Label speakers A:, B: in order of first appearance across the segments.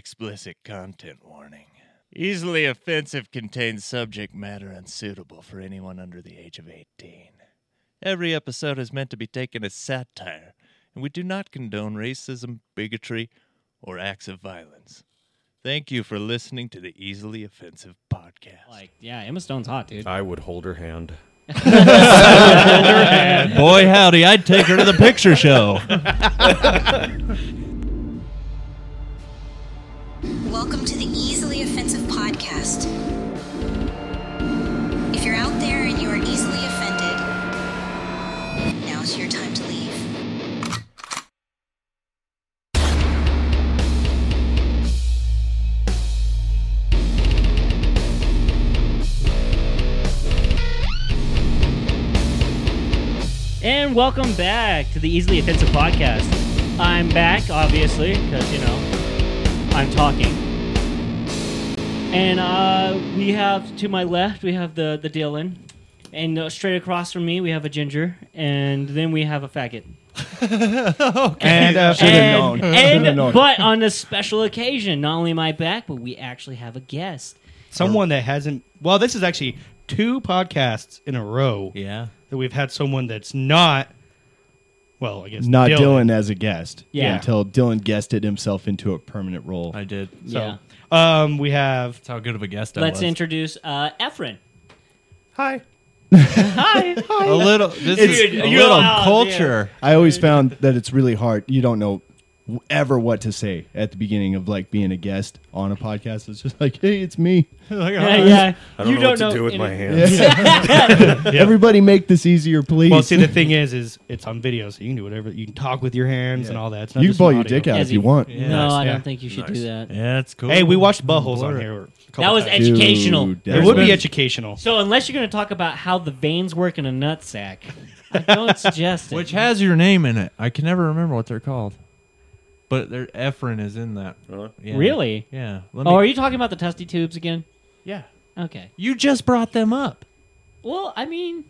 A: Explicit content warning. Easily offensive contains subject matter unsuitable for anyone under the age of 18. Every episode is meant to be taken as satire, and we do not condone racism, bigotry, or acts of violence. Thank you for listening to the Easily Offensive Podcast.
B: Like, yeah, Emma Stone's hot, dude.
C: I would hold her hand.
D: Boy, howdy, I'd take her to the picture show.
E: Welcome to the Easily Offensive Podcast. If you're out there and you are easily offended, now's your time to leave.
B: And welcome back to the Easily Offensive Podcast. I'm back, obviously, because, you know, I'm talking. And uh, we have to my left, we have the, the Dylan. And uh, straight across from me, we have a Ginger. And then we have a faggot.
F: And uh,
B: And, and- but on a special occasion, not only am I back, but we actually have a guest.
F: someone that hasn't. Well, this is actually two podcasts in a row
D: Yeah.
F: that we've had someone that's not. Well, I guess
G: not
F: Dylan.
G: Dylan. as a guest.
B: Yeah.
G: Until Dylan guested himself into a permanent role.
D: I did. That's
B: yeah.
F: So, um, we have
D: how good of a guest I
B: Let's
D: was.
B: introduce uh, Efren.
C: Hi.
B: Hi.
D: a little. This
B: Dude,
D: is a
B: you-
D: little
B: oh,
D: culture.
G: I always found that it's really hard. You don't know w- ever what to say at the beginning of like being a guest on a podcast. It's just like, hey, it's me.
B: yeah, yeah.
C: I don't
B: you
C: know
B: don't
C: what
B: know
C: to do with
B: any-
C: my hands.
G: Everybody make this easier, please.
F: Well, see, the thing is, is it's on video, so you can do whatever. You can talk with your hands and all that. It's not
G: you can
F: just
G: pull
F: an
G: your
F: audio.
G: dick out
B: As
G: if you
B: you-
G: want.
B: no,
F: Nice,
B: I
F: yeah.
B: don't think you should do that.
D: Yeah, it's cool.
F: Hey, we watched buttholes on
D: Blur it.
F: here. a couple
B: That was
F: times.
B: educational.
G: Dude,
F: it
G: that's
F: would
G: been-
F: be educational.
B: So unless you're going to talk about how the veins work in a nut sack, I don't suggest it.
D: Which has your name in it. I can never remember what they're called. But their Efren is in that.
C: Really?
D: Yeah.
B: Really?
D: Yeah. Let
B: Oh,
D: me-
B: are you talking about the testy tubes again?
D: yeah.
B: Okay.
D: You just brought them up.
B: Well, I mean,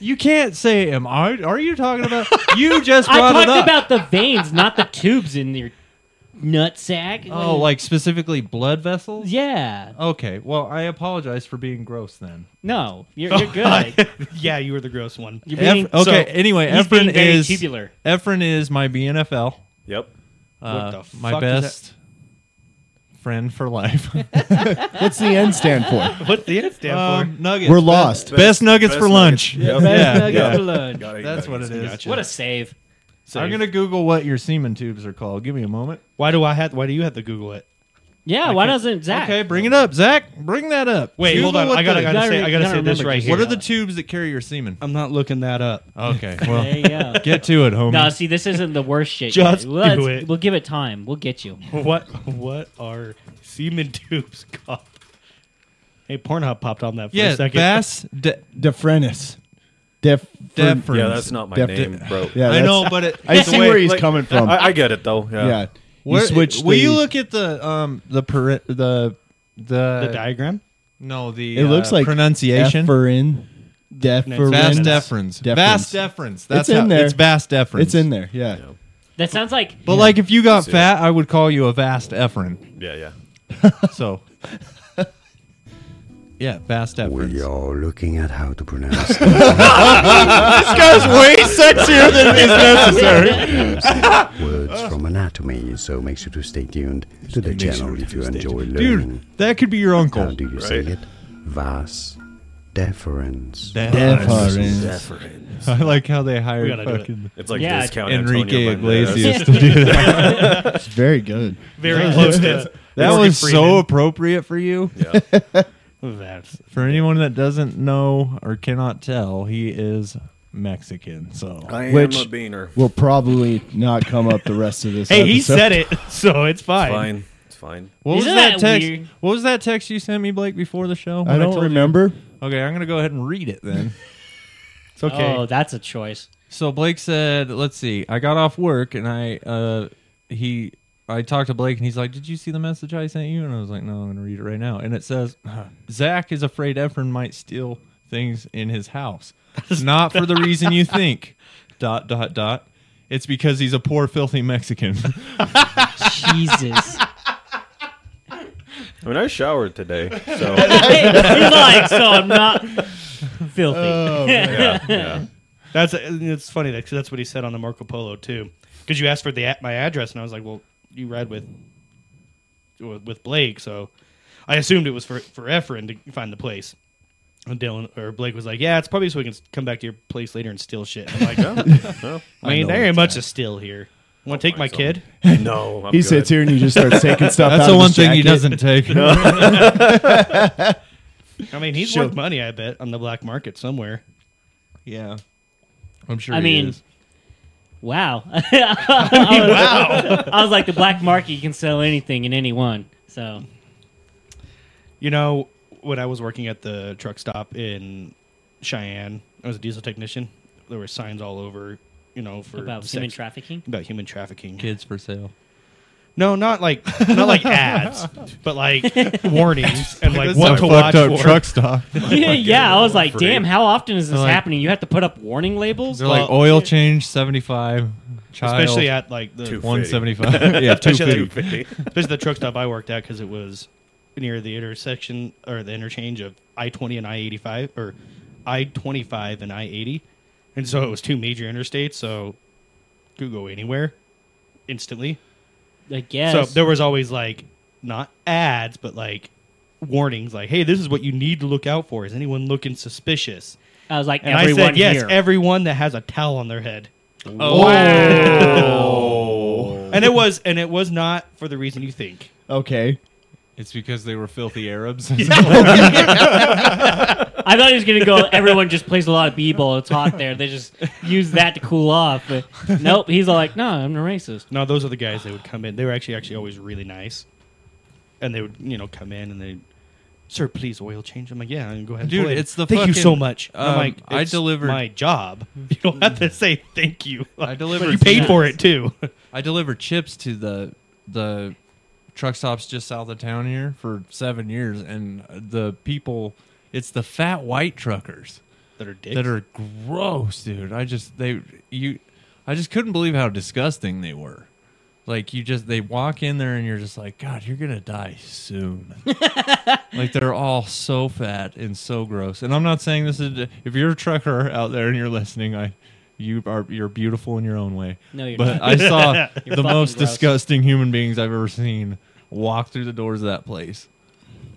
D: You can't say, "Am I?" Are you talking about? you just
B: I
D: brought it
B: talked
D: up.
B: about the veins, not the tubes in your nut sack.
D: oh, like specifically blood vessels.
B: yeah.
D: Okay. Well, I apologize for being gross then.
B: No, you're,
C: Oh,
B: you're good.
F: yeah, you were the gross one.
B: You're being,
D: Eph- okay.
F: so,
D: anyway,
B: he's being
D: Efren
B: very
D: is
B: tubular.
D: Efren is my BNFL.
C: Yep.
D: Uh,
F: What the
D: my
F: fuck is
D: best friend for life.
G: What's the N stand for?
F: What's the N stand
D: um, nuggets.
G: We're
D: Best-
G: lost.
D: Best, nuggets for lunch.
C: Yep.
D: Yeah.
B: Nuggets
C: Yeah.
B: for lunch.
C: Gotta eat
D: That's what it
C: nuggets.
D: is.
F: Gotcha.
B: What a save.
D: I'm gonna Google what your semen tubes are called. Give me a moment.
F: for? Why do I have? Why do you have to Google it?
B: Yeah, why doesn't Zach?
D: Okay, bring it up, Zach. Bring that up.
F: Wait,
D: Google
F: hold on.
D: what
F: I gotta,
D: the-
F: gotta say,
B: gotta-
F: I gotta
B: gotta
F: say this
B: remember
F: right
B: just-
F: here.
D: What are the tubes that carry your semen?
F: I'm not looking that up.
D: Okay,
B: There
D: well,
B: you go.
D: get to it, homie.
B: No, see, this isn't the worst shit.
F: Just
B: yet.
F: do
B: Let's-
F: it.
B: We'll give it time. We'll get you.
F: What what are semen tubes called? Hey, Pornhub popped on that for
D: yeah,
F: a second.
D: bass. De-
G: Defrenis. Def.
D: Defren.
C: Yeah, that's not my
G: Def-
C: name, bro.
G: Yeah,
D: I
G: that's-
D: know, but it,
G: I
D: it's
G: see
D: the way-
G: where he's
C: like-
G: coming from.
C: I, I get it though. Yeah.
G: yeah.
D: Where,
G: you switch
D: Will
G: the-
D: you look at the um the peri- the the
F: the diagram.
D: no the
G: It looks
D: uh,
G: like
D: pronunciation.
G: Efferin. Deferens.
D: Vast
F: Deferens.
D: deference. Vast deference. That's
G: It's in
D: how-
G: there.
D: It's vast deference.
G: It's in there, yeah.
B: That sounds like
D: But like, if you got
C: It's in.
D: fat, I would call you a vast efferent.
C: Yeah. Yeah.
D: So, yeah, vast
H: We
D: efferent.
H: are looking at how to pronounce
D: That's way sexier than is necessary.
H: words from anatomy, so make sure to stay tuned to the channel if you enjoy learning.
D: Dude, that could be your
H: How
D: uncle.
H: do you say it? Vas deferens.
G: Deferens.
C: Deference.
D: I like how they hired
F: We gotta do it.
D: fucking
C: It's like
B: Yeah,
C: discount
D: Enrique
C: Antonio Banderas.
D: Iglesias to do that.
G: It's very good.
F: Very close to
D: That
F: Morgan
D: was so
F: Freeman.
D: appropriate for you.
F: That's
D: For anyone that doesn't know or cannot tell, he is Mexican. So
C: I am
G: Which-
C: a beaner.
G: Will probably not come up the rest of this.
F: Hey, he
G: episode.
F: said it, so it's fine.
C: Fine. It's fine.
D: What was
B: Isn't
D: that,
B: that
D: text?
B: weird?
D: What was that text you sent me, Blake, before the show?
G: I
D: When
G: don't
D: told you-
G: remember.
D: Okay, I'm gonna go ahead and read it then.
F: It's okay.
B: oh, that's a choice.
D: So Blake said, "Let's see. I got off work and I uh he I talked to Blake and he's like, "Did you see the message I sent you?" And I was like, "No, I'm going to read it right now." And it says, "Zach is afraid Efren might steal things in his house. Not for the reason you think." dot dot dot. It's because he's a poor filthy Mexican.
B: Jesus.
C: I mean, I showered today, so
B: He's like, so I'm not filthy.
C: yeah, yeah.
F: That's it's funny that 'cause that's what he said on the Marco Polo too. Because you asked for the a- my address, and I was like, "Well, you ride with with with Blake," so I assumed it was for for Efren to find the place. And Dylan or Blake was like, "Yeah, it's probably so we can s- come back to your place later and steal shit." I'm like, oh,
C: No,
F: I mean, there ain't much to steal here. Want to take my
C: son.
F: kid?
C: no I'm
G: He
C: good.
G: sits here and you just start taking stuff out
D: That's the
G: of
D: one
G: his
D: thing he
G: jacket.
D: doesn't take.
F: I mean, he's
G: Sure.
F: worth money, I bet, on the black market somewhere.
D: Yeah, I'm sure.
B: I
D: he
B: mean,
D: is.
B: wow. I was, wow. I was like, the black market you can sell anything and anyone. So
F: You know, when I was working at the truck stop in Cheyenne, I was a diesel technician. There were signs all over, you know, for
B: about
F: sex-
B: human trafficking.
F: about human trafficking.
D: kids for sale.
F: No, not like not like ads, but like warnings and like
D: That's
F: what
D: a
F: to
D: fucked
F: watch
D: up
F: for.
D: truck stop.
B: yeah, yeah. I was like,
C: free.
B: damn, how often is this
D: They're like-
B: happening? You have to put up warning labels.
D: They're like oil change seventy five, child
F: especially at like the
C: Two.
D: one seventy five. yeah, two
F: especially,
D: fifty.
F: at the- especially the truck stop I worked at because it was near the intersection or the interchange of I twenty and I eighty five or I twenty five and I eighty, and so it was two major interstates, so could go anywhere instantly.
B: I guess.
F: So there was always like not ads, but like warnings, like hey, this is what you need to look out for. Is anyone looking suspicious?
B: I was like,
F: And
B: everyone
F: I said, yes, Oh.
B: here. Oh.
F: everyone that has a towel on their head.
D: Oh.
F: And it was, and it was not for the reason you think.
G: Okay.
D: It's because they were filthy Arabs.
B: I thought he was gonna go. Everyone just plays a lot of b-ball. It's hot there. They just use that to cool off. But nope, he's all like, no, I'm a racist.
F: No, those are the guys that would come in. They were actually, actually always really nice. And they would, you know, come in and they, sir, please oil change. I'm like, yeah, and go ahead. and
D: Dude,
F: oil it."
D: it's the
F: thank you
D: fucking-
F: so much. And I'm
D: um,
F: like,
D: I
F: "It's
D: delivered- Mm-hmm.
F: my job. You don't have to say thank you.
D: I
F: Like,
D: delivered.
F: you paid for it too.
D: I delivered chips to the the truck stops just south of town here for seven years, and the people. It's the fat white truckers
F: that are dicks.
D: that are gross, dude. I just they you, I just couldn't believe how disgusting they were. Like you just they walk in there and you're just like, God, you're gonna die soon. like they're all so fat and so gross. And I'm not saying this is if you're a trucker out there and you're listening, I you are you're beautiful in your own way.
B: No, you're
D: But
B: not.
D: I saw
B: You're
D: the
B: fucking
D: most
B: gross.
D: disgusting human beings I've ever seen walk through the doors of that place.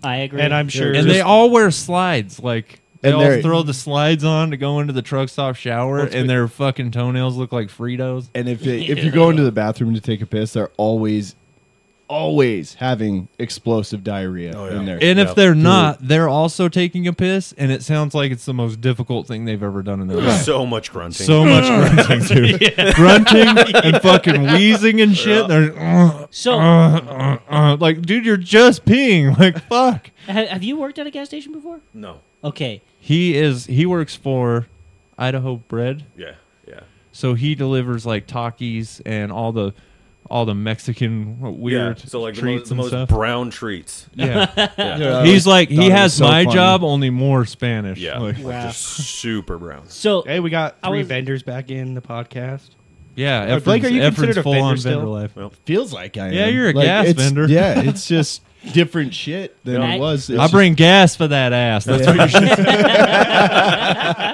B: I agree.
F: and I'm sure.
D: And they all wear slides, like they
G: And
D: all
G: they're-
D: throw the slides on to go into the truck stop shower, and their fucking toenails look like Fritos.
G: And if they, if you go into the bathroom to take a piss, they're always always having explosive diarrhea in there.
D: And
C: Yeah.
D: if they're not, they're also taking a piss, and it sounds like it's the most difficult thing they've ever done in their life.
C: so much grunting.
D: So much grunting, dude. Grunting and fucking wheezing and shit. They're uh,
B: so.
D: uh, uh, uh. like, dude, you're just peeing. Like, fuck.
B: ha- have you worked at a gas station before?
C: no,
B: Okay,
D: He is. He works for Idaho Bread,
C: yeah, yeah.
D: so he delivers like Takis and all the all the Mexican
C: Yeah,
D: weird
C: so like the most,
D: treats
C: the most
D: and stuff.
C: brown treats.
D: yeah,
C: Yeah,
G: Yeah, I
D: he's like
G: thought
D: he
G: it was
D: has
G: so
D: my
G: funny.
D: job, only more Spanish.
C: yeah.
D: Like,
C: Like,
B: Wow.
C: just super brown.
B: so
F: hey, we got
B: I
F: three
B: was-
F: vendors back in the podcast.
D: yeah. Efren's,
F: Blake, are you
D: Efren's
F: considered a
D: full
F: vendor
D: on
F: still?
D: vendor life.
G: feels like I
D: Yeah,
G: am.
D: you're a
G: Like,
D: gas
G: it's-
D: vendor.
G: Yeah, it's just different shit than
B: Yeah.
G: it was. It's
D: I bring gas for that ass. That's
G: Yeah.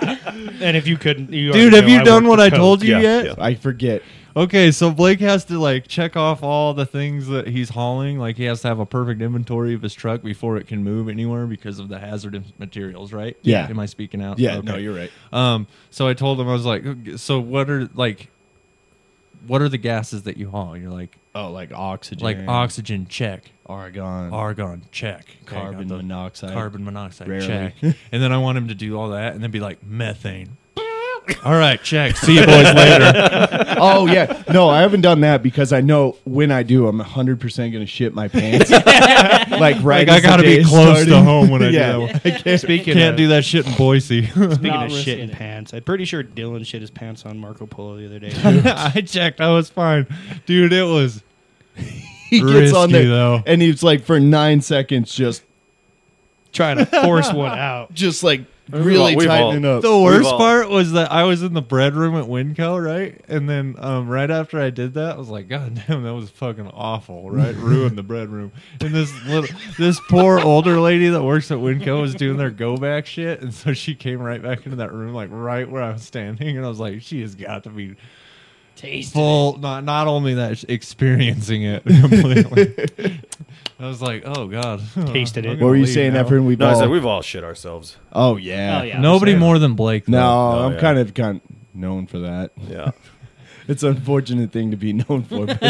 D: what you're
F: And if you couldn't, you already
D: dude. Have
F: know
D: you
F: I
D: done
F: worked
D: what
F: with
D: I
F: Coke.
D: told you
C: Yeah,
D: yet?
C: yeah.
G: just- I forget.
D: Okay, so Blake has to like check off all the things that he's hauling. Like he has to have a perfect inventory of his truck before it can move anywhere because of the hazardous materials, right?
G: Yeah.
D: Am I speaking out?
G: Yeah,
D: Okay.
G: no, you're right.
D: Um, so I told him I was like, so what are like, what are the gases that you haul? You're like,
G: Oh, like oxygen,
D: like oxygen check,
G: argon,
D: argon check, Okay, I got
G: carbon
D: the
G: monoxide,
D: carbon monoxide
G: Rarely.
D: check, and then I want him to do all that and then be like methane. all right, check. See you boys later.
G: oh yeah, no, I haven't done that because I know when I do, I'm 100 percent gonna shit my pants. like
D: Like
G: right,
D: I
G: as the
D: gotta
G: day
D: be
G: is
D: close to
G: starting.
D: home when I
G: yeah,
D: do that. One.
G: I can't speak.
F: Speaking
D: Can't
F: of-
D: do that shit in Boise.
F: Speaking
B: Not
F: of shit
B: risking
F: and
B: it.
F: pants, I'm pretty sure Dylan shit his pants on Marco Polo the other day.
D: I checked. I was fine, dude. It was
G: He gets
D: Risky,
G: on there
D: though.
G: and he's like for nine seconds, just
F: trying to force one out.
G: just like really
C: we've all-
G: tightening up.
D: The worst
C: We've all-
D: part was that I was in the bread room at Winco, right? And then um, right after I did that, I was like, God damn, that was fucking awful, right? Ruined the bread room. And this little, this poor older lady that works at Winco was doing their go back shit, and so she came right back into that room, like right where I was standing, and I was like, she has got to be
B: Tasty.
D: full. Not not only that, she's experiencing it completely. I was like, oh god,
F: Tasted it.
D: I'm
G: what were
D: gonna
G: you
D: leave
G: saying,
D: now.
G: Efren? We've
C: No, I
G: all,
C: said we've all shit ourselves.
G: oh yeah,
B: Oh, yeah.
D: Nobody
C: saying.
D: more than Blake.
G: No,
D: though.
G: I'm
C: Oh, yeah.
G: kind of kind known for that.
C: Yeah.
G: It's an unfortunate thing to be known for. But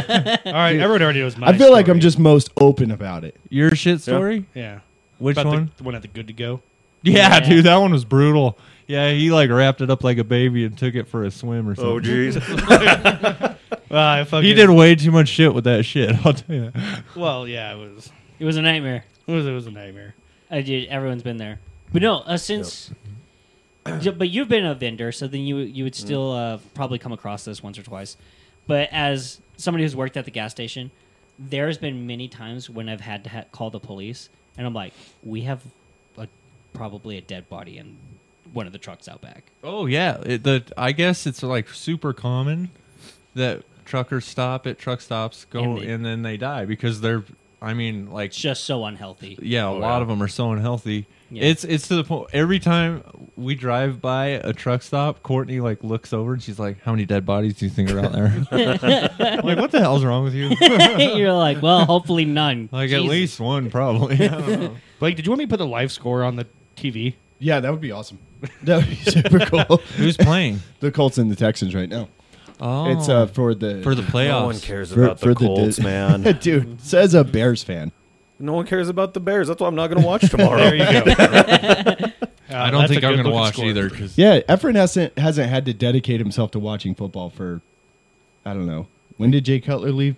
F: All right, everyone already knows my
G: I feel like I'm
F: story.
G: just most open about it.
D: your shit story.
F: Yeah.
D: Which
F: About the-
D: one?
F: The, one at the good to go.
D: Yeah,
B: Yeah.
D: dude, that one was brutal. Yeah, he like wrapped it up like a baby and took it for a swim or
C: Oh
D: something.
C: jeez.
F: Well, Ah, I fucking,
D: he did way too much shit with that shit. I'll tell you. That.
F: Well, yeah, it was.
B: It was a nightmare.
F: It was, it was a nightmare.
B: I did. Everyone's been there. But no, uh, since. Yeah, but you've been a vendor, so then you you would still uh, probably come across this once or twice. But as somebody who's worked at the gas station, there's been many times when I've had to ha- call the police, and I'm like, we have a, probably a dead body in one of the trucks out back.
D: Oh yeah, it, the I guess it's like super common that truckers stop at truck stops, go
B: And
D: and,
B: they-
D: then they die because they're. I mean, like
B: It's just so unhealthy.
D: yeah, a lot of them are so unhealthy.
B: Oh, Yeah.
D: It's it's to the point. Every time we drive by a truck stop, Courtney like looks over and she's like, "How many dead bodies do you think are out there?" I'm like, what the hell's wrong with you?
B: You're like, well, hopefully none.
D: Like at
B: Jesus.
D: least one, probably. I don't know.
F: Blake, did you want me to put the live score on the TV?
G: Yeah, that would be awesome. That would be super cool.
D: Who's playing?
G: the Colts and the Texans right now.
D: Oh,
G: It's uh for the
D: for the playoffs.
C: No one cares
G: for-
C: about
G: for
C: the Colts,
G: Di-
C: man.
G: Dude, says a Bears fan.
C: No one cares about the Bears. That's why I'm not going to watch tomorrow.
F: There you go. Uh,
D: I don't
F: that's
D: think
F: a
D: I'm going
F: good
D: to
F: looking
D: watch
F: score.
D: either. Cause
G: Yeah, Efren hasn't hasn't had to dedicate himself to watching football for I don't know. When did Jay Cutler leave?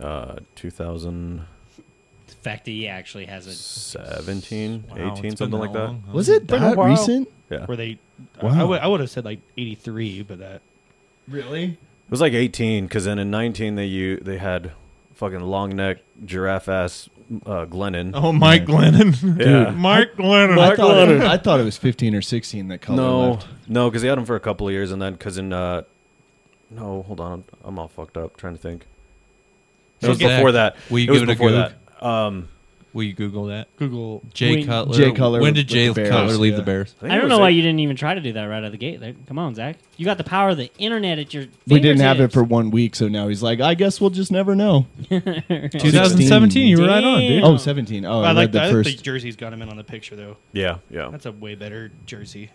C: Uh, 2017,
B: the fact that he actually has a
C: 18, something like that.
G: Was it
C: been a
G: that
C: while.
G: recent?
C: Yeah.
F: Where they,
G: Wow.
F: I, would, I would have said like 83, but that.
G: Really?
C: It was like 18 because then in 19 they u- they had fucking long neck giraffe ass uh, Glennon.
D: Oh, Mike Glennon.
C: Yeah.
D: Mike Glennon.
G: I thought, it, I thought it was 15 or 16 that Cutler
C: no,
G: left.
C: no, because they had him for a couple of years and then because in uh, no, hold on, I'm, I'm all fucked up trying to think. It
D: So
C: was
D: Zach,
C: before that.
D: will you
C: it was
D: give it a
C: before
D: Goog?
C: that. Um,
D: Will you Google that?
F: Google.
D: Jay
B: When-
D: Cutler.
G: Jay Cutler
D: When did
G: with
D: Jay
G: the Bears,
D: Cutler leave
G: yeah.
D: the Bears?
C: think
B: I
C: it
B: don't
C: was
B: know why
C: eight-
B: you didn't even try to do that right out of the gate. There, come on, Zach. You got the power of the internet at your.
G: We didn't have it
B: fingertips.
G: for one week, so now he's like, I guess we'll just never know.
D: 2017. You were right on, dude.
B: Damn.
G: Oh, 17. Oh, I,
F: I like
G: read
F: the,
G: the
F: I like the
G: first.
F: jersey's got him in on the picture though.
C: Yeah, yeah.
F: That's a way better jersey.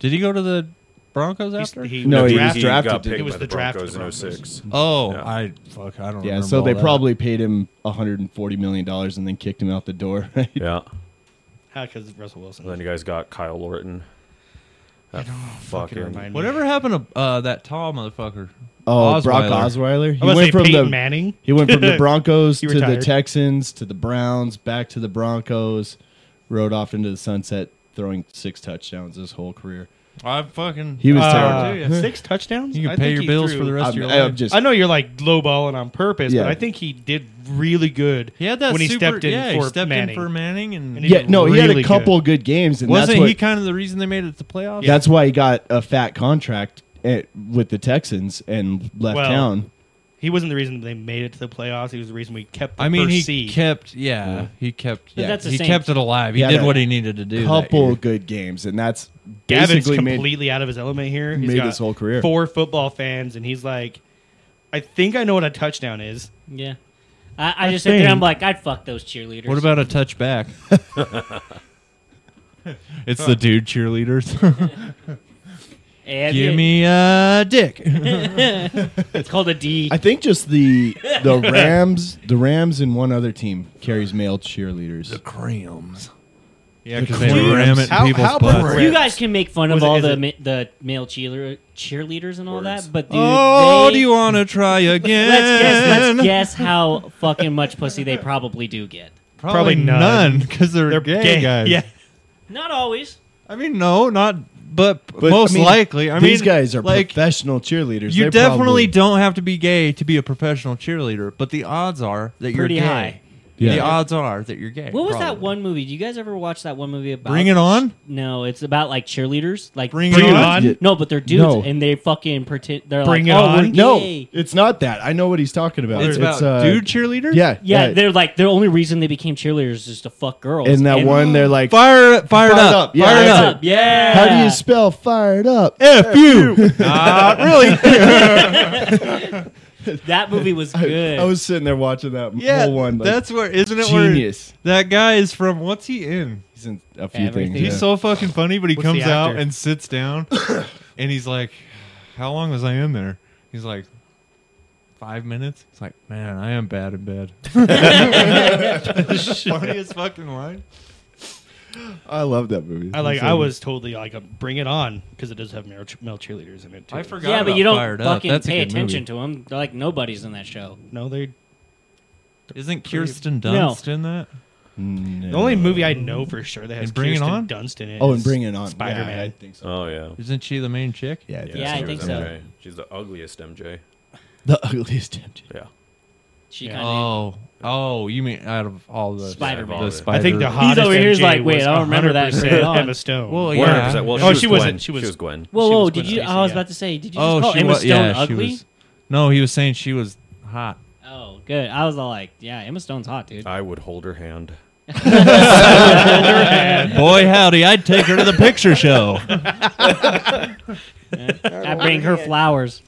D: Did he go to the Broncos
F: He's-
D: after?
F: he
G: No,
F: was
G: he was
F: drafted.
G: drafted
C: got
G: to-
C: picked
F: It was
C: by
F: the draft of
C: Broncos
F: the
C: in
F: Broncos.
C: 06.
D: oh,
C: Yeah.
D: I fuck. I don't.
G: Yeah,
D: remember
G: so they
D: all that.
G: probably paid him 140 million dollars and then kicked him out the door. Right?
C: Yeah.
F: because Ah, Russell Wilson.
C: And then you guys got Kyle Lorton. That
F: Fucking
C: fucking
F: remind me.
D: Whatever happened to uh, that tall motherfucker?
G: Oh, Brock
D: Osweiler.
G: Osweiler. He
F: I was
G: went
F: from
G: from
F: Peyton
G: the
F: Manning.
G: he went from the Broncos
F: He
G: to the
F: retired.
G: Texans to the Browns back to the Broncos. Rode off into the sunset, throwing six touchdowns his whole career.
D: I fucking.
G: He was
F: Uh,
G: terrible.
F: six touchdowns.
D: You
F: I
D: can pay
F: think
D: your
F: he
D: bills
F: threw-
D: for the rest of
G: I'm,
D: your
G: I'm
D: life.
G: just
F: I know you're like lowballing on purpose,
G: Yeah.
F: but I think he did really good.
D: He had that
F: when he
D: super-
F: stepped in
D: yeah,
F: for
D: he stepped
F: Manning.
D: in for Manning, and,
F: And he
G: yeah. No, he had
F: really
G: a couple good, games, and
D: wasn't
G: that's what,
D: he kind of the reason they made it to the playoffs?
G: that's why he got a fat contract at, with the Texans and left
F: Well,
G: town.
F: He wasn't the reason they made it to the playoffs. He was the reason we kept. The
D: I mean,
F: first
D: he
F: seed.
D: kept. Yeah, he kept.
B: But
D: Yeah,
B: that's the
D: he
B: same-
D: kept it alive. He
G: Yeah,
D: did
G: that
D: what he needed to do. that
G: Couple
D: year.
G: good games, and that's
F: Gavin's
G: basically made-
F: completely out of his element here. He's
G: made
F: got
G: his whole career.
F: Four football fans, and he's like, I think I know what a touchdown is.
B: Yeah. I, I just sit there. I'm
F: think-
B: like, I'd fuck those cheerleaders.
D: What about a touchback? it's the dude cheerleaders.
B: And
D: Give
B: it-
D: me a dick.
B: It's called a D.
G: I think just the the Rams, the Rams, and one other team carries male cheerleaders.
D: Crams. Yeah,
G: The
D: because they
G: crams.
D: ram it in
G: How-
D: people's
G: how
D: butts.
G: about-
B: you guys can make fun of
F: Was it-
B: all
F: is
B: the
F: it-
B: ma- the male cheerleader cheerleaders and all that, but dude,
D: oh,
B: they-
D: do you want to try again?
B: Let's guess. Let's guess how fucking much pussy they probably do get.
D: Probably,
F: Probably
D: none, because they're,
F: They're
D: gay,
F: gay.
D: guys.
F: Yeah.
B: Not always.
D: I mean, no, not. But,
G: But,
D: most
G: I mean,
D: likely, I mean,
G: these guys are
D: like
G: professional cheerleaders.
D: you
G: They
D: definitely
G: probably-
D: don't have to be gay to be a professional cheerleader, but the odds are that
B: Pretty
D: you're gay.
B: high.
G: Yeah.
D: the odds are that you're gay.
B: What was that
D: probably.
B: one movie? Do you guys ever watch that one movie about?
D: Bring It On?
B: No, it's about like cheerleaders. Like
D: Bring
F: Bring
D: it
F: it
D: on.
F: on.
G: Yeah.
B: No, but they're dudes
G: No.
B: and they fucking pretend. They're
F: Bring
B: like, oh,
F: it on.
B: we're
G: No,
B: gay.
G: it's not that. I know what he's talking about.
D: It's about
G: uh,
D: dude cheerleader.
G: Yeah,
B: Yeah, they're like the only reason they became cheerleaders is to fuck girls.
G: and that one, they're like,
D: Fire, fired
G: Fired
D: up,
G: up, yeah,
D: fired
G: that's
D: up.
G: it.
B: Yeah.
G: how do you spell fired up? F you.
D: Not really.
B: that movie was good.
G: I was sitting there watching that
D: yeah,
G: whole one. Like,
D: that's where isn't it?
G: genius.
D: Where that guy is from? What's he in?
G: He's in a few
B: Everything.
G: things.
D: He's
G: yeah.
D: so fucking funny, but he
F: What's
D: comes
F: the
D: out
F: actor?
D: and sits down, and he's like, "How long was I in there?" He's like, five minutes." It's like, "Man, I am bad in bed." Funniest fucking line.
G: I love that movie.
F: I like.
G: It's so
F: I
G: good.
F: was totally like, uh, bring it on because it does have male, ch- male cheerleaders in it. Too.
D: I forgot.
B: yeah, but
D: about
B: you don't
D: Fired Up.
B: fucking
D: That's a
B: pay
D: good movie.
B: attention to them. They're like nobody's in that show.
F: No, they.
D: Isn't Kirsten
B: No.
D: Dunst in that?
G: Mm,
F: The
G: yeah.
F: only movie I know for sure that has
D: And Bring It
F: Kirsten
D: On?
F: Dunst in it.
G: Oh, and
F: is
G: bring it on.
F: Spider-Man.
G: Yeah, I think so.
C: Oh yeah.
D: Isn't she the main chick?
G: Yeah, I think
B: Yeah,
G: so.
B: I
C: she
B: think
C: was
B: so.
C: MJ. She's the ugliest MJ.
G: The ugliest temptation.
C: Yeah.
B: She
F: Yeah.
B: kind
D: Oh, oh, you mean out of all the
B: Spider-Man.
D: the
F: I
D: spider-
F: think the
B: over
F: hottest.
B: here, he's
F: MJ
B: like, wait,
F: was
B: I don't remember that
F: 100%
B: Bring It On.
F: Emma Stone.
D: Well,
C: One hundred
D: yeah.
C: percent. Well, she
F: Oh,
C: was
F: she
C: Gwen.
F: wasn't. She was-
C: Gwen.
B: of. Whoa,
F: she
B: whoa!
F: was
B: Did
F: Gwen
B: you?
F: Stacy,
B: I was
F: yeah.
B: about to say. Did you?
D: Oh,
B: just call
D: she
B: Emma
D: was.
B: Stone
D: yeah,
B: ugly?
D: she was. No, he was saying she was hot.
B: Oh, good. I was all like, yeah, Emma Stone's hot, dude.
C: I would hold her hand.
D: Boy, howdy! I'd take her to the picture show.
B: I bring her flowers.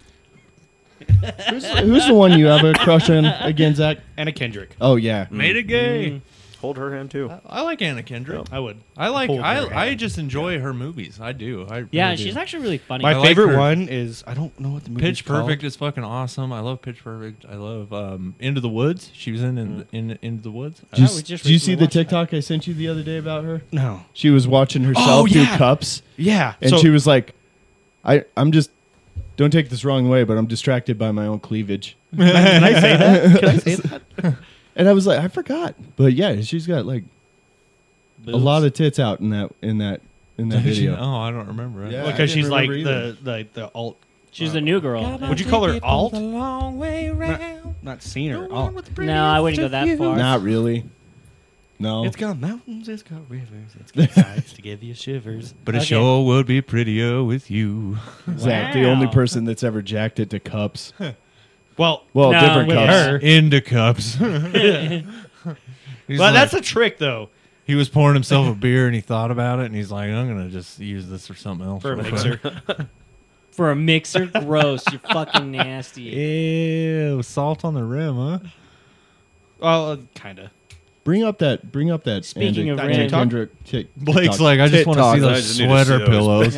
G: Who's, who's the one you have a crush on again, Zach?
F: Anna Kendrick.
G: Oh yeah,
D: Made it gay.
C: Hold her hand too.
D: I like Anna Kendrick.
F: I would.
D: I like.
F: Hold her
D: I, I
F: hand.
D: just enjoy her movies. I do. I
B: Yeah,
D: really do.
B: she's actually really funny.
F: My
D: I like
F: favorite
D: her.
F: one is I don't know what the movie.
D: Pitch Perfect is fucking awesome. I love Pitch Perfect. I love um, Into the Woods. She was in in, in Into the Woods.
G: Did you,
B: I was just
G: did you see
B: recently
G: the
B: watching
G: TikTok I sent you the other day about her?
F: No.
G: She was watching herself
F: Oh, yeah.
G: through cups,
F: Yeah.
G: and
F: so,
G: she was like, "I, I'm just, don't take this wrong way, but I'm distracted by my own cleavage."
F: Can I say that? Can I say that?
G: And I was like, "I forgot," but yeah, she's got like a
B: boobs.
G: lot of tits out in that in that in that video.
D: Oh, I don't remember. it.
G: Yeah. I
F: Because
G: didn't
F: she's like
G: remember
F: the, the the alt.
B: She's the new girl.
F: Would you call her alt?
D: long way around.
F: Not seen her alt.
B: No, I wouldn't go that far.
G: Not really. No,
F: It's got mountains, it's got rivers, it's got sights to give you shivers.
D: But
B: Okay.
D: a show would be prettier with you.
G: Zach, the
B: Wow.
G: only person that's ever jacked it to cups.
F: Well,
G: Well,
B: No,
G: different
B: with
G: cups.
F: her.
D: Into cups. He's
F: well,
D: like-
F: that's a trick though.
D: he was pouring himself a beer and he thought about it and he's like, I'm gonna just use this for something else.
F: For a
D: real quick."
F: mixer.
B: For a mixer, gross. You're fucking nasty.
D: Ew, salt on the rim, huh?
F: well, uh, kind of.
G: Bring up that. Bring up that.
B: Speaking
G: Andy-
B: of
G: that
B: Ren-
G: Kendrick tick-
D: Blake's
G: TikTok.
D: like, I just want to
G: TikTok.
D: see
C: I
D: those
C: just need to see
D: sweater
C: those.
D: pillows.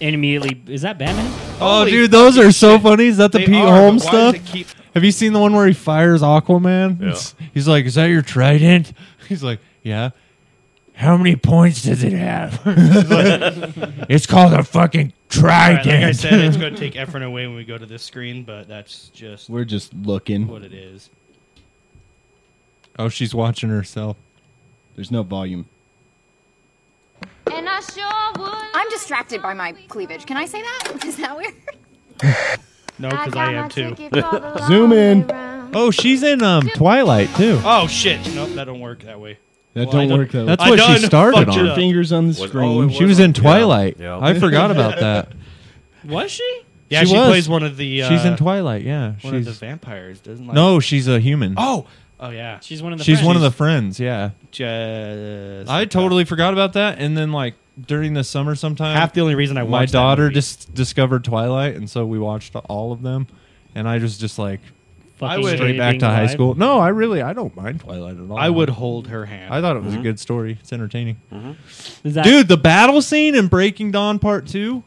B: and immediately, is that Batman?
D: Oh,
F: Holy
D: dude, those are so funny. Is that the
F: They
D: Pete
F: are, but
D: Holmes
F: why
D: stuff?
F: does it keep-
D: Have you seen the one where he fires Aquaman?
C: Yeah.
D: It's- He's like, "Is that your trident?" He's like, "Yeah." How many points does it have? He's like, it's called a fucking
F: All right,
D: trident.
F: like I said, it's going to take Efren away when we go to this screen, but that's just
G: We're just looking.
F: what it is.
D: oh, she's watching herself.
G: There's no volume.
I: And I sure would.
J: I'm distracted by my cleavage. Can I say that? Is that weird?
F: No, because Oh, I,
I: got my
F: am too.
I: ticket for the
G: Zoom
I: long
G: in.
I: way round.
D: Oh, she's in um Twilight too.
F: Oh shit! Nope, that don't work that way.
G: That
F: Well, I
G: don't
F: don't-
G: work though.
D: That's
F: I
D: what
F: done
D: she started
F: fucked
D: on.
F: your
G: your fingers on the screen.
C: oh, it
D: She was in
C: Yeah,
D: Twilight.
C: yeah.
D: I forgot about that.
B: Was she?
F: Yeah,
D: She
F: she,
D: was.
F: plays one of the. Uh,
D: she's in Twilight. Yeah,
F: One of the
D: she's
F: vampires, doesn't like
D: no, she's a human.
F: Oh, oh yeah.
B: She's one of the.
D: she's one of the
B: friends.
D: friends. Yeah,
F: Just uh,
D: I totally forgot about that. And then like during the summer, sometime
F: half the only reason I
D: my
F: watched that
D: daughter
F: movie.
D: dis- discovered Twilight, and so we watched all of them. And I was just like
B: Fucking
F: I would-
D: straight
B: hating
D: back to
B: alive.
D: high school. No, I really I don't mind Twilight at all.
F: I would Mm-hmm. hold her hand.
D: I thought it was a good story. It's entertaining,
B: Is that-
D: dude. The battle scene in Breaking Dawn Part Two.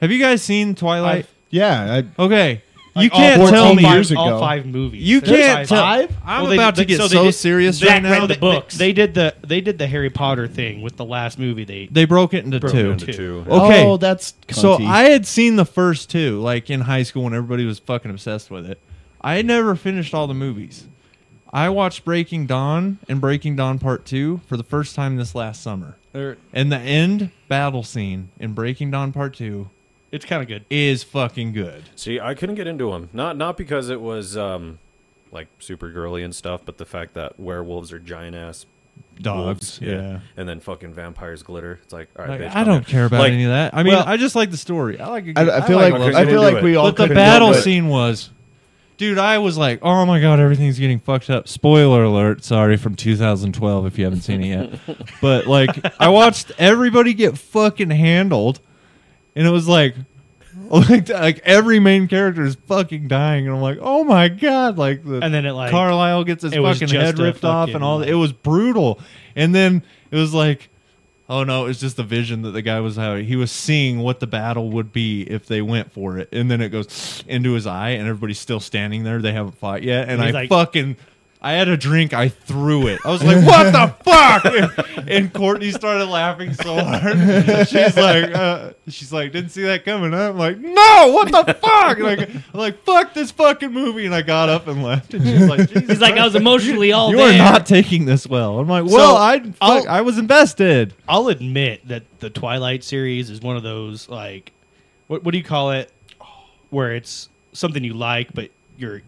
D: Have you guys seen Twilight?
G: yeah, I,
D: okay, you
F: Like, all
D: can't
F: four-
D: tell
F: all
D: me.
F: five-
G: years ago.
F: All five movies.
D: You
F: There's
D: can't tell. I'm
F: Well, they
D: about
F: did-
D: to get
F: so
D: so,
F: they did-
D: serious
F: Zach
D: right
F: read
D: now.
F: the
D: They-
F: books. They, did the they did the Harry Potter thing with the last movie. They
D: They broke it into
F: Broke it
D: two.
F: into
C: Two.
D: Okay,
G: Oh, that's
D: So
G: cunty.
D: I had seen the first two, like in high school when everybody was fucking obsessed with it. I had never finished all the movies. I watched Breaking Dawn and Breaking Dawn Part Two for the first time this last summer.
F: they're-
D: And the end battle scene in Breaking Dawn Part Two
F: it's kind of good.
D: is fucking good.
C: See, I couldn't get into them. Not not because it was um, like super girly and stuff, but the fact that werewolves are giant ass
D: Dogs,
C: wolves,
D: yeah.
C: and then fucking vampires glitter. It's like, all right,
D: Like,
C: bitch,
D: I
C: I'm
D: don't
C: in.
D: care about
C: Like,
D: any of that. I mean,
C: well-
D: I just like the story. I like.
G: I- I feel like-
D: love
G: I feel
D: story.
G: like we all
D: But the
G: could've
D: battle
G: dealt with-
D: scene was, dude. I was like, oh my god, everything's getting fucked up. Spoiler alert. Sorry from 2012 if you haven't seen it yet. but like, I watched everybody get fucking handled, and it was like. Like, like every main character is fucking dying, and I'm like, oh my god! Like, the
F: And then it, like,
D: Carlisle gets his
F: it was
D: fucking
F: just
D: head
F: a
D: ripped off, and
F: fucking-
D: all. It was brutal, and then it was like, Oh no, it's just the vision that the guy was having. He was seeing what the battle would be if they went for it. And then it goes into his eye and everybody's still standing there. They haven't fought yet. And,
F: And
D: I
F: he's like-
D: fucking I had a drink, I threw it. I was like, "What the fuck?" And Courtney started laughing so hard. She's like, uh, "She's like, didn't see that coming." I'm like, "No, what the fuck?" And I go- I'm like, "Fuck this fucking movie!" And I got up and left. And she's like, Jesus
B: He's like,
F: "Oh,
B: I was emotionally all
D: "You
B: there.
D: are not taking this well." I'm like, "Well, I fuck,
F: I'll-
D: I was invested."
F: I'll admit that the Twilight series is one of those like, what what do you call it? Where it's something you like, but you're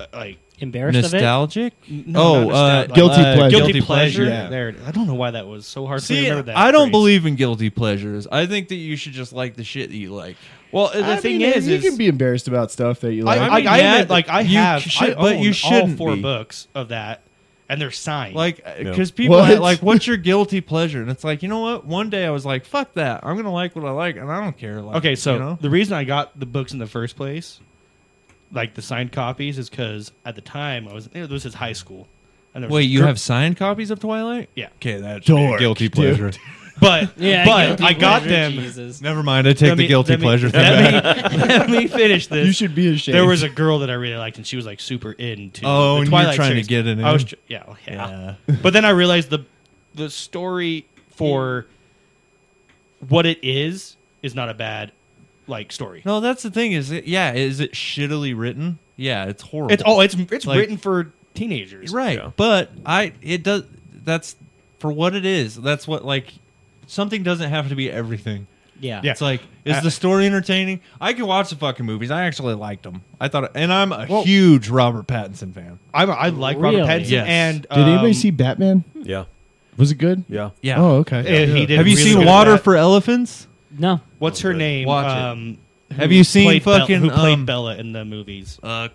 F: uh, like
B: embarrassed of it.
D: nostalgic?
F: No,
D: oh,
F: not
D: uh,
F: nostalgic.
G: Guilty
D: uh,
G: pleasure.
F: guilty, pleasure.
G: pleasure.
F: There, it is. I don't know why that was so hard to
D: See,
F: remember that.
D: I don't
F: phrase.
D: believe in guilty pleasures. I think that you should just like the shit that you like.
F: Well, the
G: I
F: thing
G: mean,
F: is,
G: you
F: is
G: can be embarrassed about stuff that you like.
F: I,
D: I'm
F: I, I
D: mad
F: admit, like I
D: that you
F: have,
D: should-
F: I
D: but
F: own
D: you
F: all
D: shouldn't
F: four
D: be.
F: books of that, and they're signed.
D: Like,
C: No.
D: because people
G: What?
D: act like, "What's your guilty pleasure?" And it's like, you know what? One day I was like, "Fuck that! I'm gonna like what I like, and I don't care." Like,
F: okay, so
D: you know?
F: the reason I got the books in the first place, like the signed copies, is because at the time I was you know, this is high school. And there was
D: wait,
F: a
D: you
F: group-
D: have signed copies of Twilight?
F: Yeah.
D: Okay, that's
G: Dork,
D: guilty
G: dude.
D: pleasure.
F: but
B: Yeah,
F: but
B: guilty
F: I got
B: pleasure,
F: them.
B: Jesus.
D: Never mind. I take
F: Let
D: the
F: me-
D: guilty
F: let me-
D: pleasure thing back.
F: Let me, let me finish this.
G: you should be ashamed.
F: There was a girl that I really liked, and she was like super into.
D: Oh,
F: the
D: and you were
F: Twilight
D: trying to
F: series.
D: get it
F: I was,
D: in?
F: tr- yeah, oh, yeah. but then I realized the the story for what it is is not a bad like story.
D: No, that's the thing. Is it? Yeah, is it shittily written? Yeah, it's horrible.
F: It's oh, it's it's
D: Like-
F: written for teenagers,
D: right
C: Yeah.
D: but i it does that's for what it is that's what like something doesn't have to be everything
B: Yeah.
F: Yeah.
D: it's like is
F: Uh,
D: the story entertaining i could watch the fucking movies i actually liked them i thought and i'm a huge robert pattinson fan
F: I'm, I like
B: Really?
F: Robert Pattinson,
D: Yes.
F: and
G: Did anybody
F: um,
G: see Batman?
C: Yeah,
G: Was it good?
C: yeah.
D: yeah
G: Oh, okay.
F: eh, He did
D: have you
F: really
D: seen
F: good
D: water
F: at that.
D: for elephants
B: No.
F: What's her
D: Oh,
F: name?
D: Watch it.
F: um,
D: Have you seen
F: played Bella-
D: fucking,
F: who played
D: um,
F: Bella in the movies?
D: uh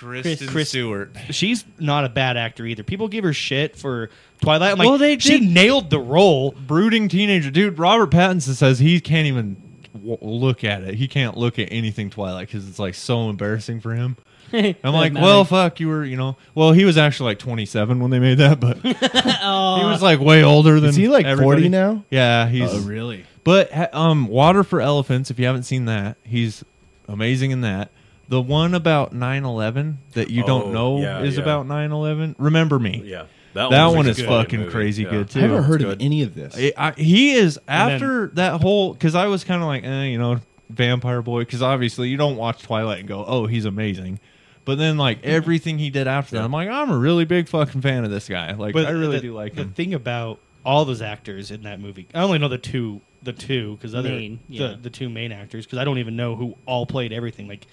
B: Kristen
D: Stewart.
F: She's not a bad actor either. People give her shit for Twilight. I'm like,
D: Well, they
F: she
D: did-
F: nailed the role.
D: Brooding teenager. Dude, Robert Pattinson says he can't even w- look at it. He can't look at anything Twilight because it's like so embarrassing for him. I'm like,
B: matter.
D: well, fuck, you were, you know. Well, he was actually like 27 when they made that, but he
B: Oh,
D: was like way older than.
G: Is he like 40
D: everybody.
G: now?
D: Yeah, he's.
G: really?
D: But ha- um, Water for Elephants. If you haven't seen that, he's amazing in that. The one about 9/11 that you
C: Oh,
D: don't know
C: yeah,
D: is
C: yeah.
D: about 9/11. Remember me.
C: Yeah,
D: That
C: was a
D: one is
C: good
D: fucking
C: movie.
D: crazy
C: Yeah.
D: good too.
G: I haven't heard of
C: good.
G: any of this.
D: I, I- he is
F: And then-
D: after that whole because I was kind of like, eh, you know, vampire boy. Because obviously you don't watch Twilight and go, oh, he's amazing. But then like everything he did after that, I'm like, I'm a really big fucking fan of this guy. Like I really
F: the,
D: do like
F: the
D: him.
F: thing about all those actors in that movie. I only know the two, the two because other
B: Main, yeah.
F: the, the two main actors because I don't even know who all played everything. Like,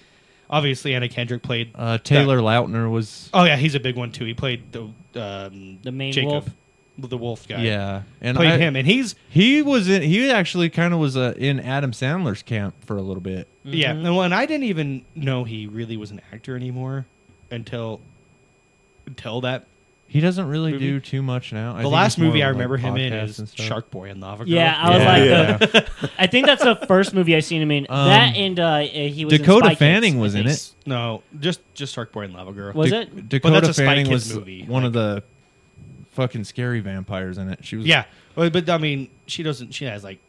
F: obviously Anna Kendrick played.
D: Uh, Taylor Lautner was
F: oh yeah, he's a big one too. He played the um,
B: The main
F: Jacob, the wolf guy.
D: yeah, and
F: played
D: I-
F: him, and he's
D: He was in. He actually kind of was uh, in Adam Sandler's camp for a little bit.
F: yeah. And, well, and I didn't even know he really was an actor anymore until until that.
D: He doesn't really
F: Movie?
D: do too much now. I
F: The
D: think
F: last
D: he's more
F: movie I
D: of, like,
F: remember him in
D: podcasts
F: is
D: and stuff.
F: Shark Boy and Lava Girl.
B: yeah. I was
D: Yeah.
B: like,
D: Yeah.
B: the- I think that's the first movie I seen him in.
D: Um,
B: that and uh, he was in Spy
D: Dakota
B: Kids,
D: Fanning
B: I
D: was in
B: think.
D: it.
F: No, just just Shark Boy and Lava Girl.
B: Was
D: Da-
B: it?
D: Dakota
F: that's a Spy
D: Fanning
F: Kids
D: was
F: movie,
D: one of the fucking scary vampires in it. She was
F: Yeah, but, but I mean, she doesn't. She has like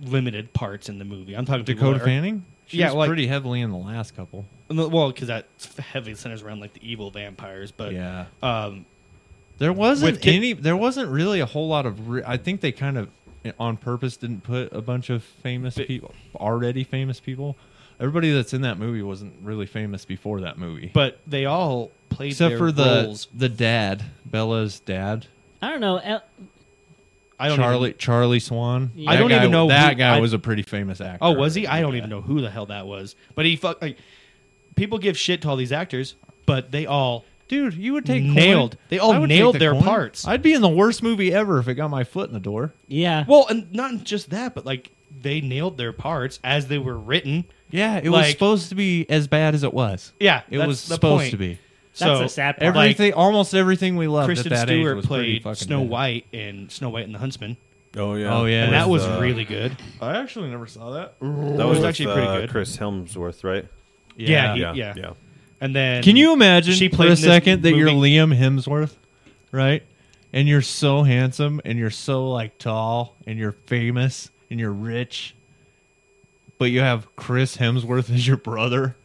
F: limited parts in the movie. I'm talking people
D: Dakota
F: that are-
D: Fanning. She
F: Yeah,
D: was
F: like-
D: pretty heavily in the last couple.
F: No, Well, because that heavily centers around like the evil vampires. But
D: yeah,
F: um,
D: there wasn't
F: With Kit-
D: any. There wasn't really a whole lot of. Re- I think they kind of eh, on purpose didn't put a bunch of famous people already famous people. Everybody that's in that movie wasn't really famous before that movie,
F: but they all played
D: except
F: their
D: for the
F: roles.
D: the dad, Bella's dad,
B: I don't know. El-
F: I don't
D: Charlie
F: Even,
D: Charlie Swan.
B: I
D: That
F: don't
D: guy-
F: even know
D: that
F: who-
D: guy
F: I-
D: was a pretty famous actor.
F: oh, was he? I don't even know who the hell that was. But he fuck like people give shit to all these actors, but they all
D: dude, you would take
F: Nailed.
D: coin.
F: They all
D: I would
F: nailed
D: take the
F: their
D: coin.
F: parts.
D: I'd be in the worst movie ever if it got my foot in the door.
B: Yeah.
F: Well, and not just that, but like they nailed their parts as they were written.
D: Yeah, it was
F: Like-
D: supposed to be as bad as it was.
F: Yeah,
D: it
F: that's
D: was
F: the
D: supposed
F: point.
D: to be.
B: That's
F: so
B: the sad part.
F: Like,
D: Everything, almost everything we loved
F: Kristen
D: at that age
F: Stewart
D: was pretty
F: played
D: fucking
F: Snow
D: bad.
F: White in Snow White and the Huntsman,
C: Oh yeah.
D: Oh, yeah.
F: and that was
C: uh,
F: really good.
D: I actually never saw that.
C: That was
F: was
C: actually
F: actually
C: with,
F: pretty
C: uh,
F: good.
C: Chris Helmsworth, right?
F: Yeah, he-
C: yeah,
F: yeah.
C: yeah.
F: And then
D: Can you imagine
F: She
D: for
F: played
D: a
F: in this
D: second that you're
F: movie-
D: Liam Hemsworth, right? And you're so handsome and you're so like tall and you're famous and you're rich, but you have Chris Hemsworth as your brother,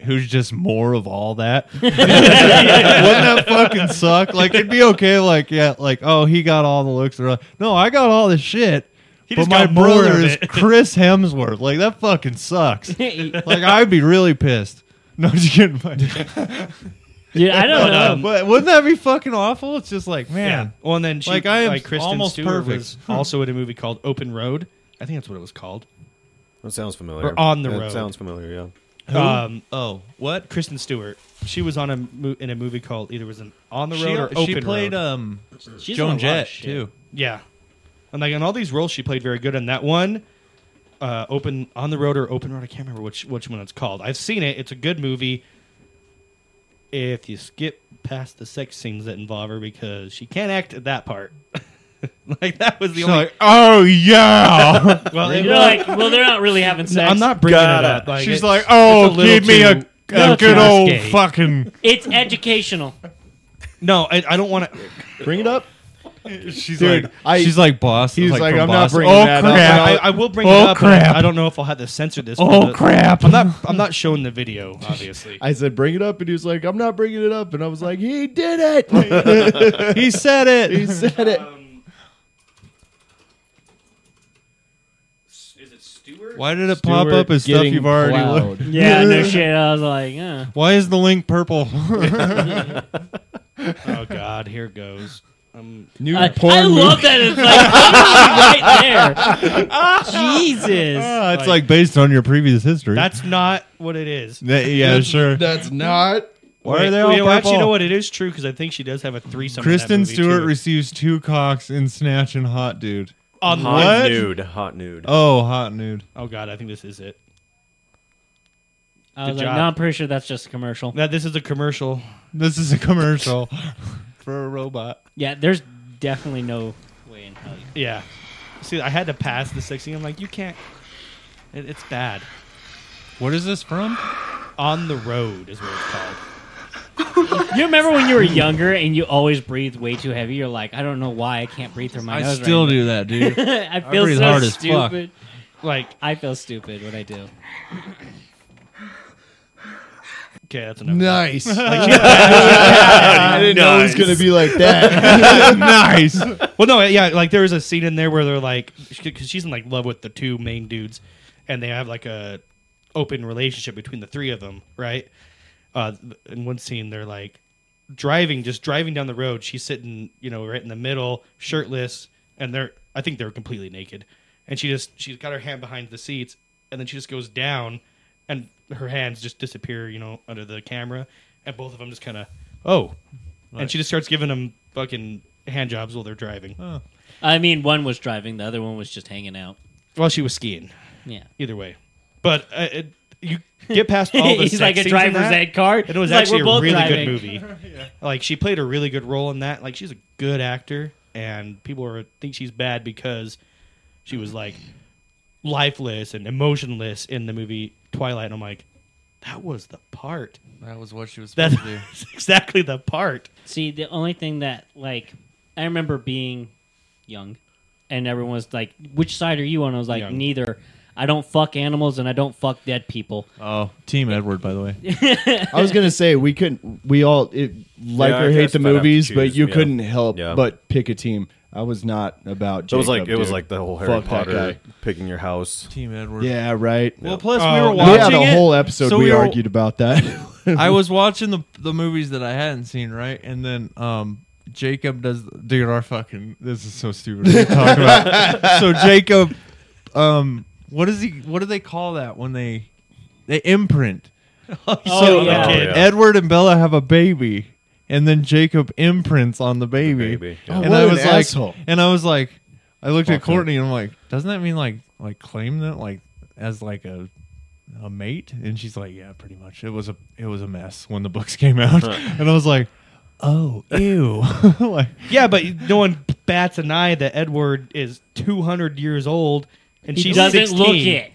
D: who's just more of all that. Wouldn't that fucking suck? Like it'd be okay, like yeah, like oh he got all the looks. Or, no, I got all the shit. but
F: just
D: my
F: got more
D: brother
F: of
D: is
F: it.
D: Chris Hemsworth. Like that fucking sucks.
B: Dude,
D: Like I'd be really pissed. No, I'm just kidding. But,
B: I don't know.
D: but um, wouldn't that be fucking awful? It's just like, man,
F: Well, and then she,
D: Like,
F: like,
D: I am
F: Kristen
D: almost
F: Stewart
D: perfect.
F: was also in a movie called Open Road. I think that's what it was called.
C: That sounds familiar.
F: Or On the
C: that
F: Road.
C: Sounds familiar. Yeah.
F: Um,
D: oh, what?
F: Kristen Stewart. She was on a mo- in a movie called either was an On the Road
D: She,
F: or Open
D: she played
F: Road.
D: um Joan
B: She's in a lot of
D: Jett
B: shit.
D: too.
F: yeah, and like in all these roles, she played very good. And that one, uh, Open On the Road or Open Road, I can't remember which which one it's called. I've seen it. It's a good movie. If you skip past the sex scenes that involve her, because she can't act at that part. like that was the
D: She's
F: only.
D: like, oh yeah.
F: well, it
B: You're
F: was-
B: like, well, they're not really having sex.
F: I'm not bringing it
D: Gotta.
F: up. Like,
D: She's
F: it's-
D: like,
F: it's
D: oh,
F: little
D: give me a,
F: too-
D: a
F: little
D: good
F: too
D: old
F: risque."
D: fucking.
B: It's educational.
F: No, I, I don't want to.
G: Bring it up.
D: She's
G: Dude,
D: like,
G: I-
D: she's like boss.
G: He's
D: like,
G: like,
D: from
G: I'm not
D: Boston.
G: bringing
D: oh,
G: that up.
D: crap.
F: I, I will bring
D: Oh,
F: it up. but
D: crap.
F: I don't know if I'll have to censor this. for
D: oh
F: the-
D: crap.
F: I'm not. I'm not showing the video, obviously.
G: I said, bring it up. And he was like, I'm not bringing it up. And I was like, he did it.
D: he said
G: he
D: it.
G: said it.
F: Um, Is it Stewart?
D: Why did it pop up as stuff
G: Getting
D: you've already
G: plowed.
D: looked?
B: Yeah, no shit. I was like, uh.
D: Why is the link purple?
F: Oh God, here goes. Um,
G: New
B: I,
G: porn
B: I
G: movie.
B: love that it's like literally right there. Jesus.
D: Ah, it's like based on your previous history.
F: that's not what it is.
D: That- yeah, sure.
G: That's not.
D: Why
F: Wait,
D: are they
F: you
D: all
F: know, actually, you
D: purple?
F: know what? It is true because I think she does have a threesome. in that
D: Kristen
F: movie,
D: Stewart
F: too.
D: receives two cocks in Snatch and Hot Dude.
F: on
C: Hot
F: what?
C: nude. Hot nude.
D: Oh, Hot Nude.
F: Oh God, I think this is it.
B: I was
F: Good
B: like,
F: job.
B: no, I'm pretty sure that's just a commercial.
F: Now this is a commercial.
D: This is a commercial for a robot.
B: Yeah, there's definitely no way in hell. you-
F: Yeah. See, I had to pass the sexy. I'm like, you can't. It, it's bad.
D: What is this from?
F: On the road is what it's called.
B: You remember when you were younger and you always breathed way too heavy? You're like, I don't know why I can't breathe through my
D: I
B: nose.
D: still
B: right
D: do that, dude.
B: now." I feel
D: breathe
B: so
D: hard as fuck.
B: stupid.
F: Like,
B: I feel stupid when I do.
F: okay, that's enough.
G: Nice. I didn't know it was going to be like that.
D: nice.
F: Well, no, yeah, like there was a scene in there where they're like, because she's in like love with the two main dudes, and they have like a open relationship between the three of them, right? Uh, in one scene, they're like driving, just driving down the road. She's sitting, you know, right in the middle, shirtless, and they're, I think they're completely naked, and she just she's got her hand behind the seats, and then she just goes down, and her hands just disappear, you know, under the camera, and both of them just kind of, oh, and she just starts giving them fucking hand jobs while they're driving.
B: I mean, one was driving, the other one was just hanging out.
F: Well, she was skiing.
B: Yeah.
F: Either way, but uh, it, you get past all the.
B: He's
F: sex
B: like a
F: scenes in
B: driver's
F: that,
B: ed card.
F: and It was
B: He's like,
F: actually
B: "We're both
F: a really
B: driving."
F: good movie. Like she played a really good role in that. Like she's a good actor, and people are think she's bad because she was like lifeless and emotionless in the movie Twilight. And I'm like, that was the part.
D: That was what she was
F: That's exactly the part.
B: See, the only thing that like I remember being young, and everyone was like, "Which side are you on?" I was like,
F: Young.
B: "Neither." I don't fuck animals, and I don't fuck dead people.
D: Oh, Team Edward, by the way.
G: I was going to say, we couldn't, we all it, like
C: Yeah, I
G: or
C: guess
G: hate the
C: if I'd have to
G: movies, but
C: choose,
G: you
C: yeah.
G: couldn't help
C: Yeah.
G: but pick a team. I was not about
C: It was like
G: Jacob,
C: it was
G: dude.
C: like the whole Harry
G: Fuck that
C: Potter
G: guy.
C: picking your house.
D: Team Edward.
G: Yeah, right.
D: Well, plus
F: Oh,
D: we were
F: no.
G: we had
D: watching
G: a
D: it,
G: whole episode
D: so
G: we,
D: were-
G: argued about that.
D: I was watching the the movies that I hadn't seen, right? And then um Jacob does dude our fucking this is so stupid. What are you talking about? so Jacob um what is he what do they call that when they they imprint so
F: yeah. Oh, yeah.
D: Edward and Bella have a baby, and then Jacob imprints on the baby.
C: baby, yeah. Oh,
D: and
G: what
D: I
G: an
D: was like,
G: asshole.
D: and I was like, I looked at
G: Fucker.
D: Courtney and I'm like, doesn't that mean like like claim that like as like a a mate? And she's like, yeah, pretty much. It was a it was a mess when the books came out, and I was like, oh ew, like
F: Yeah, but no one bats an eye that Edward is 200 years old and
B: He
F: she's
B: doesn't
F: 16.
B: look it.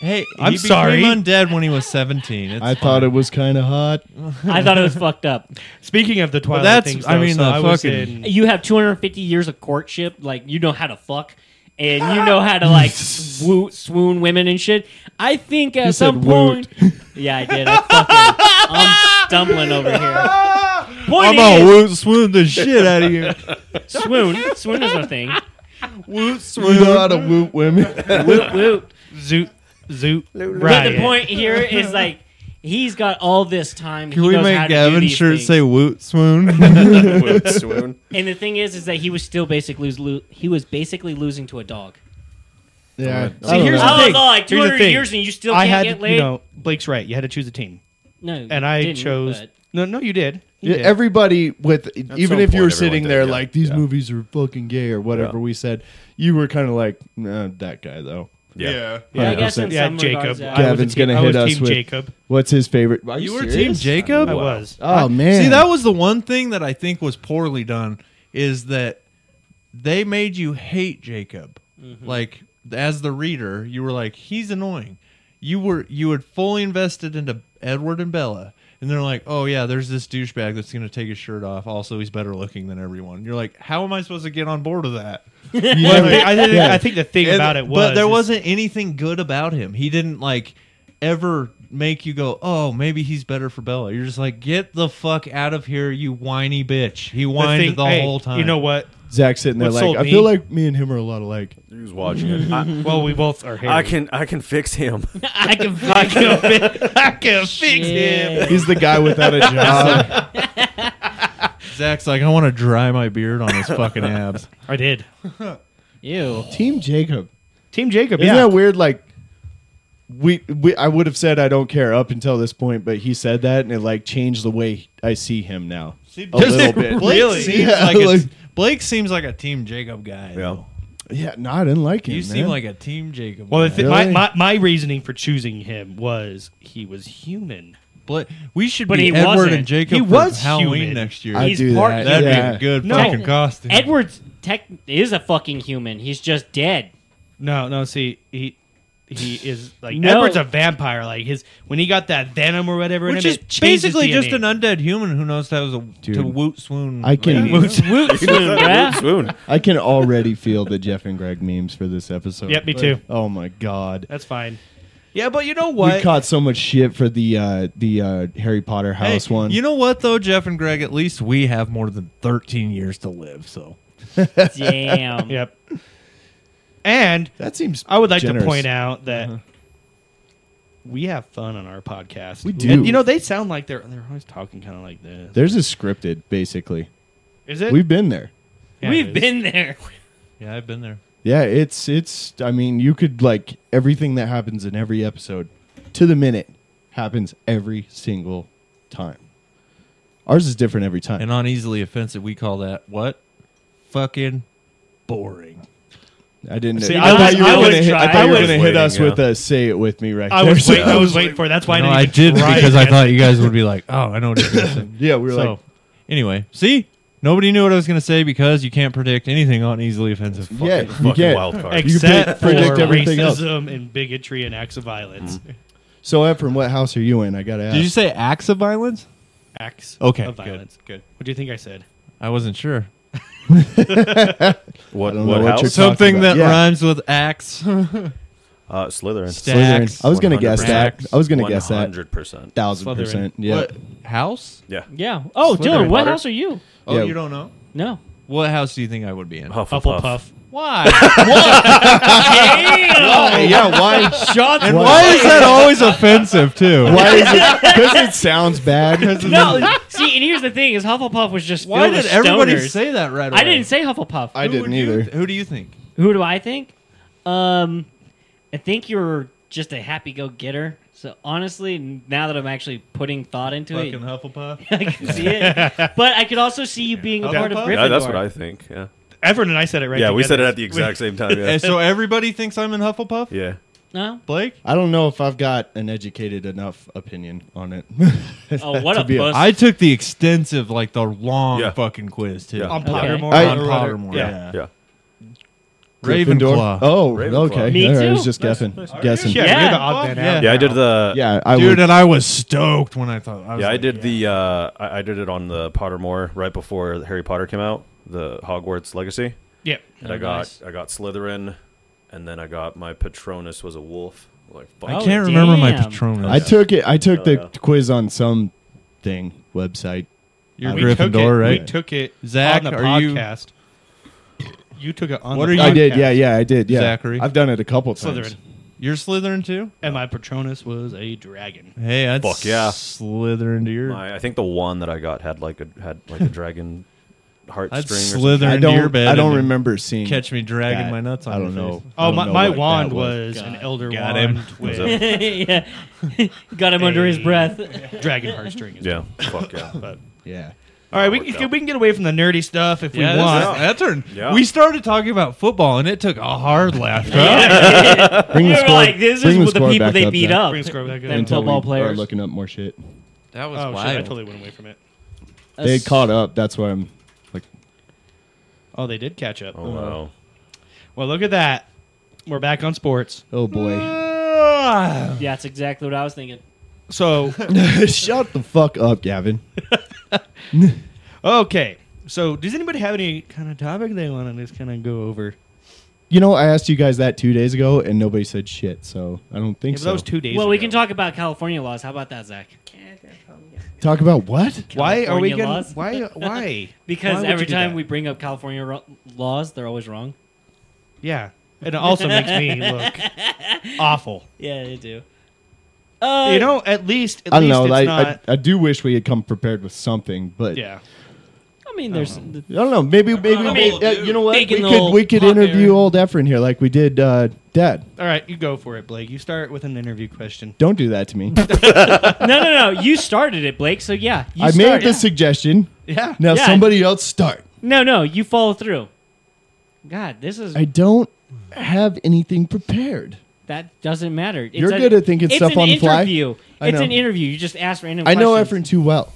D: hey,
F: I'm
D: he became
F: sorry.
D: undead when he was 17. It's
G: I thought it was kind of hot.
B: I thought it was fucked up.
F: Speaking of the Twilight
D: that's-
F: things,
D: I
F: though,
D: mean,
F: so
D: the
F: I was
D: fucking-
F: in-
B: You have 250 years of courtship, like you know how to fuck, and you know how to like swoo- swoon women and shit. I think at
G: You said
B: some point, yeah, I did. I fucking, I'm stumbling over here. Point
D: I'm all
B: is,
D: woot swoon the shit out of you.
B: swoon, swoon is a thing.
D: Woot swoon.
G: You know how to whoop women.
B: Woot woot.
F: Zoot, zoot,
B: But
F: right.
B: the point here is like he's got all this time.
D: Can
B: he
D: we
B: knows how
D: make
B: to do
D: Gavin's
B: these
D: shirt
B: things.
D: say woot swoon?
C: Swoon, swoon.
B: And the thing is, is that he was still basically lo- he was basically losing to a dog.
G: Yeah.
C: See,
G: I don't
F: here's
G: know.
F: the
B: I was
F: thing.
B: all like
F: Here's the
B: 200
F: thing.
B: years and you still
F: I
B: can't
F: had,
B: get
F: you
B: laid.
F: know, Blake's right. You had to choose a team,
B: no, you
F: and I
B: didn't,
F: chose.
B: but-
F: No, no, you did. You
G: Yeah,
F: did.
G: everybody with even
C: some
G: if you
C: point,
G: were
C: everyone
G: sitting
C: did,
G: there
C: yeah,
G: like these
C: yeah.
G: movies are fucking gay or whatever
C: Yeah.
G: we said, you were kind of like nah, that guy though.
C: Yeah.
B: Yeah, I guess
G: 100%.
B: in
F: yeah,
B: some
F: Jacob.
B: regards, yeah.
F: I was a
G: Gavin's
F: team-
G: gonna
F: I
G: hit
F: was
G: us
F: team
G: with-
F: Jacob.
G: What's his favorite? Are
D: you were
G: serious?
D: Team Jacob?
F: I was.
G: Oh man!
D: See, that was the one thing that I think was poorly done is that they made you hate Jacob. Like as the reader, you were like, he's annoying. You were you had fully invested into Edward and Bella, and they're like, oh yeah, there's this douchebag that's gonna take his shirt off. Also, he's better looking than everyone. You're like, how am I supposed to get on board with that?
F: Well, I think- I think,
G: Yeah.
F: I think the thing
D: And-
F: about it was,
D: but there
F: is-
D: wasn't anything good about him. He didn't like ever make you go, "Oh, maybe he's better for Bella." You're just like, "Get the fuck out of here, you whiny bitch." He
F: the,
D: whined
F: thing-
D: the
F: hey,
D: whole time.
F: You know what?
G: Zach sitting there
F: What sold
G: like, I
F: me-
G: feel like me and him are a lot alike.
C: He was watching it. I,
F: Well, we both are hairy.
C: I can I can fix him.
B: I can
F: I can, fi- I can fix him.
G: He's the guy without a job.
D: Zach's like, "I want to dry my beard on his fucking abs."
F: I did.
B: Ew.
G: Team Jacob.
F: Team Jacob.
G: Isn't
F: yeah.
G: that weird? Like, we, we I would have said I don't care up until this point, but he said that and it like changed the way I see him now. a
D: Does
G: little
D: it
G: bit.
D: Blake
G: Really?
D: seems
G: Yeah,
D: like a-
G: like-
D: Blake seems like a Team Jacob guy. though.
G: Yeah, no, I didn't like him.
D: You
G: man.
D: seem like a Team Jacob.
F: Well, the
D: guy.
F: thi- my,
G: Really?
F: my, my reasoning for choosing him was he was human.
D: Bla- we should
B: But
D: be
B: he
D: Edward
B: wasn't.
D: and Jacob
F: He
D: for
F: was
D: Halloween
F: human.
D: next year.
G: I
B: He's
G: do
B: part-
G: that.
D: That'd
G: yeah.
D: be a good
F: No.
D: fucking costume.
B: Edwards tech is a fucking human. He's just dead.
F: No, no. See, he he is like
B: No.
F: Edward's a vampire. Like his when he got that venom or whatever, in
D: Which
F: him,
D: is
F: it changed his
D: basically just
F: DNA.
D: an undead human who knows how to, to woot swoon.
G: I
D: ladies.
G: can-
B: Woot swoon, bruh.
C: Swoon.
G: I can already feel the Jeff and Greg memes for this episode.
F: Yep, me
G: Like,
F: too.
G: Oh my god.
F: That's fine. Yeah, but you know what?
G: We caught so much shit for the uh, the uh, Harry Potter
D: Hey,
G: house one.
D: You know what though, Jeff and Greg? At least we have more than thirteen years to live. So
B: Damn.
F: yep. And
G: that seems.
F: I would like
G: generous.
F: to point out that we have fun on our podcast.
G: We do.
F: And, you know, they sound like they're they're always talking kind of like this.
G: theirs is scripted. Basically,
F: Is it?
G: we've been there.
F: Yeah,
B: We've
F: it is.
B: been there.
D: yeah, I've been there.
G: Yeah, it's it's. I mean, you could like everything that happens in every episode, to the minute, happens every single time. Ours is different every time.
D: And on easily offensive, we call that what? Fucking boring.
G: I didn't.
F: See,
G: I,
F: I
G: thought
F: was-
G: you were
F: I was
G: going to hit, I
F: trying-
G: thought you
F: I
G: were
F: was
G: gonna hit
C: waiting,
G: us
C: yeah.
G: with a say it with me right
F: I
G: there.
F: was
G: So-
F: wait, I was waiting for. it. That's why
D: No,
F: I
D: I
F: didn't. even
D: didn't
F: try
D: because I
F: it.
D: thought you guys would be like, "Oh, I know what you're gonna say."
G: yeah, we were
D: so,
G: like,
D: anyway, see, nobody knew what I was going to say because you can't predict anything on easily offensive.
G: yeah, you
C: Fucking
G: can't.
C: wild card.
G: You can
F: except
G: pre- predict
F: for
G: everything else.
F: racism and bigotry and acts of violence.
G: So, Efren, what house are you in? I gotta ask.
D: Did you say acts of violence?
F: Acts
D: Okay,
F: of
D: good,
F: violence. Good. What do you think I said?
D: I wasn't sure.
C: What,
G: I don't
C: what
G: know what
C: house?
G: you're
D: Something that
G: about- yeah.
D: rhymes with axe.
C: uh, Slytherin.
G: Slytherin.
D: Stacks.
G: I was gonna guess that. I was gonna guess that.
C: 100%.
G: Thousand percent. Yeah.
D: What house?
C: Yeah.
B: Yeah. Oh,
D: Slytherin.
B: Dylan, what
D: Potter.
B: house are you?
D: Oh,
G: Yeah.
D: you don't know.
B: No.
D: What house do you think I would be in?
C: Hufflepuff.
F: Hufflepuff.
D: Why? Oh.
G: Hey, Oh, yeah. Why?
B: Shots
G: And
D: Why is that always offensive too?
G: Why is it? Because it sounds bad.
B: No. See, and here's the thing: is Hufflepuff was just
D: Why
B: filled
D: did
B: with
D: everybody
B: stoners.
D: say that right away?
B: I didn't say Hufflepuff.
G: I
D: Who would
G: didn't
D: you-
G: either.
D: who do you think?
B: Who do I think? Um, I think you're just a happy-go-getter. So honestly, now that I'm actually putting thought into
D: Fucking
B: it,
D: Hufflepuff.
B: I can see it. But I could also see you being a part of Gryffindor.
C: Yeah, that's what I think. Yeah.
F: Everett and I said it right.
C: yeah, we said it
F: together.
C: at the exact same time. Yeah.
D: And so everybody thinks I'm in Hufflepuff.
C: yeah.
B: No.
D: Blake,
G: I don't know if I've got an educated enough opinion on it.
B: Oh, what
G: To
B: a
G: be
B: puss.
D: I took the extensive, like the long
C: Yeah.
D: fucking quiz too.
C: Yeah.
F: on
B: Okay.
F: Pottermore.
G: I-
D: on
F: or whatever.
D: Pottermore.
F: Yeah.
D: Yeah.
C: Yeah.
D: Ravenclaw.
G: Oh,
C: Ravenclaw.
G: okay.
B: Me
G: I was
B: too.
G: just guessing. Guessing.
F: Yeah,
B: Yeah.
F: you're the odd man out.
D: Yeah.
C: Yeah, I did the.
G: Yeah, I
D: Dude,
G: would.
D: and I was stoked when I thought. I was
C: Yeah, I
D: like,
C: did the. Uh, I, I did it on the Pottermore right before Harry Potter came out, the Hogwarts Legacy,
F: Yeah.
C: and I got I got Slytherin, and then I got my Patronus was a wolf. Like fuck.
D: I
B: Oh,
D: can't remember my
B: damn.
D: Patronus.
G: I took it. I
D: Oh,
G: took the
C: Yeah.
G: quiz on some thing website.
D: You're
F: We
D: Gryffindor,
F: took it,
D: right?
F: We took it
D: Zach,
F: on the
D: are you-
F: podcast. You, took it on
D: What
F: the
D: are you-
F: podcast.
G: I did. Yeah, yeah, I did. Yeah,
D: Zachary?
G: I've done it a couple times.
F: Slytherin.
D: You're Slytherin too.
F: And my Patronus was a dragon.
D: Hey, that's
C: Fuck yeah.
D: Slither into your.
C: My, I think the one that I got had like a had like a dragon heart
D: I'd
C: string. or
D: slither
G: I
D: into your
G: don't.
D: bed.
G: I don't
D: and
G: remember seeing.
D: Catch me dragging
G: that.
D: my nuts on.
G: I don't
D: your
G: know.
D: face.
G: I
F: Oh,
G: don't
F: my,
G: know
F: my
G: what that
F: wand
G: was.
F: was, an elder
D: Got
F: wand
D: him.
F: with
C: something.
B: yeah. Got him under his
F: Hey.
B: breath.
F: dragon heartstring. as
C: Yeah,
F: well.
C: fuck yeah.
F: But
G: Yeah.
F: all right, we
C: worked
F: can,
C: out.
F: we can get away from the nerdy stuff if
D: Yeah,
F: we want.
D: that's, that's our-
C: Yeah.
D: We started talking about football, and it took a hard left.
G: Bring
B: You're
G: the score.
B: like, this
G: bring
B: is
G: the
B: the
G: score
B: people
G: back
B: they
G: up,
B: beat
G: Zach,
B: up.
F: Bring the score back up.
B: Them
G: Until
B: football
G: we are
B: players.
G: looking up more shit.
D: That was
F: Oh shit! I totally went away from it.
G: They caught up. That's why I'm.
F: Oh, they did catch up.
C: Oh wow.
F: Well, look at that. We're back on sports.
G: Oh boy.
B: Yeah, that's exactly what I was thinking.
F: So
G: Shut the fuck up, Gavin.
F: okay. So does anybody have any kind of topic they want to just kind of go over?
G: You know, I asked you guys that two days ago, and nobody said shit. So I don't
F: Yeah,
G: think
F: but
G: so.
F: that was two days.
B: Well, we
F: ago.
B: can talk about California laws. How about that, Zach?
G: Talk about what?
F: Why are we
B: California
F: going?
B: laws.
F: Why? Why? Why
B: Because
F: would
B: every
F: you do
B: time
F: that?
B: we bring up California ro- laws, they're always wrong.
F: yeah, and it also makes me look awful.
B: Yeah, they do. Uh,
F: You know, at least at
G: I don't
F: least
G: know.
F: it's
G: Like,
F: not.
G: I, I do wish we had come prepared with something, but
F: yeah,
B: I mean, there's
G: I don't know. Maybe, maybe,
B: I mean,
G: uh, you know what? We
B: bacon
G: could
B: old
G: we could
B: pot
G: interview
B: there.
G: old Efren here, like we did uh, Dad.
F: All right, you go for it, Blake. You start with an interview question.
G: Don't do that to me.
B: no, no, no. You started it, Blake. So yeah, you
G: I
B: start.
G: made the suggestion.
F: Yeah.
G: Now
B: Yeah.
G: somebody else start.
B: No, no, you follow through. God, this is
G: I don't have anything prepared.
B: that doesn't matter. It's
G: You're
B: a-
G: good at thinking
B: it's
G: stuff
B: an
G: on the fly.
B: interview.
G: I
B: It's
G: know.
B: an interview. You just ask random.
G: I know
B: questions.
G: Efren too well.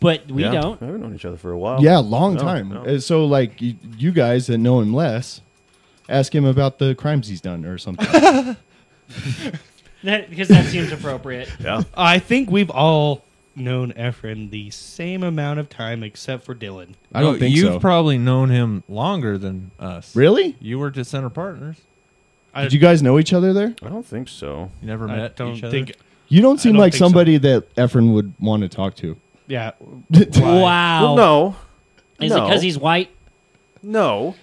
B: but we
C: yeah.
B: don't.
C: We've known each other for a while.
G: Yeah, long
C: No,
G: time.
C: no.
G: Uh, So like you, you guys that know him less, ask him about the crimes he's done or something.
B: That, because that seems appropriate.
C: Yeah.
F: I think we've all known Efren the same amount of time except for Dylan.
G: I don't
D: No,
G: think
D: Oh, you've
G: so.
D: probably known him longer than us.
G: really?
D: You worked at Center Partners.
F: I,
G: Did you guys know each other there?
C: I don't think so.
D: You never
F: I
D: met
F: don't
D: each other.
F: think.
G: You don't seem
F: don't
G: like
F: think so.
G: somebody that Efren would want to talk to.
F: Yeah.
B: Wow.
C: Well, no,
B: Is it
C: no.
B: because he's white?
C: no.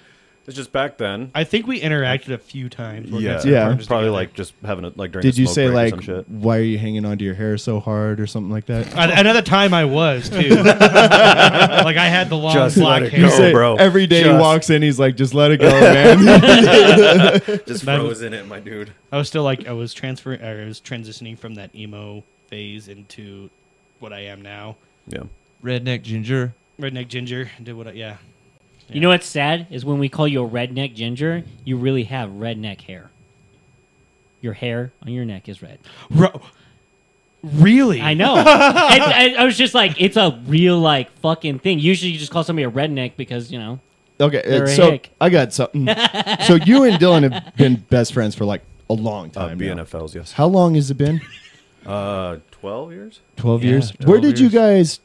C: It's just back then.
F: I think we interacted a few times. when we got
C: Yeah,
F: some
G: Yeah.
F: partners
C: Probably
F: together.
C: like just having a like during.
G: Did
C: a
G: you
C: smoke
G: say
C: break or
G: like
C: some shit.
G: why are you hanging onto your hair so hard or something like that?
F: At another time I was too. like I had the long
C: Just
F: black
C: let it
F: hair.
C: go.
G: said
C: bro.
G: Every day he
C: Just-
G: walks in, he's like, just let it go, man.
C: Just
F: That-
C: froze in it, my dude.
F: I was still like I was transferring. I was transitioning from that emo phase into what I am now.
C: Yeah.
D: Redneck Ginger.
F: Redneck ginger did what? I, yeah.
B: You know what's sad is when we call you a redneck ginger, you really have redneck hair. Your hair on your neck is red.
F: Ro- really?
B: I know. I, I, I was just like, it's a real like fucking thing. Usually, you just call somebody a redneck because you know.
G: okay,
B: You're
G: uh,
B: a
G: so
B: hick.
G: I got something. so you and Dylan have been best friends for like a long
C: Uh,
G: time. now.
C: BNFLs, yes.
G: How long has it been?
C: Uh, twelve years.
G: Twelve
D: Yeah,
G: years.
D: 12
G: Where did you
D: years.
G: guys?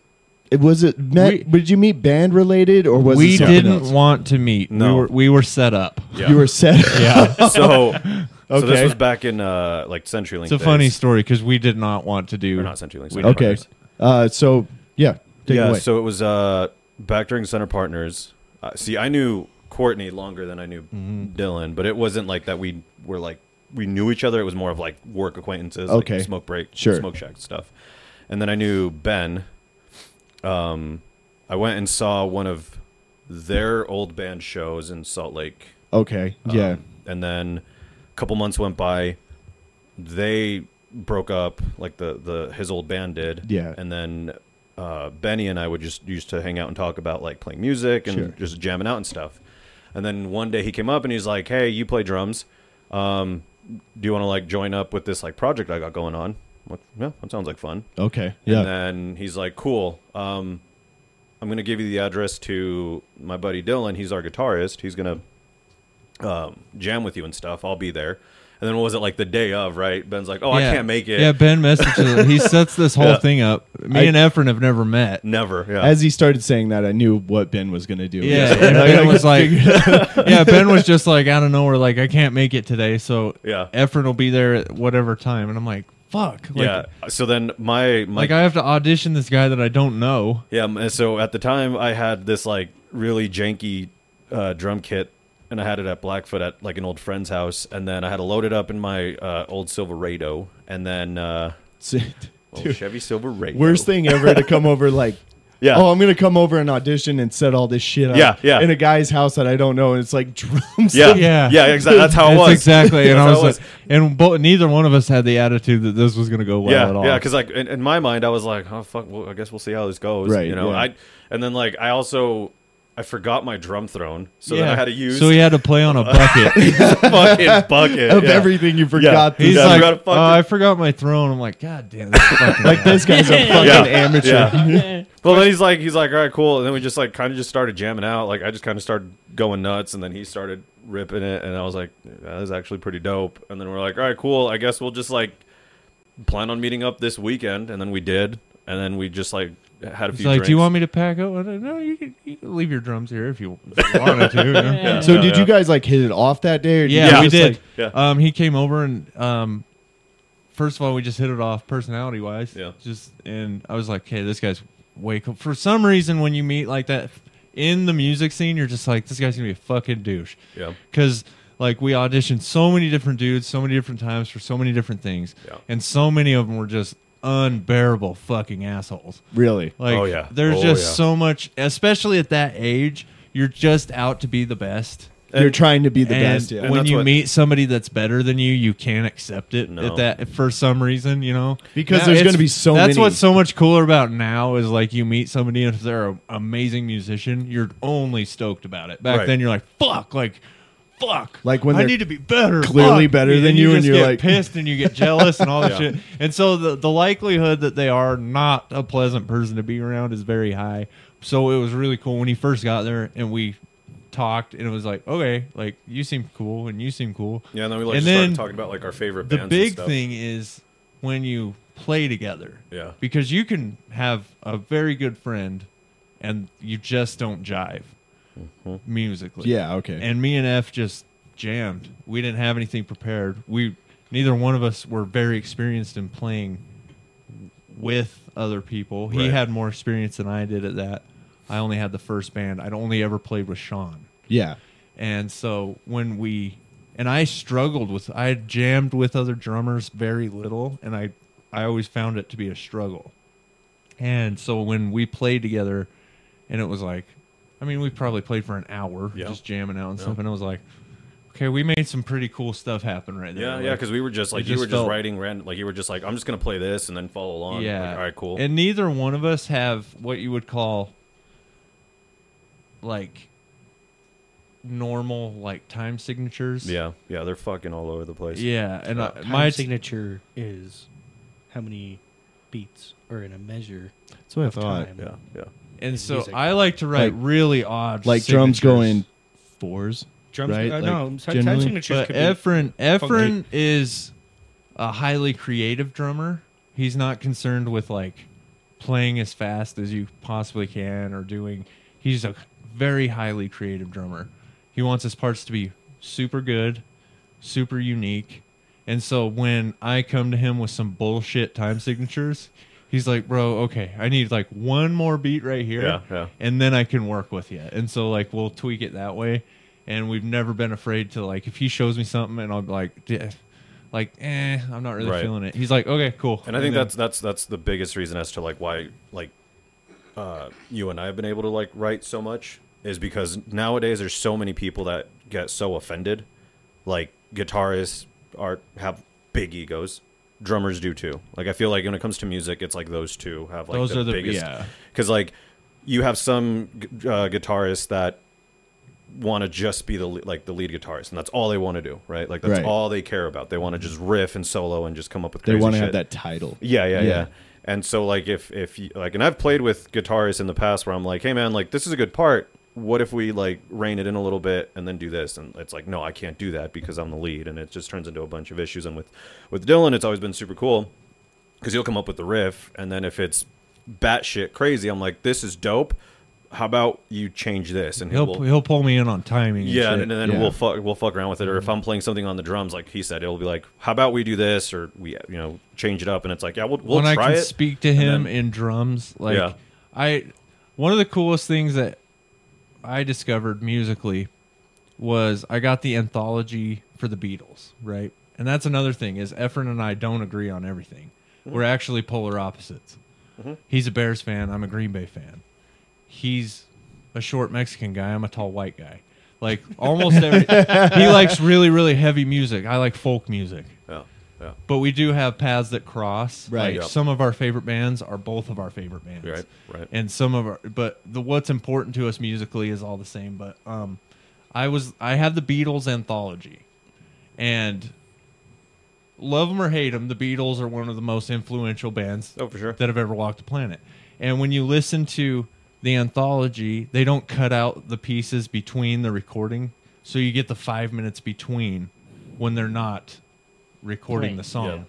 G: It was it met? did you meet band related or was
D: we
G: it something
D: didn't
G: else?
D: want to meet.
C: No.
D: We were, we were set up.
C: Yeah.
G: You were set. Yeah.
C: so, so
G: Okay.
C: this was back in uh like CenturyLink.
D: It's a funny
C: days.
D: story because we did not want to do.
C: Or not CenturyLink. Center
G: okay.
C: Partners.
G: Uh, so yeah. Take
C: yeah.
G: it away.
C: So it was uh back during Center Partners. Uh, see, I knew Courtney longer than I knew
G: Mm-hmm.
C: Dylan, but it wasn't like that. We were like we knew each other. It was more of like work acquaintances. like,
G: Okay.
C: smoke break.
G: Sure.
C: Smoke shack stuff. And then I knew Ben. Um, I went and saw one of their old band shows in Salt Lake.
G: okay. yeah.
C: Um, and then a couple months went by. They broke up, like the the his old band did.
G: Yeah.
C: And then uh, Benny and I would just used to hang out and talk about like playing music and
G: Sure.
C: just jamming out and stuff. And then one day he came up and he's like, "Hey, you play drums? Um, do you want to like join up with this like project I got going on?" I'm like, yeah, that sounds like fun.
G: Okay. Yeah.
C: And then he's like, "Cool. Um, I'm gonna give you the address to my buddy Dylan. He's our guitarist. He's gonna um, jam with you and stuff. I'll be there." And then what was it like the day of? Right? Ben's like, "Oh, I can't make it."
D: Yeah, Ben messages. he sets this whole
C: Yeah.
D: thing up. Me
G: I-
D: and Efren have never met.
C: Never. Yeah.
G: As he started saying that, I knew what Ben was going to do.
D: Yeah, and Ben was like, yeah, Ben was just like out of nowhere, like I can't make it today, so
C: Yeah.
D: Efren will be there at whatever time, and I'm like, fuck, like,
C: yeah. So then my my
D: like I have to audition this guy that I don't know.
C: Yeah, m- and so at the time I had this like really janky uh, drum kit, and I had it at Blackfoot at like an old friend's house, and then I had to load it up in my uh, old Silverado, and then uh, old
G: Dude,
C: Chevy Silverado.
G: worst thing ever to come over like.
C: Yeah.
G: Oh, I'm gonna come over and audition and set all this shit up.
C: Yeah, yeah.
G: In a guy's house that I don't know, and it's like drums.
D: Yeah.
C: Yeah, yeah, yeah, exactly. That's how it
D: That's
C: was.
D: exactly, and
C: That's
D: I
C: how
D: was,
C: it was.
D: like, and both neither one of us had the attitude that this was gonna go well
C: yeah,
D: at all.
C: yeah, because like in, in my mind I was like, oh fuck, well, I guess we'll see how this goes,
G: Right,
C: You know,
G: yeah.
C: I and then like I also I forgot my drum throne, so
D: yeah.
C: then I had to use
D: so he had to play on a bucket.
C: fucking bucket
G: Of
C: yeah.
G: everything you forgot.
D: He's
C: Yeah, I
D: like,
C: forgot a
D: oh,
C: fucking-
D: I forgot my throne. I'm like, god damn, this is fucking
G: Like this guy's a fucking
C: Yeah.
G: amateur.
C: Yeah.
B: Yeah.
C: Well, then he's like, he's like, all right, cool. And then we just like kind of just started jamming out. Like I just kind of started going nuts, and then he started ripping it, and I was like, that is actually pretty dope. And then we're like, all right, cool. I guess we'll just like plan on meeting up this weekend, and then we did, and then we just like had a
D: He's
C: few.
D: like,
C: drinks.
D: do you want me to pack up? I don't- No, you can, you can leave your drums here if you, if you wanted to. you know?
B: Yeah.
G: So
C: Yeah,
G: did
C: yeah.
G: you guys like hit it off that day? Or
D: Yeah,
G: you
D: we
G: just,
D: did.
G: like-
C: Yeah.
D: Um, he came over and um, first of all, we just hit it off personality wise.
C: Yeah.
D: Just and I was like, okay, this guy's way cool. For some reason, when you meet like that in the music scene, you're just like, this guy's gonna be a fucking douche.
C: Yeah.
D: Because like we auditioned so many different dudes, so many different times for so many different things,
C: Yeah.
D: and so many of them were just unbearable fucking assholes.
G: really.
D: Like,
C: Oh, yeah.
D: there's
C: Oh,
D: just
C: yeah.
D: so much, especially at that age, you're just out to be the best.
G: You're trying to be the
D: and
G: best. Yeah.
D: when
C: that's
D: you
C: what-
D: meet somebody that's better than you, you can't accept it
C: No.
D: at that for some reason, you know.
G: Because
D: Now,
G: there's
D: it's-
G: gonna be so
D: That's
G: many.
D: what's so much cooler about now is like you meet somebody and if they're an amazing musician, you're only stoked about it. Back
C: Right.
D: then, you're like, fuck, like. Fuck!
G: Like when
D: I
G: they're
D: need to be better,
G: clearly
D: fuck.
G: better than you and
D: just
G: you're
D: get
G: like-
D: pissed and you get jealous and all that shit. And so the the likelihood that they are not a pleasant person to be around is very high. So it was really cool when he first got there and we talked and it was like, okay, like you seem cool and you seem cool.
C: Yeah, and then we like
D: And
C: just
D: then
C: started talking about like our favorite
D: The
C: bands.
D: big
C: and stuff.
D: thing is when you play together.
C: Yeah.
D: Because you can have a very good friend and you just don't jive
C: Mm-hmm.
D: musically.
G: Yeah, okay.
D: And me and F just jammed. We didn't have anything prepared. We neither one of us were very experienced in playing with other people. He
C: Right.
D: had more experience than I did at that. I only had the first band. I'd only ever played with Sean.
G: yeah.
D: And so when we and I struggled with I had jammed with other drummers very little and I I always found it to be a struggle. And so when we played together and it was like I mean we probably played for an hour
C: Yeah.
D: just jamming out and stuff and I was like okay we made some pretty cool stuff happen right there.
C: Yeah,
D: Like,
C: yeah, because we were just like
D: it
C: you
D: just
C: were just
D: felt-
C: writing random. Like you were just like, I'm just gonna play this and then follow along.
D: Yeah.
C: Like, all right, cool.
D: And neither one of us have what you would call like normal like time signatures.
C: yeah, yeah, they're fucking all over the place.
D: Yeah, and I,
F: Time
D: my
F: signature is how many beats are in a measure.
G: That's what I
F: of
G: thought.
F: time.
C: yeah, yeah.
D: and so
F: music.
D: I like to write
G: Like-
D: really odd,
G: Like drums
D: signatures.
G: going fours.
F: Drums,
G: Right,
F: uh,
G: like,
F: no, so- time
G: generally-
F: signatures
D: But
F: could
D: Efren, Efren
F: funky.
D: is a highly creative drummer. He's not concerned with like playing as fast as you possibly can or doing. He's a very highly creative drummer. He wants his parts to be super good, super unique. And so when I come to him with some bullshit time signatures, he's like, "Bro, okay, I need like one more beat right here,
C: Yeah, yeah.
D: and then I can work with you." And so like we'll tweak it that way. And we've never been afraid to like if he shows me something and I'm like, "D- like, eh, I'm not really
C: Right.
D: feeling it. He's like, okay, cool.
C: and I think
G: Mm-hmm.
D: then-
C: that's that's that's the biggest reason as to like why like uh, you and I have been able to like write so much is because nowadays there's so many people that get so offended. Like guitarists are have big egos, drummers do too. Like I feel like when it comes to music, it's like those two have like
D: Those
C: the
D: are the-
C: biggest.
D: yeah.
C: Because like you have some gu- uh, guitarists that want to just be the le- like the lead guitarist, and that's all they want to do, right? Like that's
G: Right.
C: all they care about. They want to just riff and solo and just come up with.
G: They
C: want
G: wanna
C: to
G: have that title.
C: Yeah, yeah, yeah.
G: Yeah.
C: And so like if if you, like and I've played with guitarists in the past where I'm like, hey man, like this is a good part. What if we like rein it in a little bit and then do this? And it's like, no, I can't do that because I'm the lead, and it just turns into a bunch of issues. And with with Dylan, it's always been super cool because he'll come up with the riff, and then if it's batshit crazy, I'm like, this is dope. How about you change this? And
D: He'll
C: we'll-
D: he'll pull me in on timing. and
C: yeah,
D: shit.
C: and, then
D: Yeah. Mm-hmm.
C: we'll fuck we'll fuck around with it. Or if I'm playing something on the drums, like he said, it'll be like, "How about we do this?" Or we, you know, change it up. And it's like, yeah, we'll, we'll
D: when I
C: try
D: can
C: it.
D: speak to
C: And
D: him
C: then-
D: in drums, like
C: Yeah.
D: I, one of the coolest things that I discovered musically was I got the anthology for the Beatles, right? And that's another thing is Efren and I don't agree on everything.
C: Mm-hmm.
D: We're actually polar opposites.
K: Mhm.
D: He's a Bears fan. I'm a Green Bay fan. He's a short Mexican guy. I'm a tall white guy. Like almost every, he likes really really heavy music. I like folk music.
C: Yeah, yeah.
D: But we do have paths that cross.
C: Right.
D: Like
C: Yep.
D: some of our favorite bands are both of our favorite bands.
C: Right, right.
D: And some of our but the what's important to us musically is all the same. But um I was I had the Beatles anthology. And love them or hate them, the Beatles are one of the most influential bands
C: oh, for sure.
D: that have ever walked the planet. And when you listen to the anthology, they don't cut out the pieces between the recording, so you get the five minutes between when they're not recording
K: Right.
D: the song.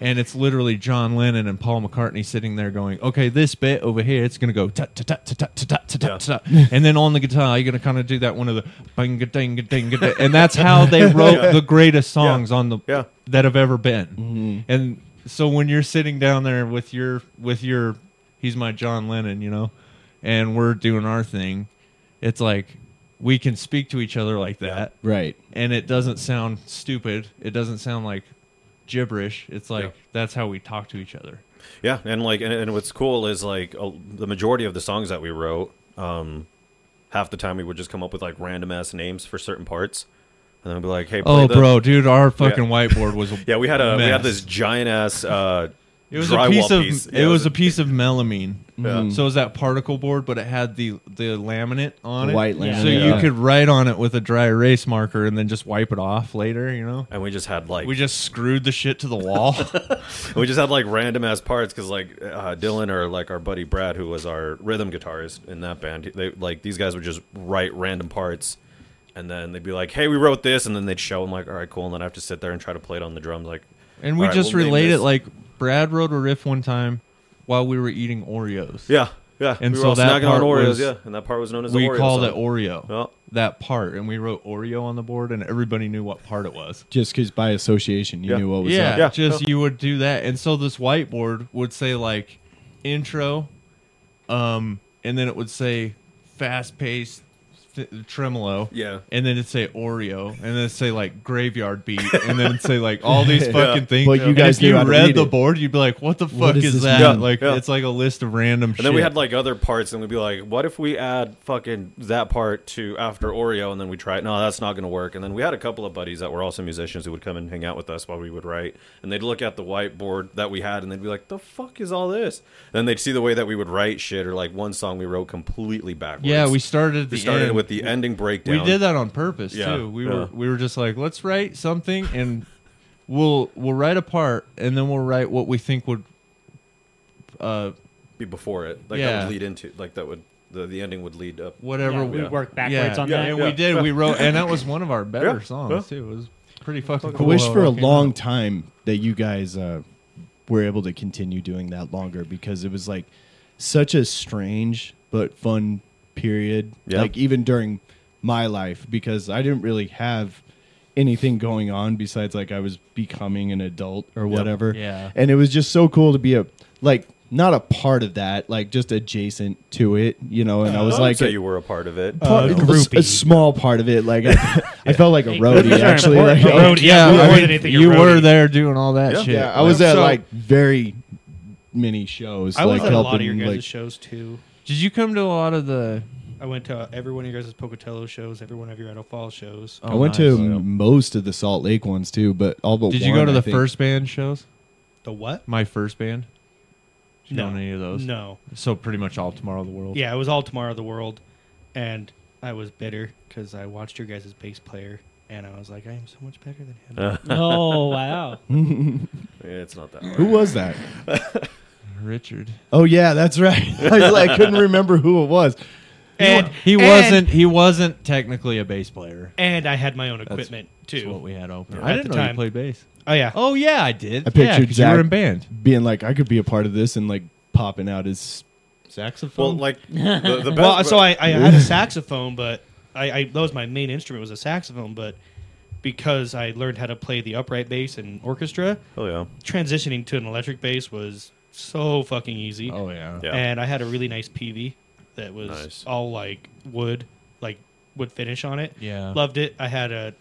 D: And it's literally John Lennon and Paul McCartney sitting there going, "Okay, this bit over here, it's gonna go ta ta ta ta ta ta ta ta ta," and then on the guitar, you're gonna kind of do that one of the bang a ding a ding a, ding. and that's how they wrote
K: Yeah.
D: the greatest
K: Yeah.
D: songs on the
K: Yeah. Mm-hmm.
D: that have ever been. And so when you're sitting down there with your with your he's my John Lennon, you know, and we're doing our thing, it's like we can speak to each other like that.
G: Right.
D: And it doesn't sound stupid. It doesn't sound like gibberish. It's like
C: Yeah.
D: that's how we talk to each other.
C: Yeah, and like, and, and what's cool is like a, the majority of the songs that we wrote, um, half the time we would just come up with like random ass names for certain parts, and then we'd be like, "Hey, play
D: Oh,
C: the-
D: bro, dude, our
C: Yeah.
D: fucking whiteboard was a
C: yeah, we had a we
D: mess.
C: had this giant ass uh,
D: It was
C: drywall
D: a piece of
C: piece.
D: it was a piece of melamine.
C: Yeah.
D: So it was that particle board, but it had the the laminate on
G: The
D: it,
G: white laminate,
D: So
G: yeah.
D: you could write on it with a dry erase marker and then just wipe it off later. You know.
C: And we just had like
D: we just screwed the shit to the wall.
C: And we just had like random ass parts because like uh, Dylan or like our buddy Brad, who was our rhythm guitarist in that band, they like these guys would just write random parts, and then they'd be like, "Hey, we wrote this," and then they'd show them like, "All right, cool," and then I have to sit there and try to play it on the drums, like.
D: and
C: "All
D: we
C: right,
D: just
C: we'll name
D: relate it
C: this."
D: like Brad wrote a riff one time while we were eating Oreos.
C: Yeah, yeah.
D: And
C: We were
D: so
C: all
D: that
C: snacking on
D: part
C: Oreos,
D: was-
C: yeah, and that part was known as the
D: we
C: Oreo
D: called
C: song.
D: it Oreo.
C: Yeah.
D: That part, and we wrote Oreo on the board, and everybody knew what part it was.
G: Just because by association, you knew what was
D: yeah,
G: up.
D: just you would do that. And so this whiteboard would say like intro, um, and then it would say fast paced f- tremolo.
C: Yeah.
D: And then it'd say Oreo, and then it'd say like graveyard beat, and then it'd say like all these
G: Yeah.
D: fucking things.
G: But you
D: And
G: guys
D: if you
G: knew how to
D: read
G: read
D: the
G: it.
D: board, you'd be like, what the fuck
G: What does
D: is
G: this
D: that?
G: mean?
D: Like
C: Yeah.
D: it's like a list of random
C: And
D: shit.
C: then we had like other parts, and we'd be like, "What if we add fucking that part to after Oreo?" And then we try it. No, that's not going to work. And then we had a couple of buddies that were also musicians who would come and hang out with us while we would write, and they'd look at the whiteboard that we had, and they'd be like, "The fuck is all this?" Then they'd see the way that we would write shit, or like one song we wrote completely backwards.
D: Yeah, we started at the
C: We started
D: end.
C: with the ending breakdown.
D: We did that on purpose
C: Yeah,
D: too. We
C: yeah.
D: were we were just like, let's write something and we'll we'll write a part and then we'll write what we think would uh
C: be before it. Like that
D: Yeah.
C: would lead into like that would the, the ending would lead up
D: whatever
C: Yeah.
D: yeah. And we did. We wrote and that was one of our better
C: Yeah,
D: songs
C: yeah.
D: too. It was pretty fucking
G: I
D: cool.
G: wish
D: how
G: for
D: it
G: a
D: came
G: long
D: out.
G: time that you guys uh, were able to continue doing that longer because it was like such a strange but fun period.
C: Yeah.
G: Like even during my life, because I didn't really have anything going on besides like I was becoming an adult or whatever.
D: Yeah.
G: And it was just so cool to be a like not a part of that, like just adjacent to it, you know. And I was
C: Uh, would
G: like,
C: say you were a part of
D: Uh,
C: it.
G: part- a s- a, small part of it. Like I, I felt like
C: Uh,
G: a
C: Hey,
G: roadie
C: those are
G: actually.
C: important.
G: Like,
C: A roadie, yeah, more
G: I
C: than
G: mean,
C: anything,
D: a You roadie. were there doing all that Yeah. shit.
G: Yeah, I was
D: Like,
G: at
D: so-
G: like very many shows.
F: I was
G: like,
F: at a lot of
G: helping,
F: your guys'
G: like,
F: shows too.
D: Did you come to a lot of the
F: I went to uh, every one of your guys' Pocatello shows, every one of your Idle Falls shows.
G: Uh, I went to m- most of the Salt Lake ones too, but all but
D: Did you
G: one,
D: go to
G: I
D: the
G: think.
D: first band shows?
F: The what?
D: My first band. Did you
F: No.
D: know any of those?
F: No.
D: So pretty much all Tomorrow the World.
F: Yeah, it was all Tomorrow the World, and I was bitter because I watched your guys' bass player, and I was like, I am so much better than
D: Uh.
F: him.
B: Oh, wow.
C: it's not that.
G: Who was that?
D: Richard.
G: Oh yeah, that's right. I, I couldn't remember who it was.
F: And
D: He
F: and-
D: wasn't. He wasn't technically a bass player.
F: And I had my own
D: That's-
F: equipment too.
D: That's what we had open.
F: At
D: I didn't
F: the
D: know
F: time.
D: you played bass.
F: Oh yeah.
D: Oh yeah, I did.
G: I pictured
D: yeah, 'cause you
G: Zach
D: were in band.
G: being like, I could be a part of this and like popping out his
C: Well,
G: saxophone.
C: like the, the best.
F: well, so I, I had a saxophone, but I, I that was my main instrument was a saxophone, but because I learned how to play the upright bass in orchestra,
C: Hell Oh, yeah.
F: transitioning to an electric bass was so fucking easy.
D: Oh yeah.
C: Yeah.
F: And I had a really nice PV that was
C: Nice.
F: all like wood, like wood finish on it.
D: Yeah.
F: Loved it. I had a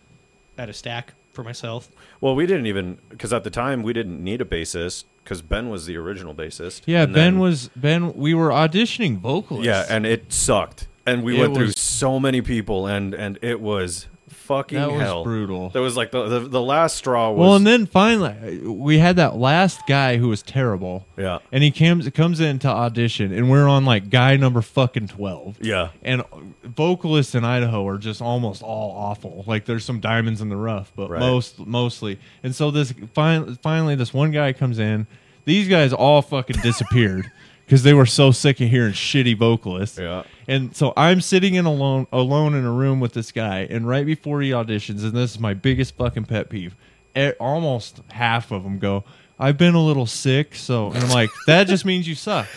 F: I had a stack for myself.
C: Well, we didn't even because at the time we didn't need a bassist because Ben was the original bassist.
D: Yeah,
C: And
D: Ben
C: then-
D: was Ben. We were auditioning vocalists.
C: Yeah, and it sucked, and we
D: It
C: went through
D: was-
C: so many people, and and it was fucking
D: that was
C: hell.
D: brutal.
C: That was like the the, the last straw was.
D: well, and then finally, we had that last guy who was terrible.
C: Yeah.
D: and he comes comes in to audition, and we're on like guy number fucking twelve.
C: yeah,
D: and vocalists in Idaho are just almost all awful. Like there's some diamonds in the rough, but
C: Right.
D: most mostly. And so this fin- finally this one guy comes in. These guys all fucking disappeared because they were so sick of hearing shitty vocalists.
C: Yeah.
D: And so I'm sitting in alone alone in a room with this guy, and right before he auditions, and this is my biggest fucking pet peeve. e- Almost half of them go. I've been a little sick, so and I'm like, that just means you suck.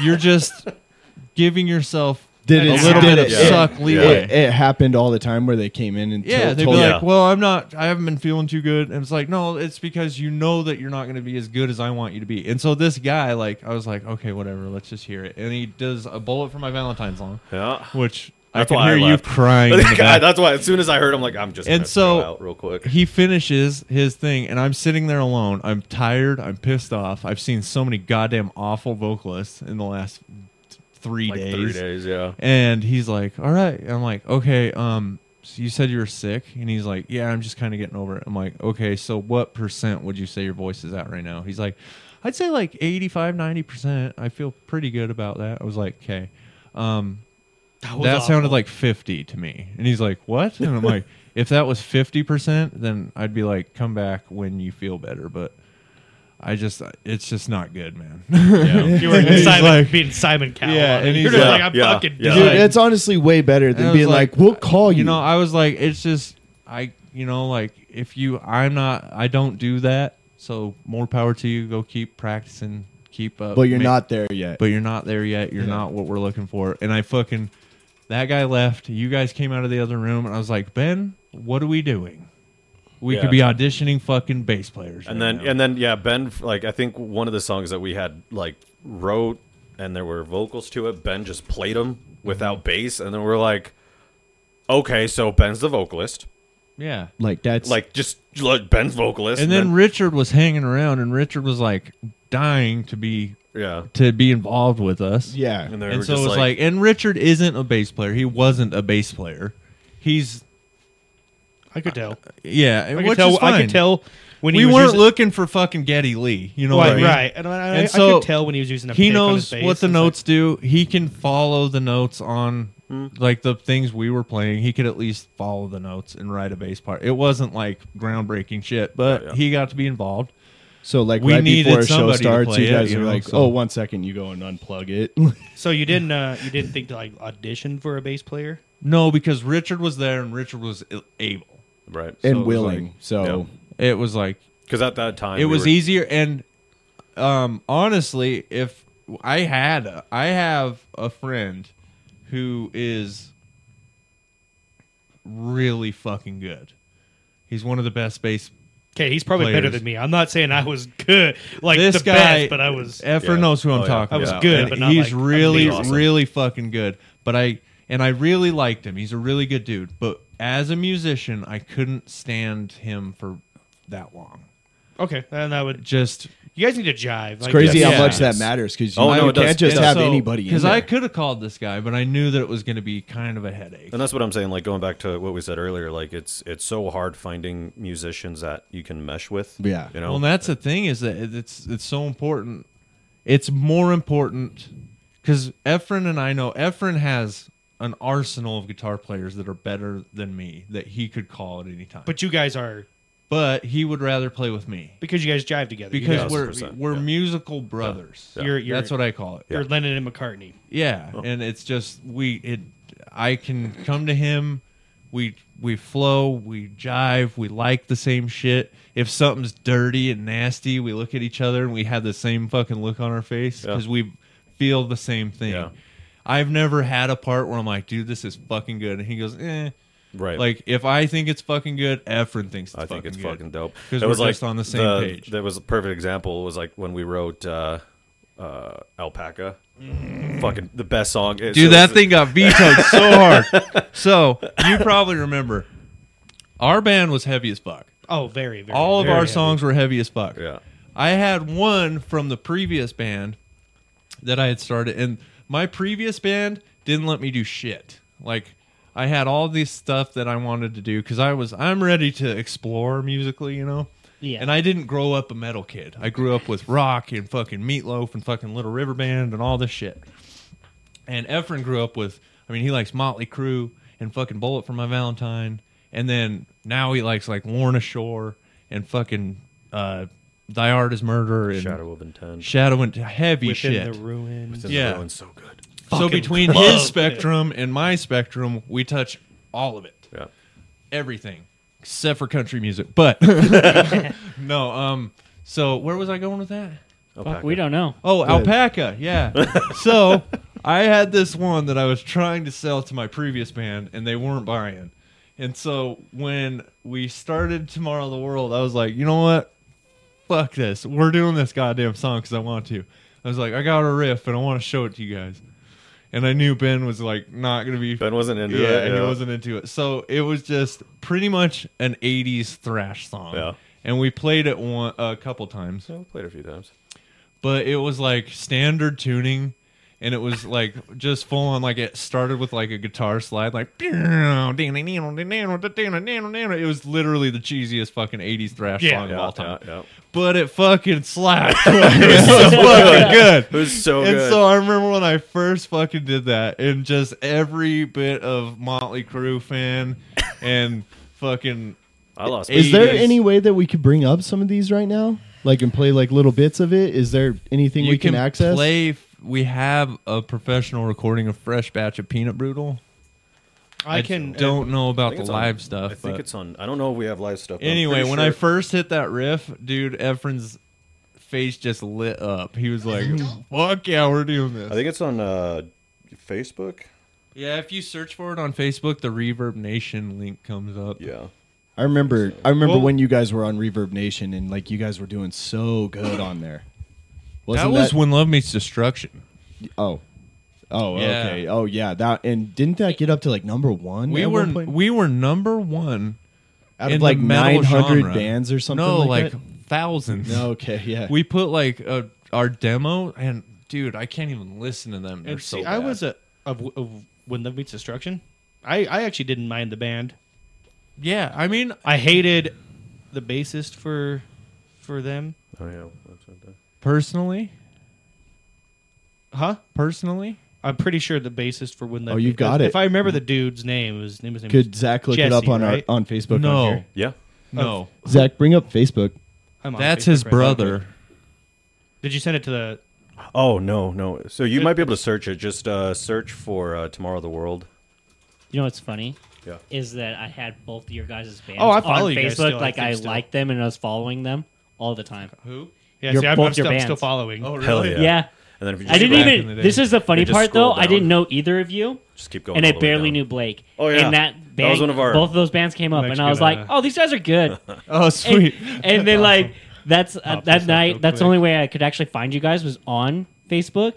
D: You're just giving yourself
G: did
D: a
G: it,
D: little
G: did
D: bit of
G: it-
D: suck
G: it,
D: leeway.
G: It, it happened all the time where they came in and
D: Yeah,
G: told-
D: they'd be
G: told-
D: like,
C: Yeah.
D: "Well, I'm not. I haven't been feeling too good." And it's like, "No, it's because you know that you're not going to be as good as I want you to be." And so this guy, like, I was like, "Okay, whatever. Let's just hear it." And he does a bullet for my Valentine's song,
C: yeah.
D: which
C: That's
D: I
C: why
D: can hear
C: I
D: you
C: left.
D: crying. in the
C: God,
D: back.
C: that's why. As soon as I heard, I'm like, I'm just
D: And
C: gonna throw
D: so-
C: out real quick.
D: He finishes his thing, and I'm sitting there alone. I'm tired. I'm pissed off. I've seen so many goddamn awful vocalists in the last th- three
C: Like
D: days.
C: three days, yeah.
D: And he's like, "All right." I'm like, "Okay, um so you said you were sick." And he's like, "Yeah, I'm just kind of getting over it." I'm like, "Okay, so what percent would you say your voice is at right now?" He's like, "I'd say like 85, 90%. I feel pretty good about that." I was like, "Okay." Um
F: That,
D: that
F: awful.
D: sounded like 50 to me. And he's like, "What?" And I'm like, "If that was 50%, then I'd be like, "Come back when you feel better." But I just it's just not good, man.
F: you were
D: He's
F: Simon,
D: like-
F: being Simon Cowell.
D: Yeah,
F: on it.
D: and
F: you're
D: he's
F: just
C: like-
F: like, I'm
C: yeah,
F: fucking
C: yeah.
G: Dude,
F: done.
G: it's honestly way better
D: And I
G: than
D: was
G: being like, "We'll call you."
D: You know, I was like, it's just I, you know, like if you, I'm not, I don't do that. So more power to you. Go keep practicing, keep up.
G: but you're
D: Ma-
G: not there yet.
D: But you're not there yet. You're not what we're looking for. And I fucking, that guy left. You guys came out of the other room, and I was like, Ben, what are we doing? We
C: Yeah.
D: could be auditioning fucking bass players.
C: and
D: right
C: then
D: now.
C: and then yeah ben like i think one of the songs that we had like wrote and there were vocals to it ben just played them
D: Mm-hmm.
C: without bass and then we're like okay so ben's the vocalist
D: yeah.
G: like that's
C: like just like ben's vocalist
D: And then Richard was hanging around, and Richard was like dying to be
C: yeah
D: to be involved with us.
G: yeah.
C: and, they were
D: and so
C: just
D: it was like, and Richard isn't a bass player. He wasn't a bass player. He's
F: I could tell.
D: yeah,
F: I could
D: which
F: tell.
D: is fine.
F: I could tell when he
D: we
F: was
D: weren't
F: using-
D: looking for fucking Getty Lee. You know
F: right,
D: what I mean?
F: right. And, I, I-
D: And
F: I
D: so
F: could tell when he was using a
D: He
F: pick on
D: knows
F: his bass.
D: what the
F: It's like,
D: notes do. He can follow the notes on
C: Hmm.
D: like the things we were playing. He could at least follow the notes and write a bass part. It wasn't like groundbreaking shit, but
C: Yeah, yeah.
D: he got to be involved.
G: So like
D: We
G: right
D: needed
G: before a show
D: somebody to
G: starts,
D: play
G: you
D: it,
G: guys
D: you
G: are
D: know,
G: like,
D: so-
G: "Oh, one second, you go and unplug it."
F: So you didn't uh, you didn't think to like audition for a bass player?
D: No, because Richard was there and Richard was able.
C: right
D: it
G: and
D: was
G: willing.
D: like-
G: so
D: It was like
C: because at that time
D: it
C: we
D: was
C: were-
D: easier and um honestly if i had a, i have a friend who is really fucking good he's one of the best bass
F: Okay, he's probably better
D: Players.
F: than me. I'm not saying I was good, like
D: this
F: the
D: guy
F: best, but I was.
D: Effer
C: Yeah.
D: knows who i'm
C: Oh, yeah.
D: talking
C: I was
D: about
F: good,
D: And
F: but not,
D: he's
F: like,
D: really
C: amazing.
D: really fucking good but i and i really liked him he's a really good dude but as a musician i couldn't stand him for that long
F: Okay, and that would
D: just
F: you guys need to jive.
G: It's crazy how much that matters because you,
C: Oh, no,
G: you
C: it
G: can't
C: does.
G: just
C: Yeah.
G: have
C: So-
G: anybody in
D: Because
G: there.
D: I could have called this guy, but I knew that it was going to be kind of a headache.
C: And that's what I'm saying. Like going back to what we said earlier, like it's it's so hard finding musicians that you can mesh with.
G: Yeah.
C: you know.
D: Well, and that's the thing is that it- it's it's so important. It's more important because Efren and I know Efren has an arsenal of guitar players that are better than me that he could call at any time. But,
F: But you guys are
D: he would rather play with me
F: because you guys jive together. You
D: because
F: guys-
D: we're
C: 100%,
D: we're
C: yeah.
D: musical brothers.
F: You're- you're-
D: that's what I call it.
F: you're Lennon and McCartney.
D: Yeah,
C: Oh.
D: and it's just we it I can come to him, we we flow, we jive, we like the same shit. If something's dirty and nasty, we look at each other and we have the same fucking look on our face
C: Yeah.
D: cuz we feel the same thing.
C: Yeah.
D: I've never had a part where I'm like, dude, this is fucking good, and he goes, eh.
C: Right.
D: Like if I think it's fucking good, Efren thinks it's
C: I think it's
D: good.
C: fucking dope.
D: 'Cause
C: It
D: we're
C: was
D: just on the same page.
C: That was a perfect example. It was like when we wrote uh, uh, Alpaca. Fucking the best song. It-
D: Mm-hmm. Dude,
C: so
D: that
C: it's-
D: thing got vetoed so hard. So you probably remember, our band was heavy as fuck.
F: Oh, very, very.
D: All of
F: very
D: our
F: heavy.
D: songs were heavy as fuck.
C: Yeah.
D: I had one from the previous band that I had started, and my previous band didn't let me do shit. Like I had all this stuff that I wanted to do because I was I'm ready to explore musically, you know.
B: Yeah.
D: And I didn't grow up a metal kid. I grew up with rock and fucking Meatloaf and fucking Little River Band and all this shit. And Efren grew up with, I mean, he likes Motley Crue and fucking Bullet for My Valentine. And then now he likes like Lorna Shore and fucking uh, Die Art is Murder and
C: Shadow of Intent.
D: Shadow and heavy
F: within
D: shit.
F: the ruins.
D: yeah.
C: That one's so good.
D: So between
F: love
D: his spectrum and my spectrum, we touch all of it
C: Yeah.
D: everything except for country music. But no, um, so where was I going with that?
C: Alpaca.
B: We don't know.
D: Oh, alpaca, yeah. so I had this one that I was trying to sell to my previous band, and they weren't buying. And so when we started Tomorrow the World, I was like, you know what? Fuck this. We're doing this goddamn song because I want to. I was like, I got a riff and I want to show it to you guys. And I knew Ben was like not gonna be
C: Ben wasn't into
D: yeah,
C: it,
D: and he
C: yeah.
D: wasn't into it. So it was just pretty much an '80s thrash song.
C: Yeah.
D: And we played it one a couple times,
C: Yeah, we played it a few times.
D: but it was like standard tuning, and it was like just full on. Like it started with like a guitar slide, like it was literally the cheesiest fucking '80s thrash
F: Yeah.
D: song of
C: Yeah,
D: all time.
C: yeah, yeah.
D: But it fucking slapped. it was so fucking good
C: It was so
D: and
C: good.
D: so I remember when I first fucking did that, and just every bit of Motley Crue fan and fucking
C: I lost.
D: Is
G: Is there
D: 80s.
G: any way that we could bring up some of these right now? Like and play like little bits of it? Is there anything we can, access?
D: Play. We have a professional recording of fresh batch of Peanut Brutal.
F: I can. uh,
D: don't know
C: I
D: about
C: think
D: the
C: it's on-
D: live stuff.
C: I think
D: but-
C: it's on. I don't know if we have live stuff. but I'm
D: anyway.
C: pretty
D: When
C: sure-
D: I first hit that riff, dude, Efren's face just lit up. He was like, "Fuck yeah, we're doing this."
C: I think it's on uh, Facebook.
D: yeah, if you search for it on Facebook, the Reverb Nation link comes up.
C: Yeah.
G: I remember I remember
F: Well-
G: when you guys were on Reverb Nation and like you guys were doing so good on there.
D: that
G: Wasn't
D: was when Love Meets Destruction.
G: Oh. Oh,
D: Yeah.
G: okay. Oh yeah. That and didn't that get up to like number one?
D: We
G: at
D: were
G: one point?
D: we were number one
G: out
D: in
G: of like
D: the metal
G: nine hundred
D: genre.
G: bands or something.
D: No,
G: like,
D: like,
G: that?
D: thousands.
G: no. Okay, yeah.
D: we put like a, our demo, and dude, I can't even listen to them. They're
F: And
D: so
F: see, I
D: bad.
F: was a of, of when love meets destruction. I I actually didn't mind the band.
D: yeah. I mean,
F: I hated the bassist for for them.
C: Oh yeah. That's not that.
D: personally,
F: Huh?
D: personally,
F: I'm pretty sure the bassist for when Love
G: Oh, you've
F: Meets-
G: got
F: if
G: it.
F: If I remember the dude's name, his name was
G: Could Zach look it up
F: Jesse,
G: on
F: right?
G: our on Facebook?
D: No.
G: on here?
C: Yeah.
D: no.
G: Zach, bring up Facebook.
F: Oh, I'm on
D: That's
F: Facebook
D: his
F: right now.
D: brother.
F: Did you send it to the?
C: Oh no, no. So you might be able to search it. Just uh, search for uh, "Tomorrow the World."
B: You know what's funny?
C: Yeah.
B: Is that I had both of your guys' bands
F: Oh, I follow
B: on
F: you guys
B: Facebook.
F: still, I
B: like
F: think
B: I
F: still.
B: liked them and I was following them all the time.
D: Who?
F: Yeah,
B: Your-
F: see, I'm,
B: both
F: I'm still,
B: your
F: I'm still
B: bands.
F: following.
D: Oh, really?
C: Hell yeah.
B: Yeah.
C: And then if you
B: I
C: just
B: didn't
C: go back-
B: even.
D: in the day.
B: This is the funny
C: You just
B: part, though.
C: scroll
B: I didn't
C: down.
B: know either of you,
C: just keep going.
B: and
C: all
B: I
C: the way
B: barely
C: down.
B: knew Blake.
C: Oh, yeah.
B: and that
C: That
B: band,
C: was one of our-
B: both of those bands came up, and I was
F: Mexican,
B: like,
F: uh,
B: "Oh, these guys are good."
D: Oh,
B: and,
D: sweet.
B: and then like that's uh,
F: Pop this
B: that
F: up
B: night.
F: real
B: That's the
F: quick.
B: only way I could actually find you guys was on Facebook.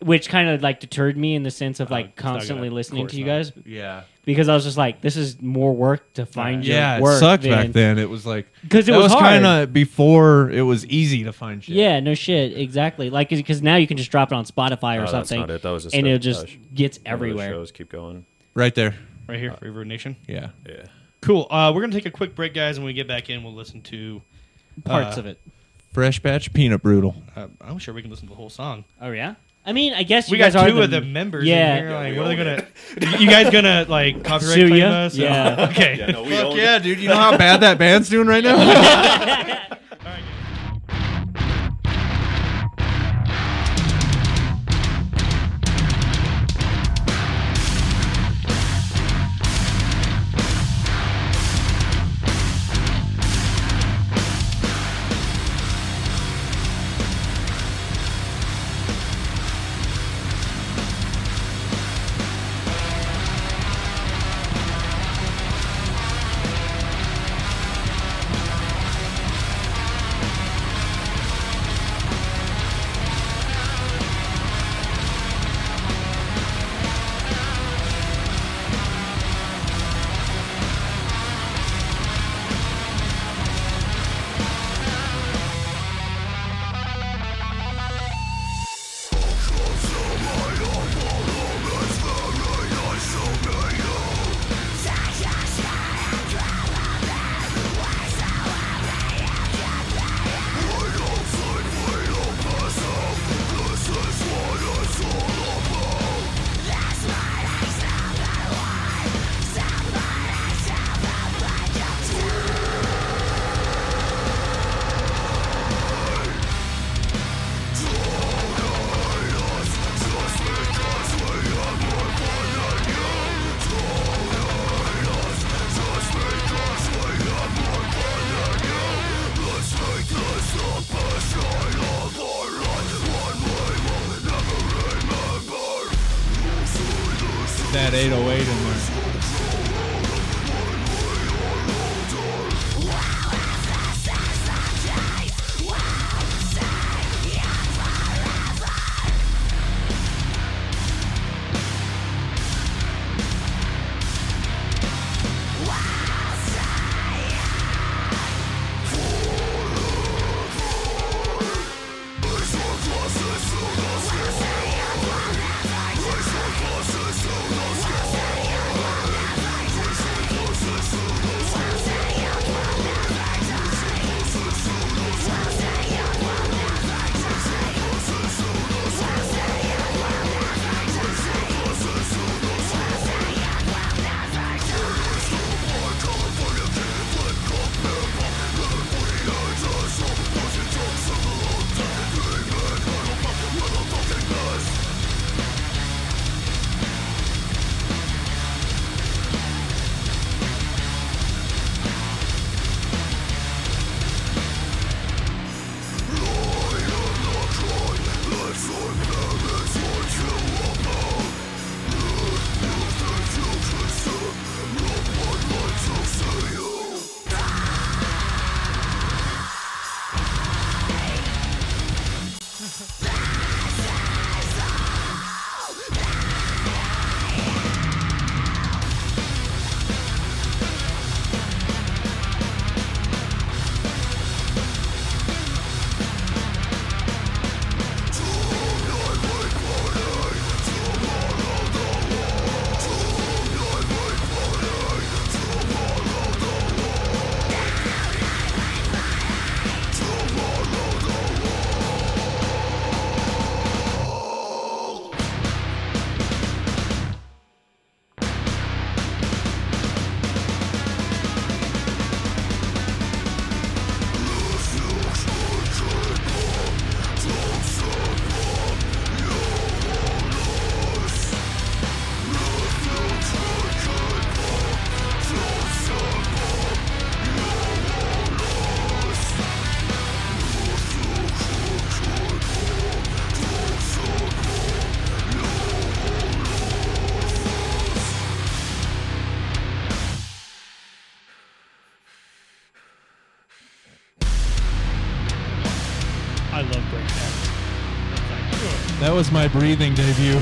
B: which kind of like deterred me in the sense of like
F: Mm-hmm. Uh, it's not
B: constantly
F: gonna- of
B: listening
F: course
B: to you
F: not.
B: guys
D: Yeah.
B: because I was just like, this is more work to find your
D: Yeah,
B: work
D: it sucked back
B: than-
D: then. It was like
B: 'Cause it
D: that
B: was hard.
D: kind of before it was easy to find shit.
B: Yeah, no shit, exactly. Like because now you can just drop it on Spotify or
C: No, Oh, that's
B: something,
C: not it. That was just
B: and
C: a-
B: it just
C: uh, sh-
B: gets
C: one of those
B: everywhere.
C: Shows keep going.
D: Right there.
F: right here, River Nation.
D: Yeah.
C: Yeah.
F: Cool. Uh, we're gonna take a quick break, guys, and when we get back in, we'll listen to
B: Parts
F: uh,
B: of it.
D: Fresh batch peanut brutal.
F: Uh, I'm sure we can listen to the whole song.
B: Oh yeah. I mean, I guess you
F: We got
B: guys are
F: two
B: the,
F: of the members.
B: Yeah.
F: In here. Like, what are they gonna? you guys gonna like copyright
B: Sue
F: claim
B: ya?
F: us?
B: Yeah.
F: okay.
C: No, we own
D: Yeah, dude. You know how bad that band's doing right now. that 808 in there. was my breathing debut.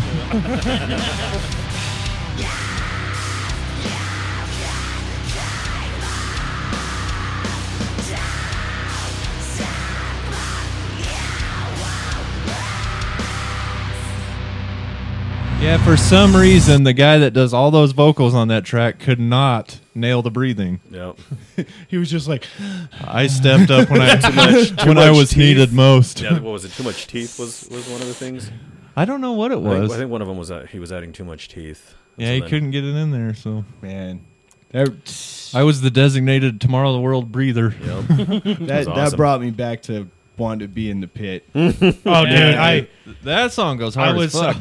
D: yeah, for some reason, the guy that does all those vocals on that track could not nail the breathing.
C: Yep.
G: he was just like,
D: I stepped up when I
C: Too much- too
D: when I
C: much
D: was
C: teeth.
D: needed most.
C: Yeah, what was it? Too much teeth was was one of the things.
D: I don't know what it
C: I
D: was.
C: think, I think one of them was that he was adding too much teeth.
D: yeah, he
C: Something.
D: couldn't get it in there, so
G: man, that
D: I was the designated Tomorrow the World breather.
C: Yep.
G: that, that
C: awesome.
G: brought me back to wanting to be in the pit.
F: Oh, dude,
D: Yeah,
F: I
D: That song goes
F: I
D: hard
F: was
D: as fuck.
F: uh,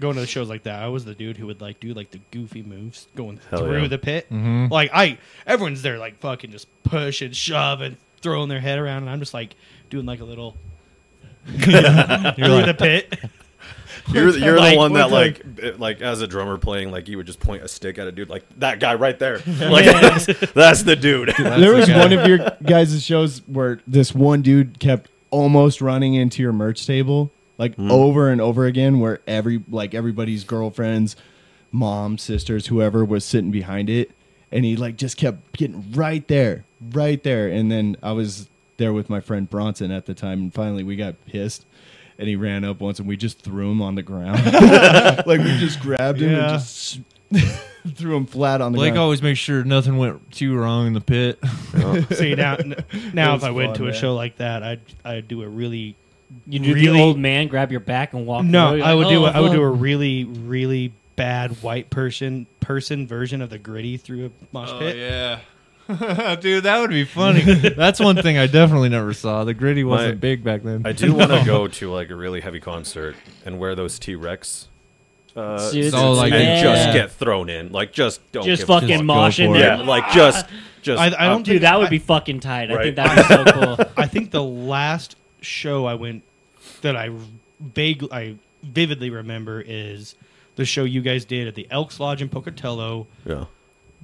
F: going to the shows like that. I was the dude who would like do like the goofy moves going
C: Hell
F: through
C: yeah.
F: the pit.
B: Mm-hmm.
F: Like I, everyone's there like fucking just pushing, shoving, throwing their head around, and I'm just like doing like a little through the pit.
C: You're, the- you're
F: Like,
C: the one
F: we're
C: that
F: like-
C: like it- like as a drummer playing like you would just point a stick at a dude like that guy right there. Like that's, that's the dude.
D: That's
G: there
D: the
G: was
D: guy.
G: one of your guys' shows where this one dude kept almost running into your merch table like over and over again where every like everybody's girlfriends mom sisters whoever was sitting behind it and he like just kept getting right there right there and then i was there with my friend bronson at the time and finally we got pissed and he ran up once and we just threw him on the ground like we just grabbed him
F: Yeah.
G: and just threw him flat on the
D: Blake
G: ground
D: always makes sure nothing went too wrong in the pit.
F: See now, n- now
G: It
F: if
G: was
F: I went
G: fun,
F: to a
G: man.
F: show like that, I'd I'd do a really
B: You do
F: Really?
B: the old man, grab your back and walk.
F: no.
B: away,
F: I would
B: like,
F: do
B: "Oh,
F: a, I would do a
B: fuck."
F: really really bad white person person version of the gritty through a mosh
C: Oh,
F: pit.
D: yeah. Dude, that would be funny. That's one thing I definitely never saw. The gritty wasn't
C: My-
D: big back then.
C: I do want to go to like a really heavy concert and wear those T Rex. Uh,
B: Suits.
C: suits
D: Oh, like-
C: and just
D: Yeah.
C: get thrown in, like just don't
B: just
C: give a
B: fucking
C: fuck.
B: mosh in
D: for it.
B: there.
C: Yeah, like just just.
F: I, I don't
B: Dude,
F: think-
B: that would
F: I-
B: be fucking tight. I think
C: Right.
B: that'd be so cool.
F: I think the last show I went that I vaguely, I vividly remember is the show you guys did at the Elks Lodge in Pocatello.
C: yeah.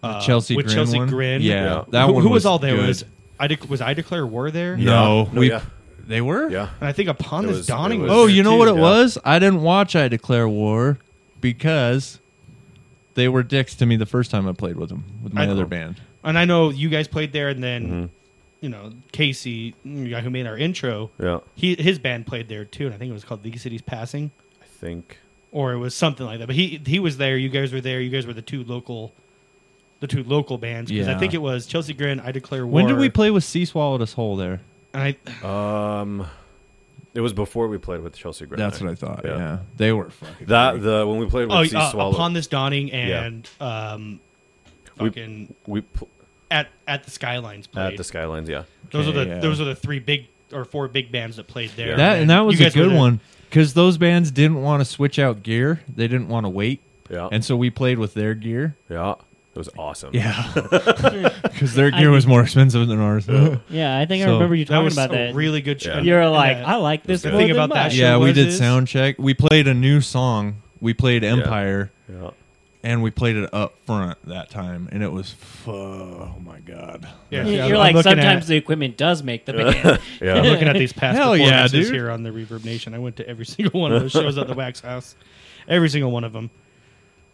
F: Uh,
D: Chelsea
F: with
D: Grin
F: Chelsea
D: one?
F: Grin.
D: Yeah,
C: Yeah.
D: that
F: who,
D: one
F: who was,
D: was
F: all there
D: good.
F: was I dec was I declare war there.
D: No, Oh,
C: No,
D: we
C: yeah.
D: they were.
C: Yeah.
F: and I think upon
C: It
F: this
C: was-
F: dawning
C: it
F: was,
C: was-
D: Oh,
F: there
D: you know
F: too.
D: what it
C: yeah.
D: was? I didn't watch I Declare War because they were dicks to me the first time I played with them with my
F: I know.
D: other band.
F: and I know you guys played there, and then
C: Mm-hmm.
F: you know Casey, the guy who made our intro,
C: Yeah.
F: he his band played there too, and I think it was called The City's Passing.
C: I think.
F: or it was something like that. But he he was there. You guys were there. You guys were the two local, the two local bands. Because I
D: Yeah.
F: think it was Chelsea Grin. I declare war.
D: When did we play with Sea Swallowed Us Whole there?
F: And I
C: Um, it was before we played with Chelsea Grin.
D: That's what I thought. Yeah,
C: Yeah.
D: they were fucking.
C: That the when we played with
F: oh
C: Sea
F: uh,
C: Swallow,
F: upon this dawning and um,
C: We-
F: fucking
C: we pl-
F: at at the Skylines played.
C: at the Skylines. Yeah.
F: those are the
D: yeah.
F: those are the three big or four big bands that played there.
D: that and
F: then
D: that was
F: you
D: a
F: guys were
D: good
F: there.
D: one because those bands didn't want to switch out gear. They didn't want to wait,
C: Yeah.
D: and so we played with their gear.
C: yeah. It was awesome.
D: Yeah, because their gear was more expensive than ours.
B: Yeah, I think I
D: So,
B: remember you
F: That
B: talking
F: was
B: about
F: a
B: that.
F: really good show.
C: Yeah.
B: You're like,
F: and, uh,
B: I like this.
C: the
B: more
F: thing
B: than
F: about that
B: much."
F: show-
D: yeah, we
F: was
D: did
F: this?
D: sound check. We played a new song. We played Empire,
C: Yeah.
D: and we played it up front that time, and it was f- oh my god.
F: yeah,
B: You're
F: I'm
B: like,
F: looking at-
B: sometimes the equipment does make the band.
F: I'm
C: Yeah.
F: looking at these past
D: Hell yeah,
F: performances
D: dude.
F: here on the Reverb Nation. I went to every single one of those shows at the Wax House, every single one of them.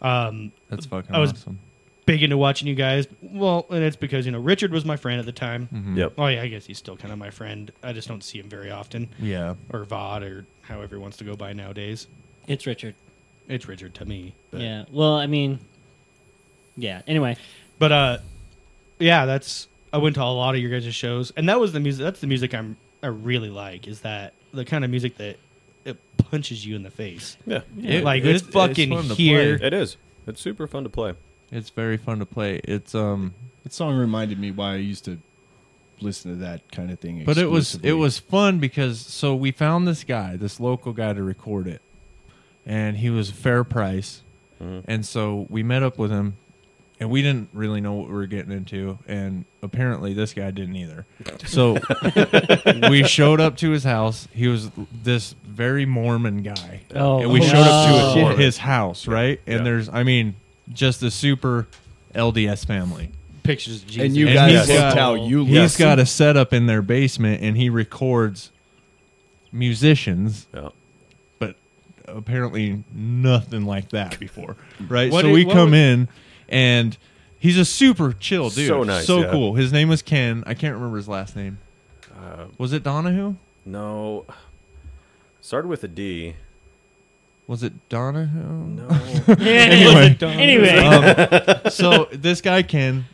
F: Um,
D: That's fucking
F: I was-
D: awesome.
F: big into watching you guys. Well, and it's because you know Richard was my friend at the time.
D: Mm-hmm.
C: Yep.
F: Oh yeah, I guess he's still kind of my friend. I just don't see him very often,
D: Yeah,
F: or Vod, or however he wants to go by nowadays.
B: it's Richard.
F: It's Richard to me. But,
B: Yeah. Well, I mean, yeah. Anyway,
F: But uh, yeah, that's I went to a lot of your guys' shows, and that was the music. That's the music I'm I really like. Is that the kind of music that it punches you in the face?
C: Yeah.
D: It-
F: like it's, fucking
D: fun to
F: here.
D: play.
C: It is. It's super fun to play.
D: It's very fun to play. It's um,
G: That song reminded me why I used to listen to that kind of thing.
D: but it was
G: exclusively.
D: it was fun because so we found this guy, this local guy to record it, and he was fair price, and so we met up with him, and we didn't really know what we were getting into, and apparently this guy didn't either. So we showed up to his house. He was this very Mormon guy,
B: Oh,
D: and we
B: oh,
D: showed up to
B: shit.
D: his- his house, right? And
C: Yeah.
D: there's, I mean, just a super LDS family.
F: Pictures of Jesus.
G: and you
D: And
G: guys
D: he's
G: looked
D: got-
G: how you
D: He's
G: looked.
D: got a setup in their basement and he records musicians,
C: Yeah.
D: but apparently nothing like that before, right?
C: What
D: so
C: did-
D: we
C: what
D: come
C: was-
D: in and he's a super chill dude,
C: So nice,
D: so
C: yeah.
D: cool. His name was Ken. I can't remember his last name.
C: Uh,
D: was it Donahue?
C: No. Started with a D.
D: Was it Donahue?
C: No.
D: anyway,
B: Anyway.
D: Um, so this guy Ken,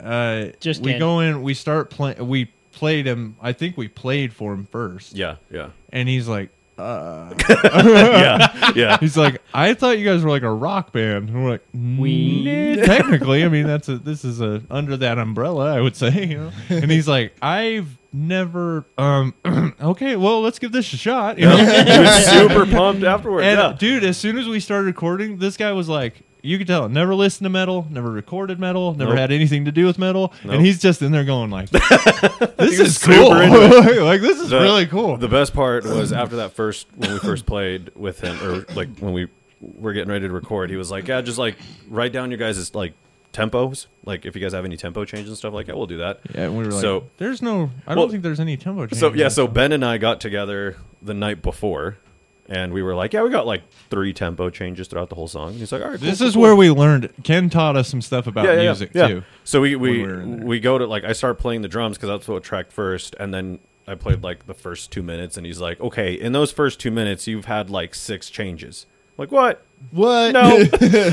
D: uh,
B: Just
D: we
B: Ken.
D: go in, we start playing, we played him. I think we played for him first.
C: Yeah, yeah.
D: and he's like, uh,
C: Yeah, yeah.
D: He's like, I thought you guys were like a rock band, and we're like,
B: We-
D: we technically, I mean, that's a this is a under that umbrella, I would say, you know. And he's like, I've never, um, okay, well, let's give this a shot, you know.
C: He was super pumped afterward.
D: And
C: yeah.
D: dude, as soon as we started recording, this guy was like, you could tell, never listened to metal, never recorded metal, never
C: Nope.
D: had anything to do with metal,
C: Nope.
D: and he's just in there going like, this
C: He was
D: is
C: super
D: cool,
C: into
D: like this is
C: The-
D: really cool.
C: The best part was after that first when we first played with him, or like when we were getting ready to record, he was like, "Yeah, just like write down your guys' like tempos, like if you guys have any tempo changes and stuff like that, we'll do that."
D: yeah, and we were like,
C: so-
D: there's no, I
C: Well,
D: don't think there's any tempo change.
C: So yeah, so Ben and I got together the night before, and we were like, "Yeah, we got like three tempo changes throughout the whole song." And he's like, "All right, cool,
D: this
C: cool,
D: is
C: cool."
D: where we learned. Ken taught us some stuff about music too.
C: So we we
D: when we were in there.
C: we go to like I start playing the drums because that's what tracked first, and then I played like the first two minutes, and he's like, "Okay, in those first two minutes, you've had like six changes." I'm like what?
G: What?
C: No,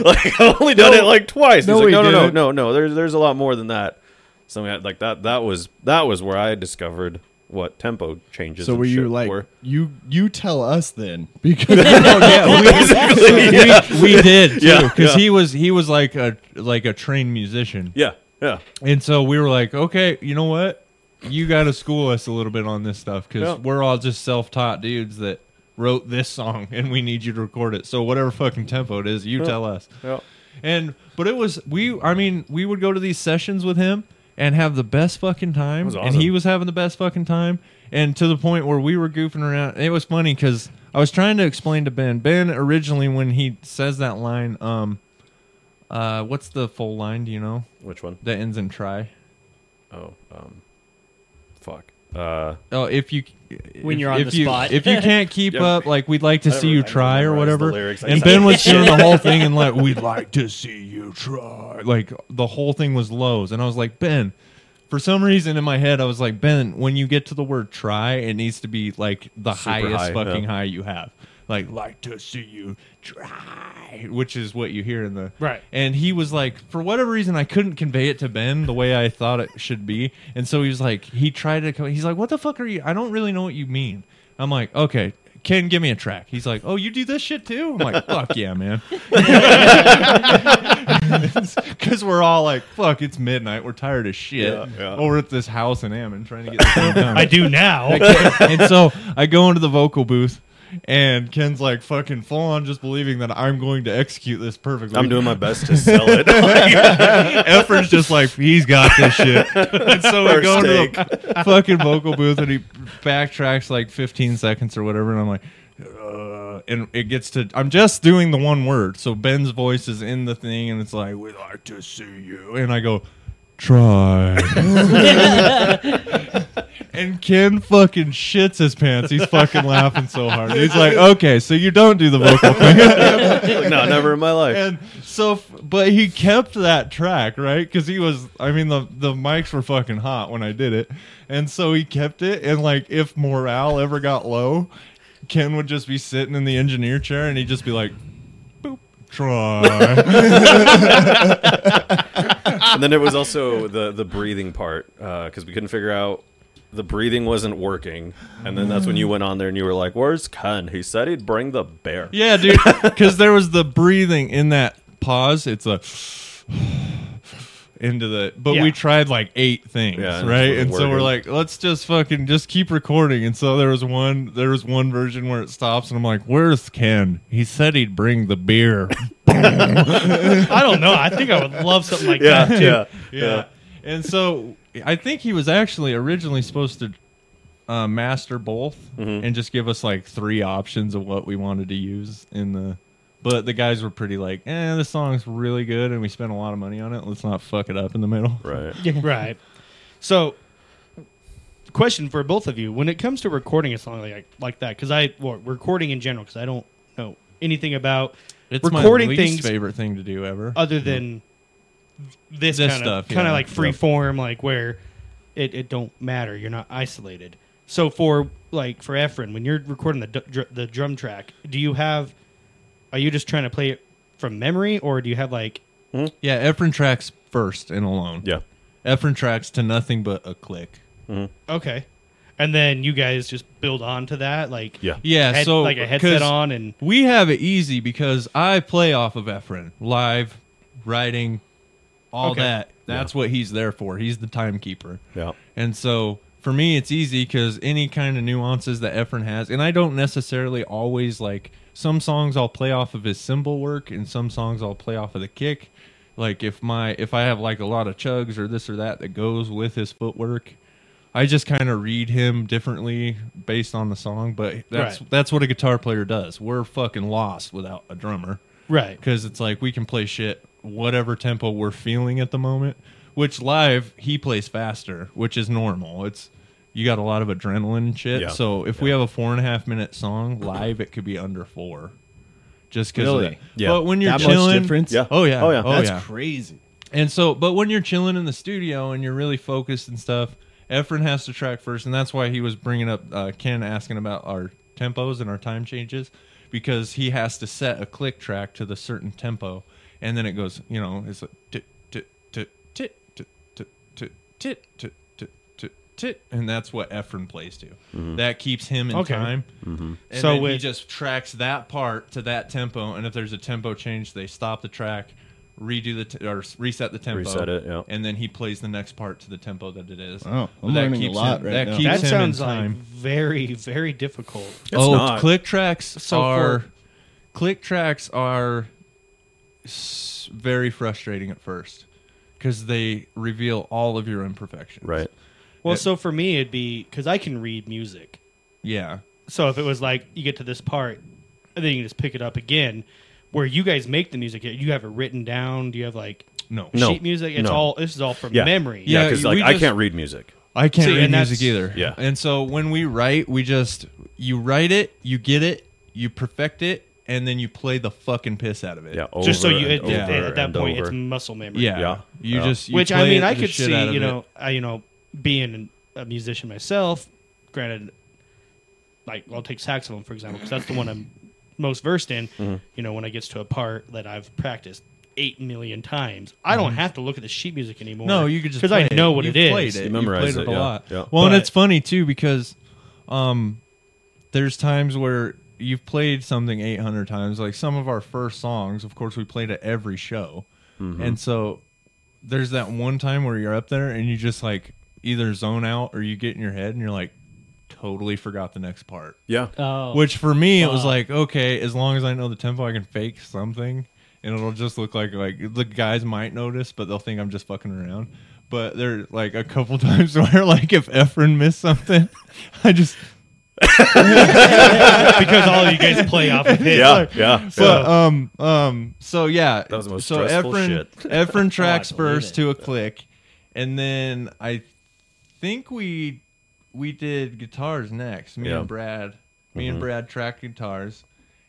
C: like I've only done it like twice.
G: No,
C: he's like,
G: we
C: no, no, no,
G: didn't.
C: no, no. There's there's a lot more than that. So we had, like that that was that was where I discovered what tempo changes.
G: So
C: and
G: were you
C: shit
G: like
C: were.
G: you? You tell us then because
D: Oh, yeah, we, we, we did too
C: Yeah,
D: because
C: yeah.
D: he was he was like a like a trained musician,
C: Yeah, yeah.
D: and so we were like, okay, you know what, you got to school us a little bit on this stuff because
C: Yeah.
D: we're all just self taught dudes that wrote this song and we need you to record it. So whatever fucking tempo it is, you tell us.
C: yeah.
D: And but it was we. I mean, we would go to these sessions with him and have the best fucking time.
C: was
D: And he
C: awesome.
D: was having the best fucking time. And to the point where we were goofing around. It was funny because I was trying to explain to Ben. Ben originally when he says that line, um, uh, what's the full line? Do you know
C: Which one?
D: that ends in try?
C: Oh, um, fuck. Uh,
D: Oh, if you
B: When
D: if-
B: you're on
D: if
B: the
D: you,
B: spot.
D: if you can't keep
C: Yeah.
D: up, like we'd like to
C: I
D: see
C: never-
D: you
C: I never
D: try or
C: memorized the
D: whatever.
C: lyrics. I
D: And
C: just-
D: Ben was doing the whole thing and like we'd like to see you try. Like the whole thing was lows, and I was like Ben. For some reason in my head, I was like Ben. When you get to the word try, it needs to be like the
C: Super
D: highest
C: high,
D: fucking
C: yeah.
D: high you have. Like like to see you try, which is what you hear in the
F: Right.
D: and he was like, for whatever reason, I couldn't convey it to Ben the way I thought it should be. And so he was like, he tried to come. He's like, what the fuck are you? I don't really know what you mean. I'm like, okay, Ken, give me a track. He's like, oh, you do this shit too? I'm like, fuck yeah, man. Because we're all like, fuck, it's midnight. We're tired as shit.
C: Yeah, yeah.
D: Over at this house in Ammon trying to get this thing done.
F: I do now.
D: and so I go into the vocal booth. And Ken's like fucking full on just believing that I'm going to execute this perfectly.
C: I'm doing my best to sell it. Like,
D: Efren's just like he's got this shit. And so we
C: First
D: go to the fucking vocal booth and he backtracks like 15 seconds or whatever, and I'm like, uh, and it gets to I'm just doing the one word. So Ben's voice is in the thing, and it's like we like to see you, and I go. Try and Ken fucking shits his pants. He's fucking laughing so hard. He's like, "Okay, so you don't do the vocal thing."
C: no, never in my life.
D: and so f- but he kept that track right because he was i mean the the mics were fucking hot when i did it and so he kept it and like if morale ever got low ken would just be sitting in the engineer chair and he'd just be like boop try
C: and then it was also the the breathing part because we couldn't figure out the breathing wasn't working, and then that's when you went on there and you were like, "Where's Ken? He said he'd bring the bear."
D: yeah dude because there was the breathing in that pause it's a into the but
F: Yeah.
D: we tried like eight things
C: Yeah, and it
D: right
C: just
D: and so
C: wasn't
D: we're
C: working.
D: like let's just fucking just keep recording and so there was one there was one version where it stops and i'm like where's ken he said he'd bring the beer
F: I don't know. I think I would love something like
C: yeah,
F: that.
C: yeah,
D: yeah
C: yeah.
D: and so i think he was actually originally supposed to uh, master both
C: Mm-hmm.
D: and just give us like three options of what we wanted to use in the but the guys were pretty like eh this song's really good and we spent a lot of money on it let's not fuck it up in the middle
C: Right.
F: Right. So, question for both of you: When it comes to recording a song like like that, because I well, recording in general, because I don't know anything about
D: It's
F: recording
D: my least
F: things Uh,
D: favorite thing to do ever.
F: other than
D: Mm-hmm. This
F: this, kind of
D: stuff,
F: kind
D: yeah.
F: of like free
D: Yep.
F: form, like where it, it don't matter. You're not isolated. So for like for Efren, when you're recording the d- dr- the drum track, do you have? Are you just trying to play it from memory, or do you have like?
D: yeah, Efren tracks first and alone.
C: Yeah.
D: Efren tracks to nothing but a click.
F: Okay. And then you guys just build on to that, like
C: Yeah.
D: Yeah,
F: head-
D: so
F: like a headset
D: 'cause
F: on, and
D: we have it easy because I play off of Efren live, writing, all
F: Okay.
D: that. That's what he's there for. He's the timekeeper.
C: Yeah.
D: And so for me, it's easy because any kind of nuances that Efren has, and I don't necessarily always like some songs I'll play off of his cymbal work, and some songs I'll play off of the kick. Like if my if I have like a lot of chugs or this or that that goes with his footwork, I just kind of read him differently based on the song. But that's
F: Right.
D: that's what a guitar player does. We're fucking lost without a drummer
F: right,
D: because it's like we can play shit whatever tempo we're feeling at the moment which live he plays faster which is normal it's you got a lot of adrenaline and shit
C: Yeah.
D: so if we have a four and a half minute song live it could be under four just because
G: Really?
C: Yeah.
D: but when you're
G: That much
D: chilling
G: difference?
C: Yeah.
D: oh yeah
C: Oh, yeah.
D: oh
G: That's
D: yeah
G: crazy.
D: and so, but when you're chilling in the studio and you're really focused and stuff, Efren has to track first, and that's why he was bringing up uh, Ken asking about our tempos and our time changes because he has to set a click track to the certain tempo, and then it goes, you know, it's like tit tit tit tit tit tit tit tit tit tit tit tit, and that's what Efren plays to. That keeps him in
F: Okay.
D: time. Mm-hmm. And
F: So
D: then he
F: with-
D: just tracks that part to that tempo, and if there's a tempo change, they stop the track, redo the t- or s- reset the tempo,
C: Reset it, yeah.
D: and then he plays the next part to the tempo that it is.
G: Wow, Oh, I'm
D: That
G: learning a
D: keeps
G: lot
D: him-
G: right
D: that
G: now.
D: Keeps
F: that
D: him
F: sounds
D: in
F: like
D: time.
F: very very difficult.
D: oh,
C: not.
D: click tracks
F: So
D: are
F: for-
D: click tracks are s- very frustrating at first because they reveal all of your imperfections.
C: Right.
F: Well,
D: It-
F: so for me, it'd be because I can read music.
D: Yeah.
F: So if it was like you get to this part, and then you just pick it up again, where you guys make the music, you have it written down. Do you have like
D: No.
C: No.
F: sheet music? It's
C: No.
F: all this is all from
C: Yeah.
F: memory.
C: Yeah,
D: Yeah,
C: because
D: you-
C: like
D: we
C: I
D: just-
C: can't read music.
D: I can't
F: See,
D: read
F: and
D: music
F: that's-
D: either.
C: Yeah.
D: And so when we write, we just you write it, you get it, you perfect it, and then you play the fucking piss out of it.
C: Yeah.
F: just so
C: over
F: you
C: and
F: it, it-
C: over
F: at that
C: and
F: point,
C: over.
F: it's muscle memory.
D: Yeah.
C: Yeah.
D: You
C: Yeah.
D: just you
F: which I
D: play
F: mean,
D: the
F: I could
D: shit
F: see
D: out of
F: you
D: it.
F: know, I, you know, being an- a musician myself. Granted, like I'll take saxophone for example, because that's the one I'm most versed in.
C: Mm-hmm.
F: You know, when I gets to a part that I've practiced eight million times, I don't have to look at the sheet music anymore.
D: Mm-hmm. No, you could just
F: because
D: play
F: I know what
D: You've
F: it is.
D: Played it.
C: You memorize
D: You've played
C: it,
D: it, a
C: yeah,
D: lot.
C: yeah.
D: Well, and
F: But-
D: it's funny too because um, there's times where you've played something 800 times. Like some of our first songs, of course, we played at every show,
C: Mm-hmm.
D: and so there's that one time where you're up there and you just like either zone out or you get in your head and you're like totally forgot the next part.
C: Yeah.
B: Oh,
D: Which for me, it was
B: Fuck.
D: like, okay, as long as I know the tempo, I can fake something, and it'll just look like like the guys might notice, but they'll think I'm just fucking around. But there, like a couple times where, like, if Efren missed something, I just.
F: because all you guys play off of his.
C: Yeah. Yeah.
D: But um um so yeah,
C: That was the most
D: so
C: stressful
D: Efren
C: shit.
D: Efren tracks
B: believe
D: first
B: it.
D: to a click, and then I think we we did guitars next. Me
C: Yeah. Mm-hmm.
D: and Brad, me and Brad tracked guitars,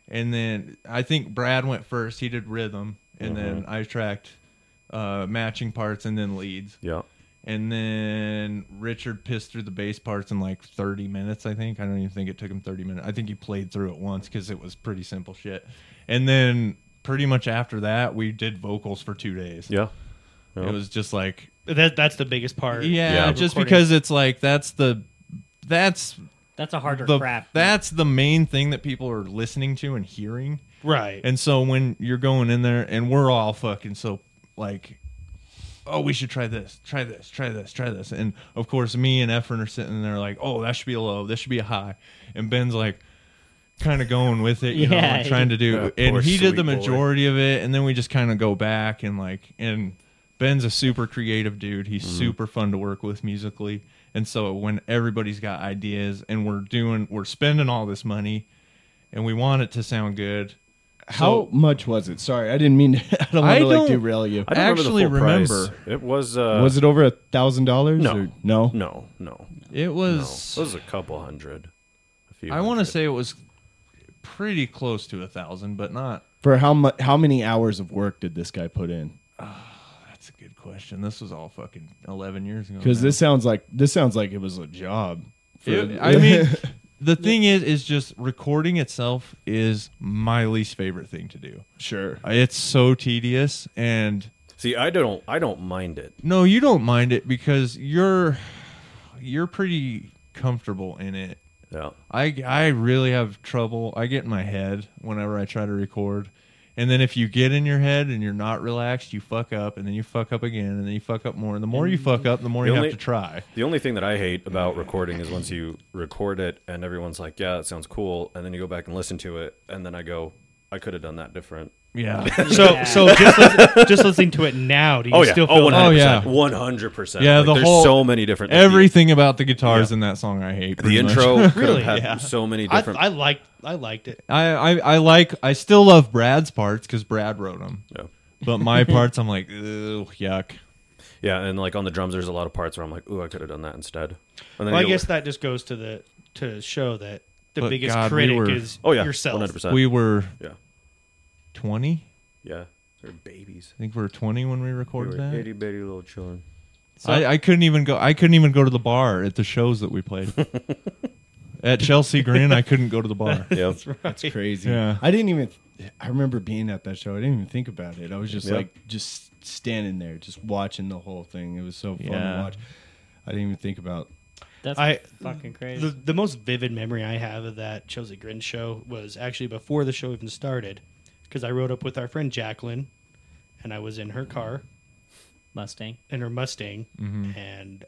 D: and then I think Brad went first. He did rhythm, and
C: Mm-hmm.
D: then I tracked uh, matching parts and then leads.
C: Yeah.
D: And then Richard pissed through the bass parts in like 30 minutes, I think. I don't even think it took him 30 minutes. I think he played through it once because it was pretty simple shit. And then pretty much after that, we did vocals for two days.
C: Yeah.
D: It was just like,
F: That, that's the biggest part.
D: yeah,
C: Yeah.
D: just
F: Recording.
D: because it's like, that's the, that's
B: that's a harder
D: the,
B: crap.
D: that's the main thing that people are listening to and hearing.
F: Right.
D: And so when you're going in there and we're all fucking so like oh we should try this, try this, try this, try this. And of course me and Efren are sitting there like, "Oh, that should be a low, this should be a high." And Ben's like kind of going with it, you know,
B: Yeah.
D: and trying to do.
C: Yeah,
D: and
C: poor
D: he did
C: sweet
D: the
C: boy.
D: majority of it and then we just kind of go back and like and Ben's a super creative dude. He's
C: Mm-hmm.
D: super fun to work with musically. And so when everybody's got ideas and we're doing we're spending all this money and we want it to sound good.
G: How
D: So-
G: much was it? Sorry, I didn't mean to. I don't
D: I
G: want to like
D: don't-
G: derail you.
C: I don't
D: actually
C: remember. the full
D: remember.
C: price. It was. Uh,
G: was it over a thousand dollars?
C: No.
G: or- no.
C: No. No.
D: It
C: No.
D: was.
C: It was a couple hundred. A few
D: I want to
C: hundred.
D: say it was pretty close to a thousand, but not.
G: For how much? How many hours of work did this guy put in?
D: That's a good question. This was all fucking eleven years ago.
G: Because
D: now.
G: this sounds like this sounds like it was a job. for-
D: It- I mean, the thing is, is just recording itself is my least favorite thing to do.
G: sure.
D: It's so tedious, and
C: See, I don't, I don't mind it.
D: no, you don't mind it because you're you're pretty comfortable in it.
C: Yeah.
D: I I really have trouble. I get in my head whenever I try to record. And then if you get in your head and you're not relaxed, you fuck up, and then you fuck up again, and then you fuck up more. And the more you fuck up, the more
C: The
D: you
C: only-
D: have to try.
C: The only thing that I hate about recording is once you record it and everyone's like, "Yeah, that sounds cool," and then you go back and listen to it, and then I go, "I could have done that different."
D: Yeah.
F: So so just listen, just listening to it now, do you still feel that?
D: Oh, yeah.
C: one hundred percent.
D: Yeah, the
C: there's
D: whole-
C: so many different like,
D: Everything about the guitars in that song I hate.
C: The,
D: pretty
C: the
D: much.
C: intro could
F: Really?
C: have had
F: Yeah.
C: so many
F: I,
C: different.
F: I liked I liked it.
D: I, I I like I still love Brad's parts because Brad wrote them,
C: yeah.
D: but my parts I'm like Ew, yuck.
C: yeah, and like on the drums, there's a lot of parts where I'm like, "Ooh, I could have done that instead." And then
F: Well, I
C: you-
F: guess that just goes to the to show that the
D: But
F: biggest
D: God, we
F: critic
D: were-
F: is
C: oh yeah,
F: yourself.
C: 100%.
D: We were
C: yeah,
D: twenty.
C: yeah, they're babies.
D: I think we were twenty when we
C: They
D: recorded
C: were
D: that.
C: itty bitty little children.
D: I, I couldn't even go. I couldn't even go to the bar at the shows that we played. at Chelsea Green, I couldn't go to the bar.
C: Yeah,
G: That's crazy.
D: Yeah.
G: I didn't even. I remember being at that show. I didn't even think about it. I was just
C: Yep.
G: like, just standing there, just watching the whole thing. It was so fun
D: Yeah.
G: to watch. I didn't even think about.
B: That's
F: I-
B: fucking crazy.
F: The, the most vivid memory I have of that Chelsea Grin show was actually before the show even started, because I rode up with our friend Jacqueline, and I was in her car
B: Mustang.
F: in her Mustang,
C: Mm-hmm.
F: and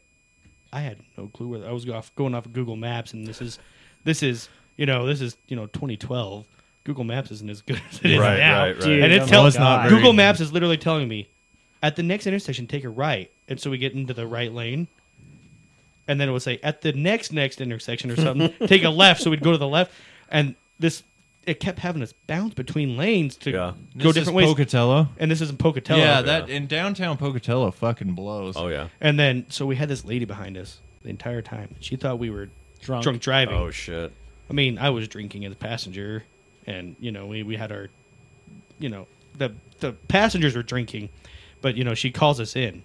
F: I had no clue where I was off going off of Google Maps, and this is this is you know this is you know 2012. Google Maps isn't as good as it is
C: Right,
F: now,
C: right, right. Dude,
F: and it
B: oh
F: tells
B: my God.
F: Google Maps is literally telling me at the next intersection take a right, and so we get into the right lane. And then it would say at the next next intersection or something, take a left. So we'd go to the left, and this it kept having us bounce between lanes to
C: Yeah.
F: go
D: This
F: different
D: is
F: ways.
D: Pocatello.
F: and this is in Pocatello.
D: yeah, that in downtown Pocatello fucking blows.
C: oh yeah.
F: And then, so we had this lady behind us the entire time. She thought we were drunk,
B: Drunk.
F: driving.
C: Oh shit.
F: I mean, I was drinking as a passenger, and you know, we, we had our, you know, the the passengers were drinking, but you know, she calls us in,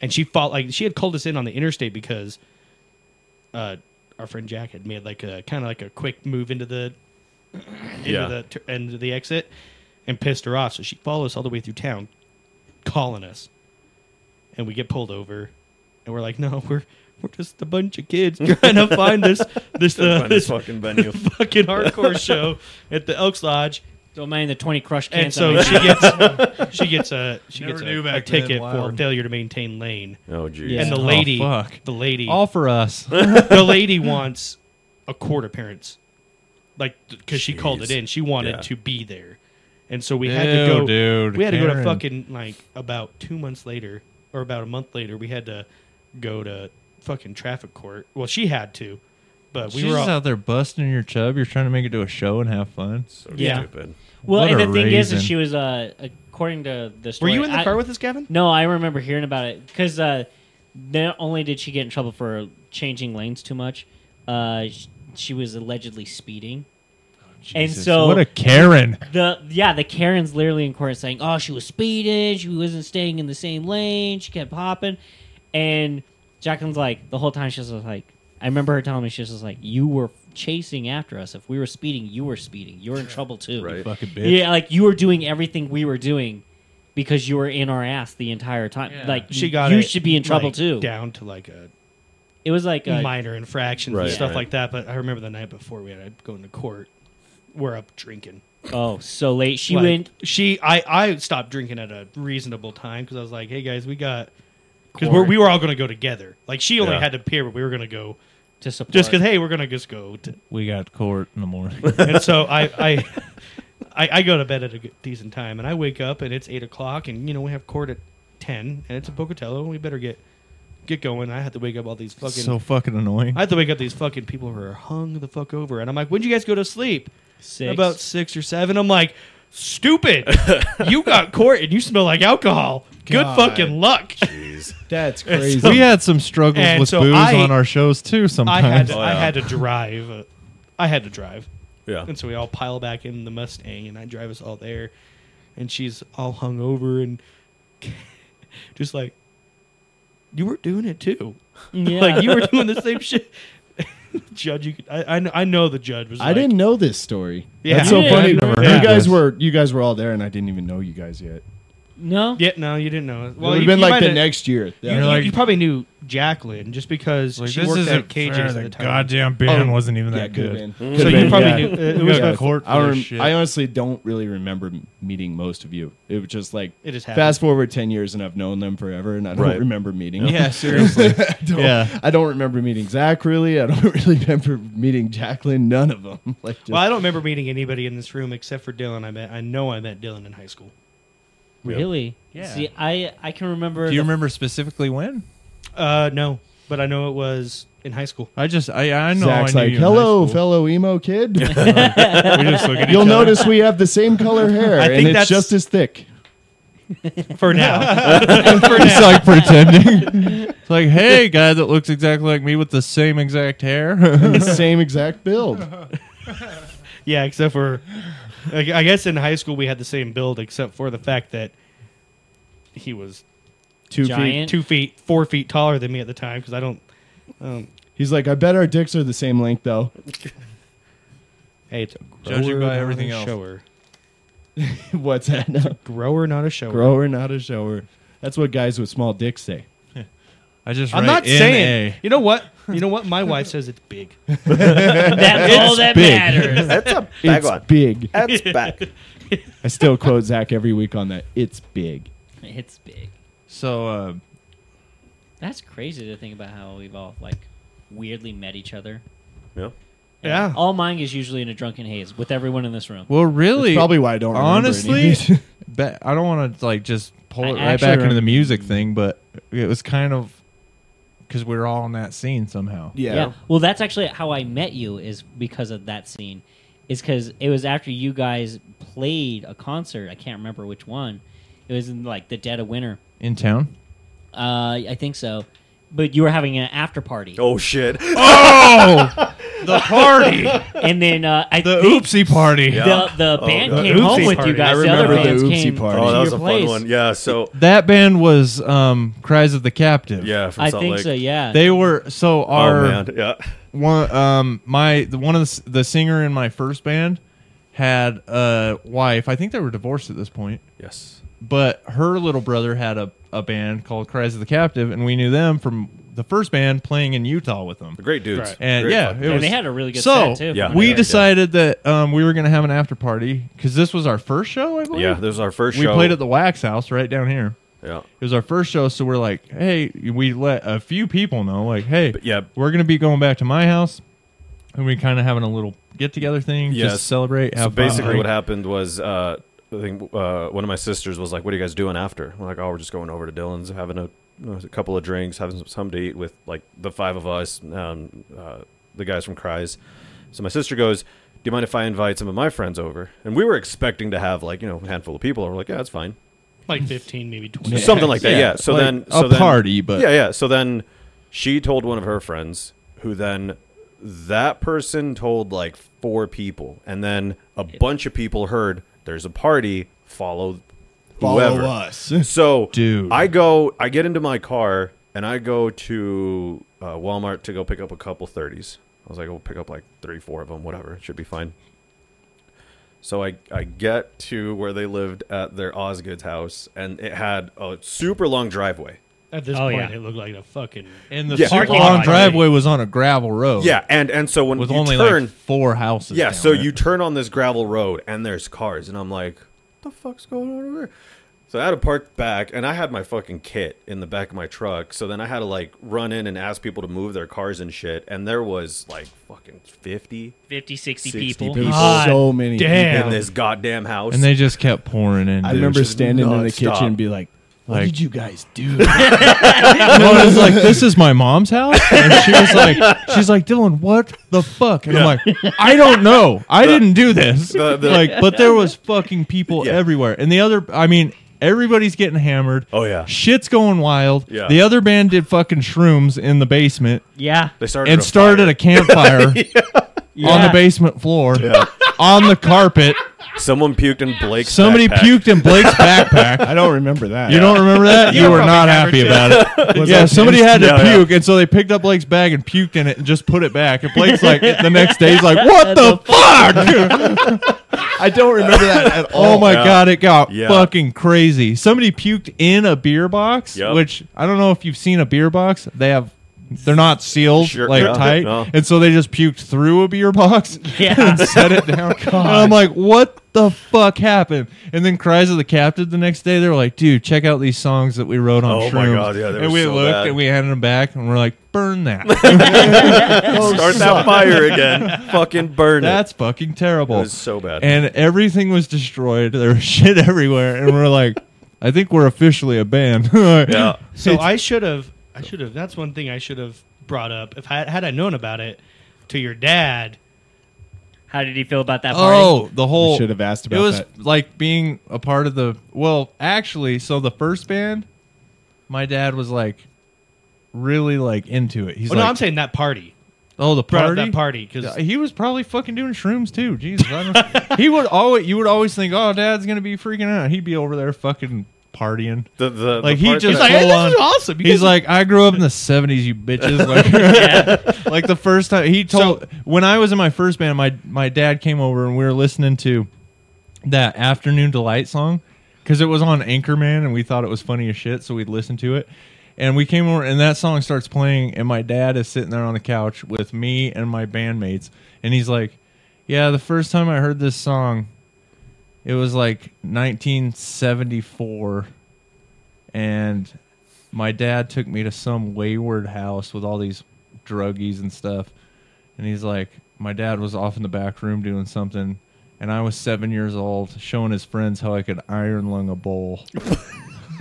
F: and she fought like she had called us in on the interstate because, uh, our friend Jack had made like a kind of like a quick move into the, into
C: Yeah.
F: the tur- end of the exit, and pissed her off. So she followed us all the way through town, calling us, and we get pulled over, and we're like, no, we're. We're just a bunch of kids trying to find this this uh,
C: Find this
F: this
C: fucking venue.
F: fucking hardcore show at the Elks Lodge,
B: Don't mind the twenty crush cans.
F: and
B: I
F: so
B: made
F: she gets she gets a she
D: Never
F: gets
D: knew
F: a, a
D: back then,
F: ticket
D: wow.
F: for failure to maintain lane,
C: Oh geez.
B: Yeah.
F: and the
D: Oh,
F: lady
D: fuck.
F: the lady
D: All for us.
F: the lady wants a court appearance, like because she called it
C: Jeez.
F: in. She wanted
C: Yeah.
F: to be there, and so we had
D: Ew,
F: to go.
D: dude,
F: we had to go to
D: Karen.
F: fucking like about two months later, or about a month later. We had to go to fucking traffic court. Well, she had to, but we
D: She's
F: were all,
D: just out there busting your chub. You're trying to make it to a show and have fun.
C: So
B: Yeah.
C: stupid.
B: Well,
D: What
B: and
D: a
B: the thing is,
D: raisin.
B: is she was uh, according to the
F: Were
B: story.
F: you in the
B: I-
F: car with us, Gavin?
B: No, I remember hearing about it because uh, not only did she get in trouble for changing lanes too much, uh, sh- she was allegedly speeding. and
D: Oh, Jesus,
B: so
D: what a Karen.
B: the yeah the Karens literally in court saying, "Oh, she was speeding. She wasn't staying in the same lane. She kept hopping." And Jacqueline's like the whole time she was just like, I remember her telling me she was just like, "You were chasing after us. If we were speeding, you were speeding. You're in trouble too.
C: Right.
D: Fucking bitch.
B: Yeah, like you were doing everything we were doing." Because you were in our ass the entire time. Like
F: she got
B: you
F: it,
B: should be in trouble
F: like,
B: too.
F: down to like a
B: It was like uh, a,
F: minor infractions
C: Right,
F: and stuff
C: right.
F: like that but i remember the night before we had to go into court we're up drinking
B: oh, so late. She
F: Like,
B: went.
F: she i i stopped drinking at a reasonable time because i was like hey guys we got because we were all going to go together like she only
C: Yeah.
F: had to appear but we were going to go
B: to support.
F: just because hey we're going to just go to,
D: We got court in the morning.
F: and so I, I I I go to bed at a good- decent time, and I wake up and it's eight o'clock, and you know we have court at ten, and it's in Pocatello, and we better get get going. I had to wake up all these fucking
D: so fucking annoying.
F: I had to wake up these fucking people who are hung the fuck over, and I'm like, when'd you guys go to sleep?
B: Six.
F: About six or seven. I'm like, stupid. you got court and you smell like alcohol.
G: God.
F: Good fucking luck.
C: Jeez.
G: That's crazy.
D: we had some struggles
F: And
D: with
F: so
D: booze
F: I-
D: on our shows too.
G: Oh,
F: I had
D: Sometimes
F: to, I had to drive. uh, I had to drive.
C: Yeah.
F: And so we all pile back in the Mustang, and I drive us all there. And she's all hung over and just like, you were doing it too.
B: Yeah.
F: like you were doing the same shit. judge, you could, I, I kn- I know the judge was.
G: I
F: like-
G: didn't know this story.
F: Yeah.
G: That's so
B: Yeah,
G: funny.
B: I've never
G: You
F: heard
G: guys
D: this.
G: were you guys were all there, and I didn't even know you guys yet.
B: No.
F: Yeah, no, you didn't know. it.
G: Well, it would
F: you-
G: have been
F: you
G: like
F: might
G: the
F: have-
G: next year.
F: You,
G: Yeah.
D: You're
F: you-
D: like-
F: you probably knew Jacqueline just because
D: Like,
F: she
D: this
F: worked
D: isn't
F: at KJ's
D: fair.
F: at
D: The
F: the time.
D: goddamn band wasn't even
G: Yeah,
D: that
G: could've
D: good.
G: been.
F: So
G: Could've
F: you
G: been,
F: probably
G: yeah.
F: knew. uh, It, it
D: We
F: was
D: got
F: like,
D: court for
G: uh, I,
D: this
G: rem-
D: shit.
G: I honestly don't really remember m- meeting most of you. It was just like
F: It just happened.
G: fast forward ten years, and I've known them forever, and I don't
C: Right.
G: remember meeting. them.
D: Yeah, seriously.
G: I don't,
A: Yeah.
G: I don't remember meeting Zach really. I don't really remember meeting Jacqueline. None of them. Like, just,
F: Well, I don't remember meeting anybody in this room except for Dylan. I met. I know I met Dylan in high school.
B: Really?
A: Yeah.
B: See, I I can remember.
D: Do you
B: the-
D: remember specifically when?
F: Uh, no, but I know it was in high school.
D: I just I I know I
G: Zach's
D: knew
G: like,
D: you in high
G: "Hello,
D: school."
G: fellow emo kid.
D: We just look at each
G: You'll
D: other.
G: notice we have the same color hair,
F: I think
G: and it's
F: that's-
G: just as thick."
F: For now,
D: It's like pretending. It's like, hey, guy that looks exactly like me with the same exact hair.
G: It's the same exact build.
F: yeah. Except for, I I guess in high school we had the same build, except for the fact that he was
G: Two feet.
B: Giant.
F: two feet, four feet taller than me at the time. Because I don't. Um,
G: He's like, "I bet our dicks are the same length, though."
F: hey, it's a grower,
D: Judging by
F: not
D: everything
F: a
D: else.
F: shower.
G: What's that now?
F: Grower, not a shower.
G: Grower, not a shower. That's what guys with small dicks say.
D: I just
F: I'm
D: write
F: not
D: NA.
F: saying. You know what? You know what? My wife says it's big.
B: That's all that matters.
K: That's a bag
G: it's
K: one.
G: big.
K: That's back.
G: I still quote Zach every week on that. It's big.
B: it's big.
D: So uh,
B: That's crazy to think about how we've all like weirdly met each other.
C: Yeah.
F: Yeah.
B: All mine is usually in a drunken haze with everyone in this room.
D: well, really,
G: That's probably why I don't. remember
D: honestly,
G: any of it.
D: ba- I don't want to like just pull
B: I
D: it right
B: actually
D: back into the
B: remember-
D: music thing, but it was kind of because we were all in that scene somehow.
G: yeah.
B: Well, that's actually how I met you is because of that scene. Is because it was after you guys played a concert. I can't remember which one. It was in like the dead of winter.
D: In town.
B: Uh, I think so. But you were having an after party,
K: Oh shit!
D: Oh, the party,
B: and then uh, I
D: the
B: think
D: oopsie party.
B: the, the band
K: God.
B: came home
F: Oopsie
B: with
F: party.
B: you guys.
G: I
B: the other
G: remember the
B: bands
G: oopsie
B: came
G: party.
B: to
K: Oh, that
B: your
K: was a
B: place.
K: fun one. Yeah. So
D: That band was um, Cries of the Captive.
C: Yeah. From
B: I
C: Salt
B: think
C: Lake.
B: so. Yeah.
D: They were so
C: Oh
D: our
C: man. Yeah.
D: one um my the one of the, s- the singer in my first band had a wife i think they were divorced at this point
C: Yes.
D: but her little brother had a, a band called cries of the captive and we knew them from the first band playing in utah with them
C: The great dudes.
F: Right.
D: and
C: Great
D: yeah
C: fucking
D: it
B: and
D: was,
B: they had a really good
D: so
B: set too.
C: yeah.
D: we
C: Yeah.
D: decided that um, we were going to have an after party because this was our first show i believe
C: Yeah. This was our first
D: we
C: show.
D: played at the wax house right down here
C: Yeah.
D: it was our first show, so we're like, hey, we let a few people know, like, hey,
C: But, yeah.
D: we're gonna be going back to my house, and we kind of having a little get together thing,
C: Yes.
D: just celebrate.
C: So
D: have fun.
C: basically,
D: Like,
C: what happened was, uh, I think uh, one of my sisters was like, "What are you guys doing after?" We're like, "Oh, we're just going over to Dylan's, having a, uh, a couple of drinks, having some, something to eat with like the five of us, um, uh, the guys from Cries." So my sister goes, "Do you mind if I invite some of my friends over?" And we were expecting to have like you know a handful of people. We're like, "Yeah, that's fine."
F: like 15, maybe 20.
C: something like that. Yeah. So
D: like
C: then
D: a
C: so then-
D: party, but-
C: yeah, yeah. So then she told one of her friends, who then that person told like four people, and then a bunch of people heard there's a party. Follow
G: Follow
C: whoever.
G: us.
C: So
D: Dude.
C: I go, I get into my car and I go to uh, Walmart to go pick up a couple thirties. I was like, I'll pick up like three, four of them, whatever. It should be fine. So I, I get to where they lived at their Osgood's house, and it had a super long driveway.
F: At this
B: Oh,
F: point,
B: yeah.
F: it looked like a fucking.
D: and the
C: Yeah.
D: super
C: Parking
D: long
B: lot.
D: driveway was on a gravel road.
C: Yeah, and and so when
D: Oh. with
C: you
D: only
C: turn,
D: like four houses.
C: yeah,
D: down
C: so
D: it.
C: you turn on this gravel road, and there's cars, and I'm like, what the fuck's going on over here? So I had to park back, and I had my fucking kit in the back of my truck. So then I had to like run in and ask people to move their cars and shit. And there was like fucking fifty
B: 50, 60,
C: 60
B: people.
C: people.
F: God
G: so many
F: Damn.
C: in this goddamn house.
D: and they just kept pouring in.
G: I
D: dude.
G: remember
C: just
G: standing in the
C: nonstop.
G: kitchen and be like, "What
D: Like-
G: did you guys do?"
D: And I was like, "This is my mom's house," and she was like, "She's like Dylan, what the fuck?" And I'm like, "I don't know. I didn't do this."
C: the- the-
D: like, but there was fucking people
C: Yeah.
D: everywhere, and the other, I mean. Everybody's getting hammered.
C: Oh, yeah.
D: shit's going wild.
C: Yeah.
D: The other band did fucking shrooms in the basement
B: Yeah.
C: They started
D: and
C: a
D: started
C: fire.
D: a campfire. on the
B: Yeah.
D: basement floor, on the carpet.
C: Someone puked in Blake's.
D: Somebody
C: backpack.
D: puked in Blake's backpack.
G: I don't remember that.
D: You don't remember that?
F: You
D: You were
F: probably
D: not
F: never
D: happy
F: did.
D: about it.
G: Was
D: yeah,
G: that
D: somebody
G: taste-
D: had to
C: Yeah, yeah.
D: puke, and so they picked up Blake's bag and puked in it and just put it back. And Blake's like, the next day, he's like, what the fuck?
G: I don't remember that at all.
D: oh my
C: Yeah.
D: God, it got
C: Yeah.
D: fucking crazy. Somebody puked in a beer box,
C: Yep.
D: which I don't know if you've seen a beer box. They have. They're not sealed
C: Sure,
D: like
C: yeah,
D: tight,
C: no.
D: and so they just puked through a beer box.
B: Yeah.
D: set it down. And I'm like, what the fuck happened? And then cries of the captive the next day. They were like, dude, check out these songs that we wrote on
C: Oh
D: shrooms.
C: my God, yeah, they were
D: and we
C: so
D: looked
C: bad.
D: and we handed them back and we're like, burn that.
C: Start that fire again. Fucking burn it.
D: That's fucking terrible.
C: It was so bad.
D: And everything was destroyed. There was shit everywhere, and we're like, I think we're officially a band.
C: yeah.
F: So I should have. I should have. That's one thing I should have brought up. If I had I known about it to your dad,
B: How did he feel about that party?
D: Oh, the whole
G: We should have asked about
D: It was
G: that.
D: like being a part of the. Well, actually, so the first band, my dad was like, really like into it. He's
F: Oh
D: like,
F: no, I'm saying that party.
D: oh the
F: Brought
D: party,
F: up that party
D: Yeah,
F: because
D: He was probably fucking doing shrooms too. Jesus, I don't he would always you would always think, oh, dad's gonna be freaking out. He'd be over there fucking partying.
C: The, the,
D: Like
C: the
D: he
C: part
D: just
C: that-
F: like, "Hey,
D: full
F: this
D: on-
F: is awesome. You
D: He's
F: guys-
D: like, I grew up in the seventies, you bitches. Like, like the first time he told when I was in my first band, my my dad came over and we were listening to that afternoon delight song because it was on Anchorman and we thought it was funny as shit, so we'd listen to it. And we came over and that song starts playing, and my dad is sitting there on the couch with me and my bandmates, and he's like, "Yeah, the first time I heard this song, it was like 1974, and my dad took me to some wayward house with all these druggies and stuff. And he's like, my dad was off in the back room doing something, and I was seven years old, showing his friends how I could iron lung a bowl.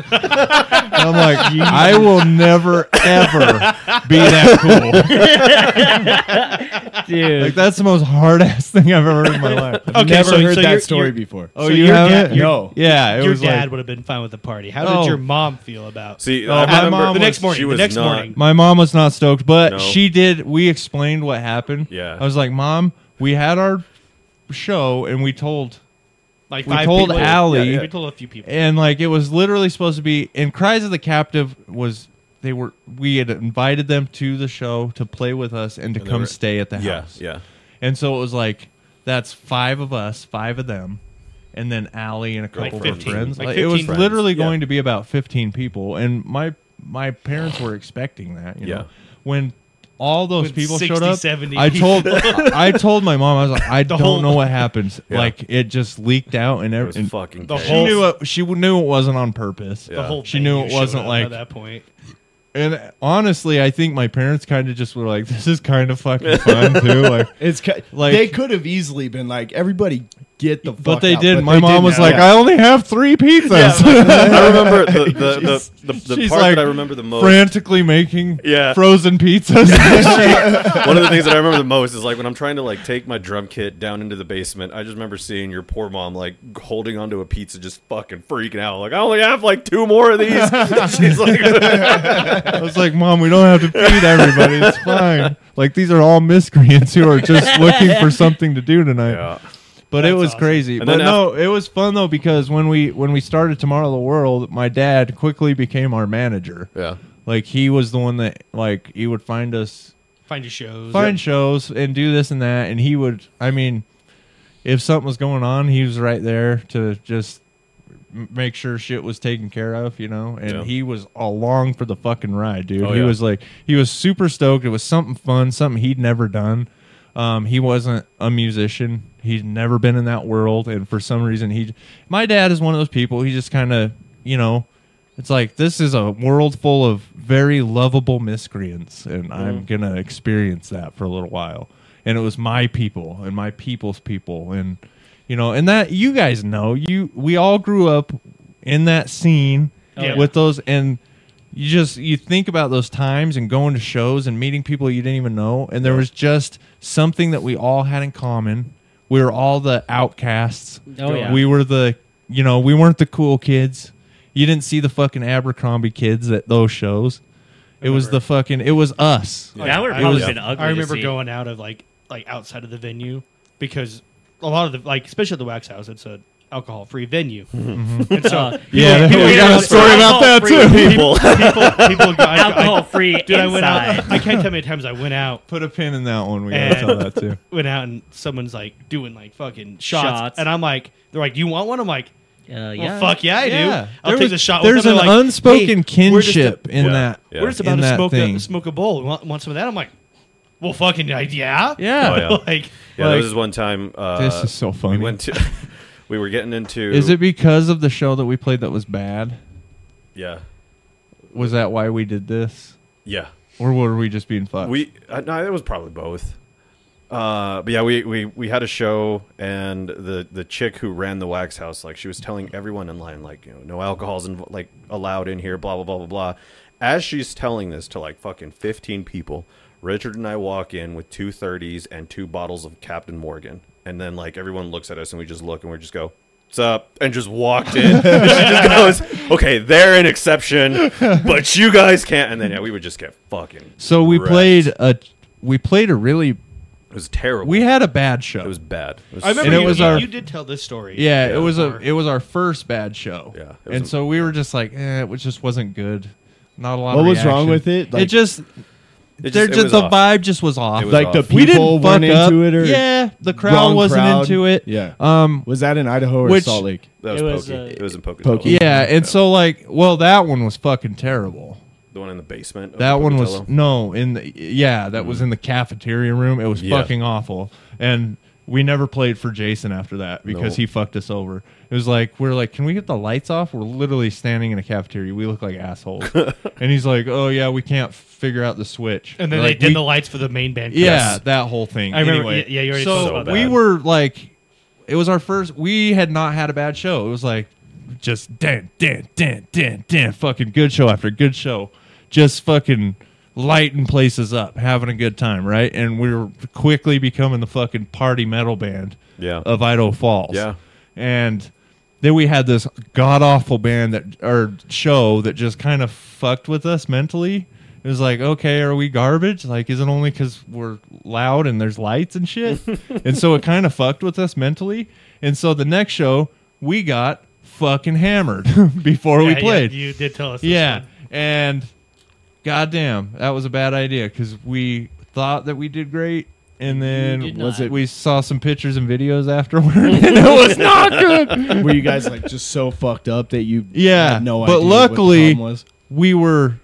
D: and I'm like, I will never ever be that cool.
B: dude.
D: Like that's the most hard ass thing I've ever heard in my life.
G: I've
F: Okay,
G: never
F: so-
G: heard
F: so you're-
G: that story
F: you're-
G: before.
D: Oh,
F: So
D: you
F: your
D: have
F: dad-
D: it?
F: your-
G: No.
D: Yeah, it
F: your
D: was
F: dad
D: like,
F: would have been fine with the party. How
D: Oh.
F: did your mom feel about?
C: See,
D: Oh,
C: I
D: my
C: remember
D: mom
F: the next
D: was-
F: morning.
C: She was
F: the next
C: not-
F: morning.
D: My mom was not stoked, but
C: No.
D: she did. We explained what happened.
C: Yeah.
D: I was like, Mom, we had our show and we told,
F: Like
D: we
F: five
D: told
F: people.
D: Allie-
F: We told a few people.
D: and like it was literally supposed to be. And Cries of the Captive was they were we had invited them to the show to play with us and to
C: they
D: come
C: were-
D: stay at the
C: yeah,
D: house.
C: yeah.
D: And so it was like that's five of us, five of them, and then Allie and a
F: Like
D: couple of
F: 15,
D: her friends.
F: like
D: it was
F: 15 friends,
D: literally
C: yeah.
D: going to be about fifteen people, and my my parents were expecting that. You
C: Yeah.
D: know? when all those
F: When
D: people
F: 60,
D: showed up,
F: 70
D: I told I told my mom I was like, I don't
F: whole-
D: know what happens.
C: Yeah.
D: Like it just leaked out, and
C: It was
D: everything.
C: fucking
F: the
C: bad.
D: She knew it, she knew it wasn't on purpose.
F: the whole
D: She
F: venue
D: knew it
F: showed
D: wasn't
F: up
D: like-
F: at that point.
D: And honestly, I think my parents kind of just were like, "This is kind of fucking fun too." Like
G: It's ki-
D: Like-
G: they could have easily been like, everybody get the fuck
D: But they
G: out,"
D: didn't. My
G: they
D: mom
G: didn't.
D: was like,
G: Yeah.
D: I only have three pizzas.
C: I remember the the, the, the, the
D: She's
C: part
D: like,
C: that I remember the most.
D: Frantically making
C: Yeah.
D: frozen pizzas.
C: One of the things that I remember the most is like when I'm trying to like take my drum kit down into the basement. I just remember seeing your poor mom like holding onto a pizza, just fucking freaking out. Like I only have like two more of these. She's like,
D: I was like, Mom, we don't have to feed everybody. It's fine. Like, these are all miscreants who are just looking for something to do tonight.
C: yeah.
D: But it
F: That's
D: was
F: awesome.
D: crazy.
C: And
D: but
C: then
D: no, it was fun though because when we when we started Tomorrow the World, my dad quickly became our manager.
C: yeah.
D: Like he was the one that like he would find us
F: Find your shows.
D: find shows and do this and that and he would i mean if something was going on he was right there to just m- make sure shit was taken care of you know and
C: Yeah.
D: he was along for the fucking ride dude
C: Oh,
D: he
C: yeah.
D: was like he was super stoked it was something fun something he'd never done um, he wasn't a musician he'd never been in that world and for some reason he my dad is one of those people he just kind of you know it's like this is a world full of very lovable miscreants, and I'm
B: Mm-hmm.
D: gonna experience that for a little while. And it was my people and my people's people, and you know, and that you guys know you we all grew up in that scene
B: Oh,
F: Yeah.
D: with those, and you just you think about those times and going to shows and meeting people you didn't even know, and there was just something that we all had in common. We were all the outcasts.
B: Oh, yeah.
D: We were the, you know, we weren't the cool kids. You didn't see the fucking Abercrombie kids at those shows. It was the fucking, it was us.
B: that would
F: I
B: have probably
F: was-
B: been ugly.
F: I
B: to
F: remember
B: see.
F: going out of like like outside of the venue because a lot of the like especially the wax house it's a alcohol free venue
C: Mm-hmm.
F: and so
B: Uh,
G: Yeah,
F: people-
G: we got a story about that too.
F: people people, people got
B: Alcohol free
F: dude I went out
B: inside.
F: I can't tell you how many times I went out
D: Put a pin in that one. We gotta
F: And-
D: tell that too.
F: went out and someone's like doing like fucking shots,
B: Shots.
F: and I'm like they're like you want one I'm like
B: Uh,
F: well
B: yeah.
F: fuck yeah I
D: Yeah.
F: do I'll
D: There
F: take
D: was-
F: the shot with
D: There's
F: them.
D: an
F: They're like,
D: unspoken
F: "Hey, we're just a-
D: kinship in
C: Yeah.
D: that.
C: Yeah.
F: we're just
D: in
F: about to
D: that
F: smoke
D: thing.
F: a, smoke a bowl. Want, want some of that? I'm like, well, fucking like, yeah,
D: Yeah.
C: Oh, yeah.
F: like
C: Yeah,
D: Like-
C: there was one time. Uh,
D: This is so funny.
C: We went to. we were getting into.
D: Is it because of the show that we played that was bad?
C: Yeah.
D: Was that why we did this,
C: Yeah.
D: or were we just being fucked?
C: We uh, no, it was probably both. Uh, but yeah, we, we we had a show, and the the chick who ran the wax house, like she was telling everyone in line, like you know, no alcohol's inv- like allowed in here, blah blah blah blah blah. As she's telling this to like fucking fifteen people, Richard and I walk in with two thirties and two bottles of Captain Morgan, and then like everyone looks at us, and we just look, and we just go. What's up? And just walked in. And she just goes, "Okay, they're an exception, but you guys can't." And then yeah, we would just get fucking.
D: so we
C: wrecked.
D: played a we played a really
C: It was terrible.
D: we had a bad show.
C: it was bad. It was
F: I remember
D: And it
F: you,
D: was
F: you,
D: our-
F: you did tell this story.
D: yeah,
C: Yeah.
D: it was a
F: Or-
D: it was our first bad show.
C: Yeah, it was
D: and
C: a-
D: so we were just like, eh, it was- just wasn't good. Not a lot.
G: What
D: of
G: was wrong
D: reaction.
G: with it? Like-
D: it just,
C: It
D: they're
C: it
D: just
C: was
D: the
C: off.
D: vibe just was off.
C: It was
G: like the
C: off.
G: people
D: we didn't
G: weren't
D: fuck up.
G: into it, or
D: yeah, the crowd
G: wrong
D: wasn't
G: crowd?
D: into it.
G: Yeah.
D: Um.
G: was that in Idaho or
D: Which-
G: Salt Lake?
C: That was,
B: It was,
C: Pokey.
B: uh,
C: it was in Pokey's
G: Pokey.
C: Villa.
D: Yeah, and so like, well, that one was fucking terrible.
C: the one in the basement. of
D: That one was
C: Pocatello. Mm.
D: no in the yeah that was in the cafeteria room. It was
C: Yeah.
D: fucking awful, and we never played for Jason after that because
C: No.
D: he fucked us over. It was like we're like, can we get the lights off? We're literally standing in a cafeteria. We look like assholes, and he's like, oh yeah, we can't figure out the switch.
F: and then
D: We're
F: they
D: like,
F: did
D: "We-
F: the lights for the main band.
D: yeah
F: Yes.
D: that whole thing.
F: I remember-
D: Anyway,
F: yeah, yeah, you already
D: so,
F: told
C: us about
D: we
C: that.
D: were like, it was our first. We had not had a bad show. It was like just dan dan dan dan dan fucking good show after good show, just fucking lighting places up, having a good time, right? And we were quickly becoming the fucking party metal band
C: Yeah.
D: of Idaho Falls.
C: Yeah.
D: and. Then we had this god awful band that or show that just kind of fucked with us mentally. It was like, okay, are we garbage? Like, is it only because we're loud and there's lights and shit? and so it kind of fucked with us mentally. And so the next show, we got fucking hammered before we
F: Yeah, yeah,
D: played.
F: you did tell us. This
D: Yeah,
F: one.
D: and goddamn, that was a bad idea because we thought that we did great, and then
B: did Was not. it-
D: we saw some pictures and videos afterward, and it was not good.
G: Were you guys like just so fucked up that you
D: Yeah,
G: had no
D: but
G: idea what the
D: luckily-
G: problem was?
D: We were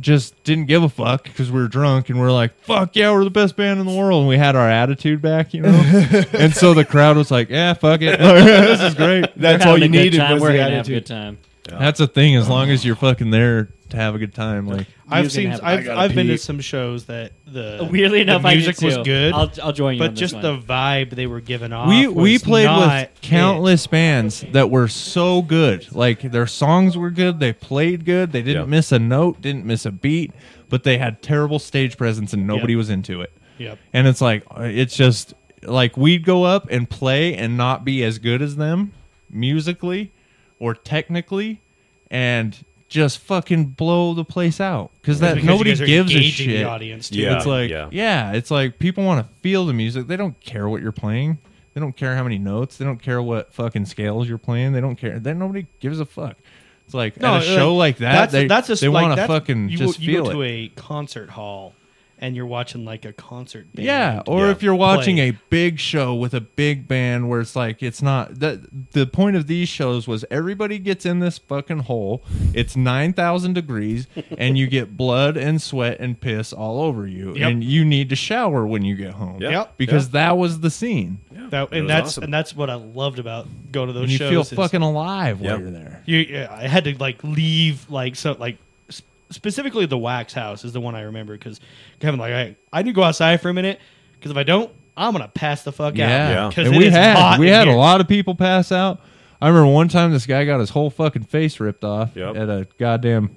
D: just didn't give a fuck because we were drunk, and we are like, "Fuck yeah, we're the best band in the world," and we had our attitude back, you know. and so the crowd was like, "Yeah, fuck it, this is great."
G: that's
B: We're
G: all
B: having
G: you
B: a good
G: needed
B: Time.
G: was
B: We're
G: the
B: gonna have a
G: attitude.
B: good time.
D: That's the thing. As long as you're fucking there to have a good time, like
B: You're
F: I've
B: gonna
F: seen.
B: have- I
F: I've,
G: gotta
F: I've been
G: pee.
F: to some shows that the
B: Weirdly enough,
F: the
B: I did
F: music was
B: too.
F: good,
B: I'll, I'll join you. on
F: but
B: this
F: just
B: one.
F: the vibe they were giving off.
D: we we
F: was
D: played
F: not
D: with countless bands that were so good. Like their songs were good, they played good, they didn't
C: Yeah.
D: miss a note, didn't miss a beat, but they had terrible stage presence and nobody
F: Yep.
D: was into it.
F: It. Yep.
D: And it's like uh, it's just like we'd go up and play and not be as good as them musically or technically and just fucking blow the place out cuz that
F: Because you
D: nobody
F: guys are
D: gives a
F: engaging
D: shit.
F: The audience. Too.
C: Yeah.
D: It's like yeah.
C: yeah.
D: it's like people want to feel the music. They don't care what you're playing. They don't care how many notes. They don't care what fucking scales you're playing. They don't care. Then nobody gives a fuck. It's like at a show like that,
F: That's
D: they,
F: that's just
D: they
F: like,
D: want to
F: that's-
D: fucking
F: you, go-
D: just
F: you
D: feel
F: go to
D: it.
F: a concert hall, and you're watching like a concert. Band
D: yeah, or
C: Yeah.
D: if you're watching
F: Play.
D: a big show with a big band where it's like it's not that the point of these shows was everybody gets in this fucking hole. It's 9,000 degrees and you get blood and sweat and piss all over you
F: Yep.
D: and you need to shower when you get home.
C: Yeah.
F: Yep.
D: because that was the scene.
F: That,
C: It
F: and
C: was
F: that's
C: awesome.
F: and that's what I loved about going to those
D: And you
F: shows.
D: feel
F: is
D: fucking alive
C: Yep.
D: while you're there.
F: you, yeah, I had to like leave like so like sp- specifically the wax house is the one I remember because Kevin like I I need to go outside for a minute because if I don't I'm gonna pass the fuck
D: Yeah,
F: out. 'Cause
D: and
F: it
D: we
F: is
D: had
F: hot
D: we
F: in
D: had a
F: here.
D: lot of people pass out. I remember one time this guy got his whole fucking face ripped off
C: Yep.
D: at a goddamn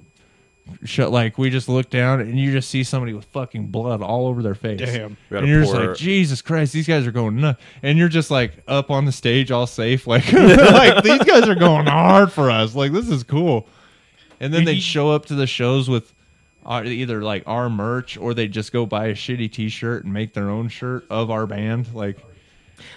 D: shut. Like we just looked down and you just see somebody with fucking blood all over their face.
F: Damn.
C: We had
D: And
C: a
D: you're just
C: poor-
D: like, Jesus Christ, these guys are going nuts. And you're just like up on the stage, all safe, like, like these guys are going hard for us. Like this is cool. And then
F: You-
D: they'd
F: you-
D: show up to the shows with are either like our merch or they just go buy a shitty T-shirt and make their own shirt of our band. Like,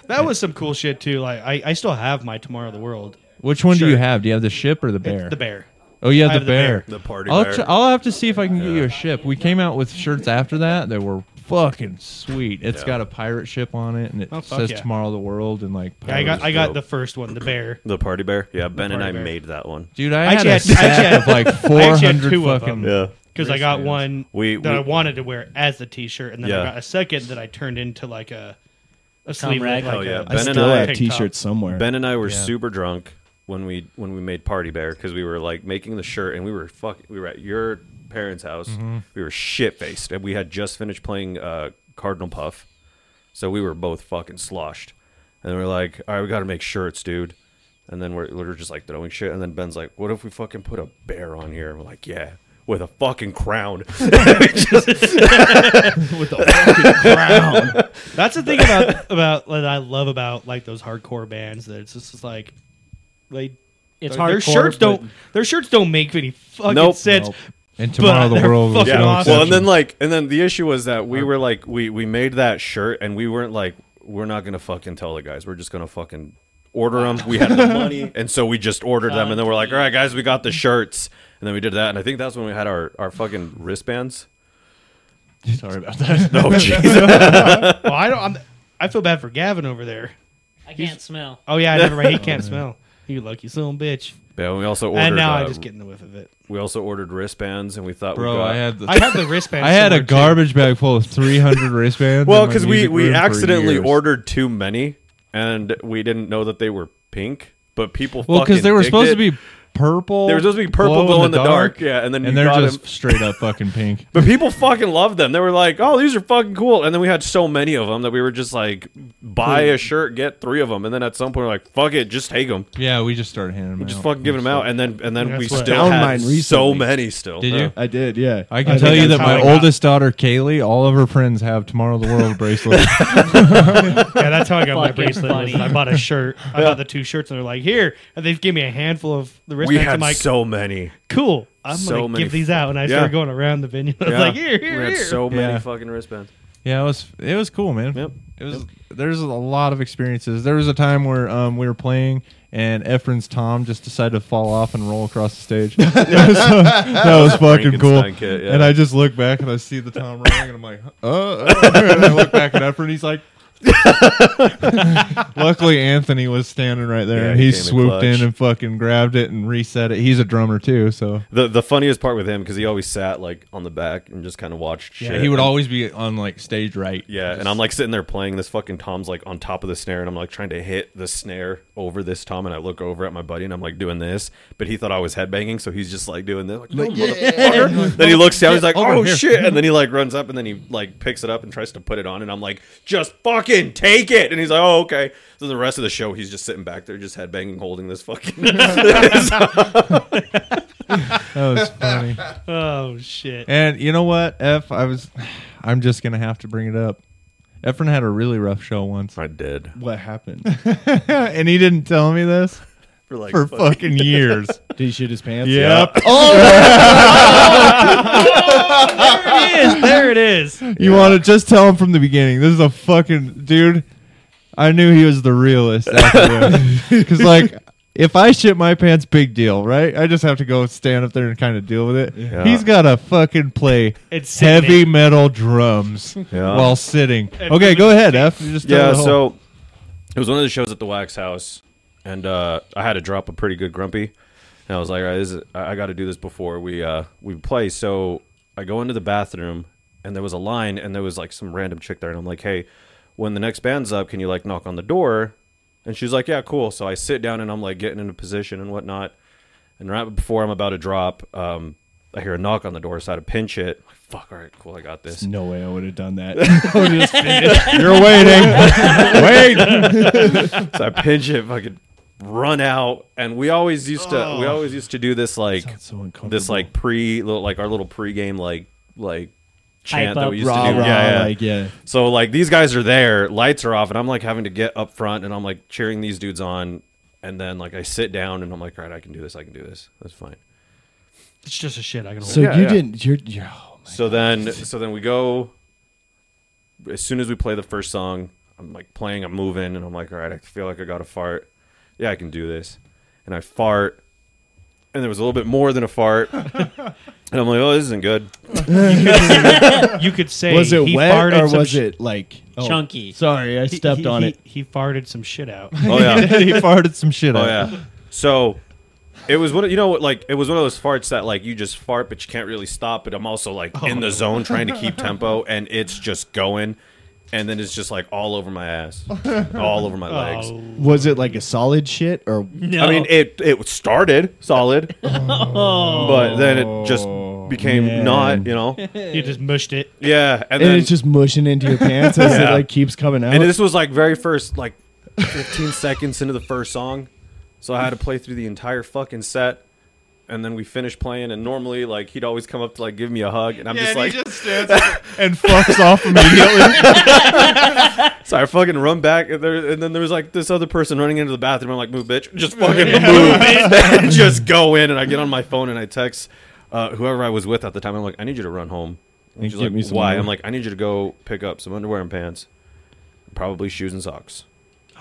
F: That was some cool shit too. Like I, I still have my Tomorrow of the World.
D: which one do you
F: Sure.
D: have? Do you have the ship or the bear?
F: The bear.
D: Oh, you have
F: I
D: the
F: have the
D: bear.
F: bear.
C: The party
D: I'll,
C: bear.
D: tr- I'll have to see if I can get you a ship. We came out with shirts after that that were fucking sweet. It's got a pirate ship on it, and it
F: Oh, fuck
D: says
F: yeah.
D: "Tomorrow the World" and like.
F: Yeah, I got
D: pirates.
F: I got the first one, the bear.
C: The party bear. Yeah, Ben and
F: party
C: I
F: bear.
C: made that one.
D: Dude, I
F: I
D: had a
F: actually had- I
D: stack of
F: actually had-
D: like
F: I
D: four
F: actually had
D: hundred
F: two of
D: fucking.
F: them.
C: Yeah.
F: Because I got one
C: We-
F: that
C: we-
F: I wanted to wear as a T-shirt, and then
C: Yeah.
F: I got a second that I turned into like a a
B: Tom
F: sleeve.
B: Rag?
F: Like
B: Oh,
F: a-
C: yeah.
G: I
C: Ben and
G: still
C: I-
G: have
F: tank top.
G: T-shirts somewhere.
C: Ben and I were
D: Yeah.
C: super drunk when we when we made Party Bear because we were like making the shirt and we were fuck we were at your parents' house. We were shit faced and we had just finished playing uh, Cardinal Puff, so we were both fucking sloshed, and we are like, all right, we got to make shirts, dude. And then we're, we're just like throwing shit, and then Ben's like, "What if we fucking put a bear on here?" And we're like, "Yeah, with a fucking crown."
F: That's the thing about about that I love about like those hardcore bands that it's just it's like they
B: It's
F: their, their
B: hardcore,
F: shirts
B: but-
F: don't their shirts don't make any fucking
C: Nope.
F: sense.
D: And tomorrow
F: But
D: the
F: they're
D: world was
F: fucking
D: no
F: awesome.
D: exception.
C: Well, and then like, and then the issue was that we were like, we we made that shirt, and we weren't like, we're not gonna fucking tell the guys. We're just gonna fucking order them. We had the money, and so we just ordered them, and then we're like, all right, guys, we got the shirts, and then we did that, and I think that's when we had our our fucking wristbands. Oh,
D: Sorry about that.
C: No, jeez.
F: Well, Oh, I don't. I'm, I feel bad for Gavin over there.
B: I can't smell.
F: Oh yeah, never mind. He can't smell. You lucky son of a bitch.
C: yeah, we also ordered.
F: and now I
C: uh,
F: just get in the whiff of it.
C: We also ordered wristbands, and we thought, we
D: Bro,
C: got,
D: I had the.
F: I have the wristband.
D: I had a
F: somewhere, too.
D: garbage bag full of 300 wristbands.
C: Well,
D: because
C: because we we accidentally ordered too many, and we didn't know that they were pink, but people
D: Well, because
C: because
D: they were supposed to be purple.
C: They were supposed to be purple, glow in the dark, yeah, and then you
D: and they're
C: got
D: just
C: 'em.
D: straight up fucking pink.
C: But people fucking loved them. They were like, "Oh, these are fucking cool." And then we had so many of them that we were just like, "Buy a shirt, get three of them." And then at some point, we're like, "Fuck it, just take them."
D: Yeah, we just started handing them.
C: Just
D: out.
C: fucking giving them out. And then and then
F: That's
C: we
F: what-
C: still
G: Found
C: had
G: mine
C: so
G: recently.
C: many. Still,
D: Did you?
C: Yeah.
G: I did, yeah.
D: I can
G: think
D: tell you
F: that's
D: that
F: how
D: my
F: I got-
D: oldest daughter Kaylee, all of her friends have Tomorrow the World bracelet.
F: Yeah, that's how I got my
B: Fucking
F: bracelet. was
B: funny.
F: that I bought a shirt. I bought the two shirts, and they're like, "Here," and they gave me a handful of the
C: We
F: wristbands.
C: had
F: I'm like,
C: so many.
F: "Cool, I'm
C: so
F: gonna
C: many
F: give these out." And I started
C: yeah.
F: going around the venue. I was
C: Yeah.
F: like, "Here, here,
C: we had
F: here."
C: so many
D: Yeah.
C: fucking wristbands.
D: yeah, it was it was cool, man.
C: Yep.
D: It was there's a lot of experiences. There was a time where um, we were playing and Efren's Tom just decided to fall off and roll across the stage. that was, that was fucking cool.
C: Frankenstein kit, yeah.
D: And I just look back and I see the Tom rolling and I'm like, uh, uh," and I look back at Efren, he's like Luckily Anthony was standing right there
C: Yeah,
D: and
C: he
D: he
C: came in
D: swooped in
C: clutch.
D: and fucking grabbed it and reset it. He's a drummer too, so
C: The the funniest part with him because he always sat like on the back and just kind of watched.
D: Yeah,
C: shit.
D: he would always be on like stage right.
C: Yeah, and I'm like sitting there playing this fucking Tom's like on top of the snare, and I'm like trying to hit the snare over this Tom, and I look over at my buddy, and I'm like doing this, but he thought I was headbanging, so he's just like doing this. Like, no, motherfucker. then he looks down, he's like,
D: over
C: oh
D: here."
C: shit, and then he like runs up, and then he like picks it up and tries to put it on, and I'm like, just fucking take it, and he's like, oh okay. So the rest of the show, he's just sitting back there, just headbanging, holding this fucking.
D: that was funny.
F: Oh shit!
D: And you know what, F? I was, I'm just gonna have to bring it up. Efren had a really rough show once,
C: I did
G: What happened?
D: and he didn't tell me this
C: for like
D: for
C: fucking-
D: fucking years.
G: Did he shit his pants?
D: Yep.
C: Oh,
F: There it is. There it is.
D: You want to just tell him from the beginning. This is a fucking dude. I knew he was the realist. Because, like, if I shit my pants, big deal, right? I just have to go stand up there and kind of deal with it. He's got to fucking play
F: It's
D: heavy
F: sickening.
D: metal drums while sitting. okay, go ahead, F. You just tell
C: yeah
D: the whole-
C: so it was one of the shows at the wax house and uh, i had to drop a pretty good grumpy and i was like all right, this is, i got to do this before we uh, we play so i go into the bathroom and there was a line and there was like some random chick there and i'm like hey when the next band's up can you like knock on the door and she's like yeah cool so i sit down and i'm like getting into position and whatnot and right before i'm about to drop um, i hear a knock on the door so i had to pinch it fuck all right cool i got this
G: No way I would have done that. I would've just finished.
D: You're waiting. Wait.
C: so I pinch it, fucking run out, and we always used to we always used to do this like
G: so uncomfortable.
C: this like pre little like our little pregame like like chant that
B: up,
C: we used
G: Rah,
C: to do.
G: rah,
C: yeah, yeah.
G: Ah, like, yeah.
C: So like these guys are there, lights are off, and I'm like having to get up front and I'm like cheering these dudes on, and then like I sit down and I'm like, all right, I can do this, I can do this, that's fine.
F: It's just a shit I can hold.
G: So
C: Oh, Yeah,
G: you
C: yeah.
G: didn't. You're, you're oh my
C: so then so then we go as soon as we play the first song i'm like playing i'm moving and i'm like all right i feel like i got to fart yeah i can do this and i fart and there was a little bit more than a fart and i'm like oh this isn't good
F: you could say
G: was it
F: he
G: wet
F: farted
G: or
F: some
G: was
F: sh-
G: it like oh,
B: Chunky.
G: Sorry, I
F: he-
G: stepped
F: he-
G: on
F: he-
G: it.
F: He farted some shit out.
C: oh yeah
D: he farted some shit
C: Oh
D: out.
C: yeah. So it was one. You know, like it was one of those farts that like you just fart, but you can't really stop. But I'm also like in the zone trying to keep tempo, and it's just going, and then it's just like all over my ass, all over my legs.
F: Oh.
G: Was it like a solid shit or
B: No.
C: I mean, it it started solid, but then it just became
G: Man.
C: not. You know,
F: You just mushed it.
C: yeah, and,
G: and
C: then
G: it's just mushing into your pants as
C: Yeah.
G: it like keeps coming out.
C: and this was like very first like 15 seconds into the first song so i had to play through the entire fucking set and then we finished playing and normally like he'd always come up to like give me a hug and i'm just like
D: and fucks off immediately.
C: so i fucking run back and, there, and then there was like this other person running into the bathroom i'm like move bitch just fucking move and just go in and i get on my phone and i text uh, whoever i was with at the time i'm like i need you to run home and she's
G: get
C: like
G: me some
C: why
G: underwear."
C: i'm like i need you to go pick up some underwear and pants probably shoes and socks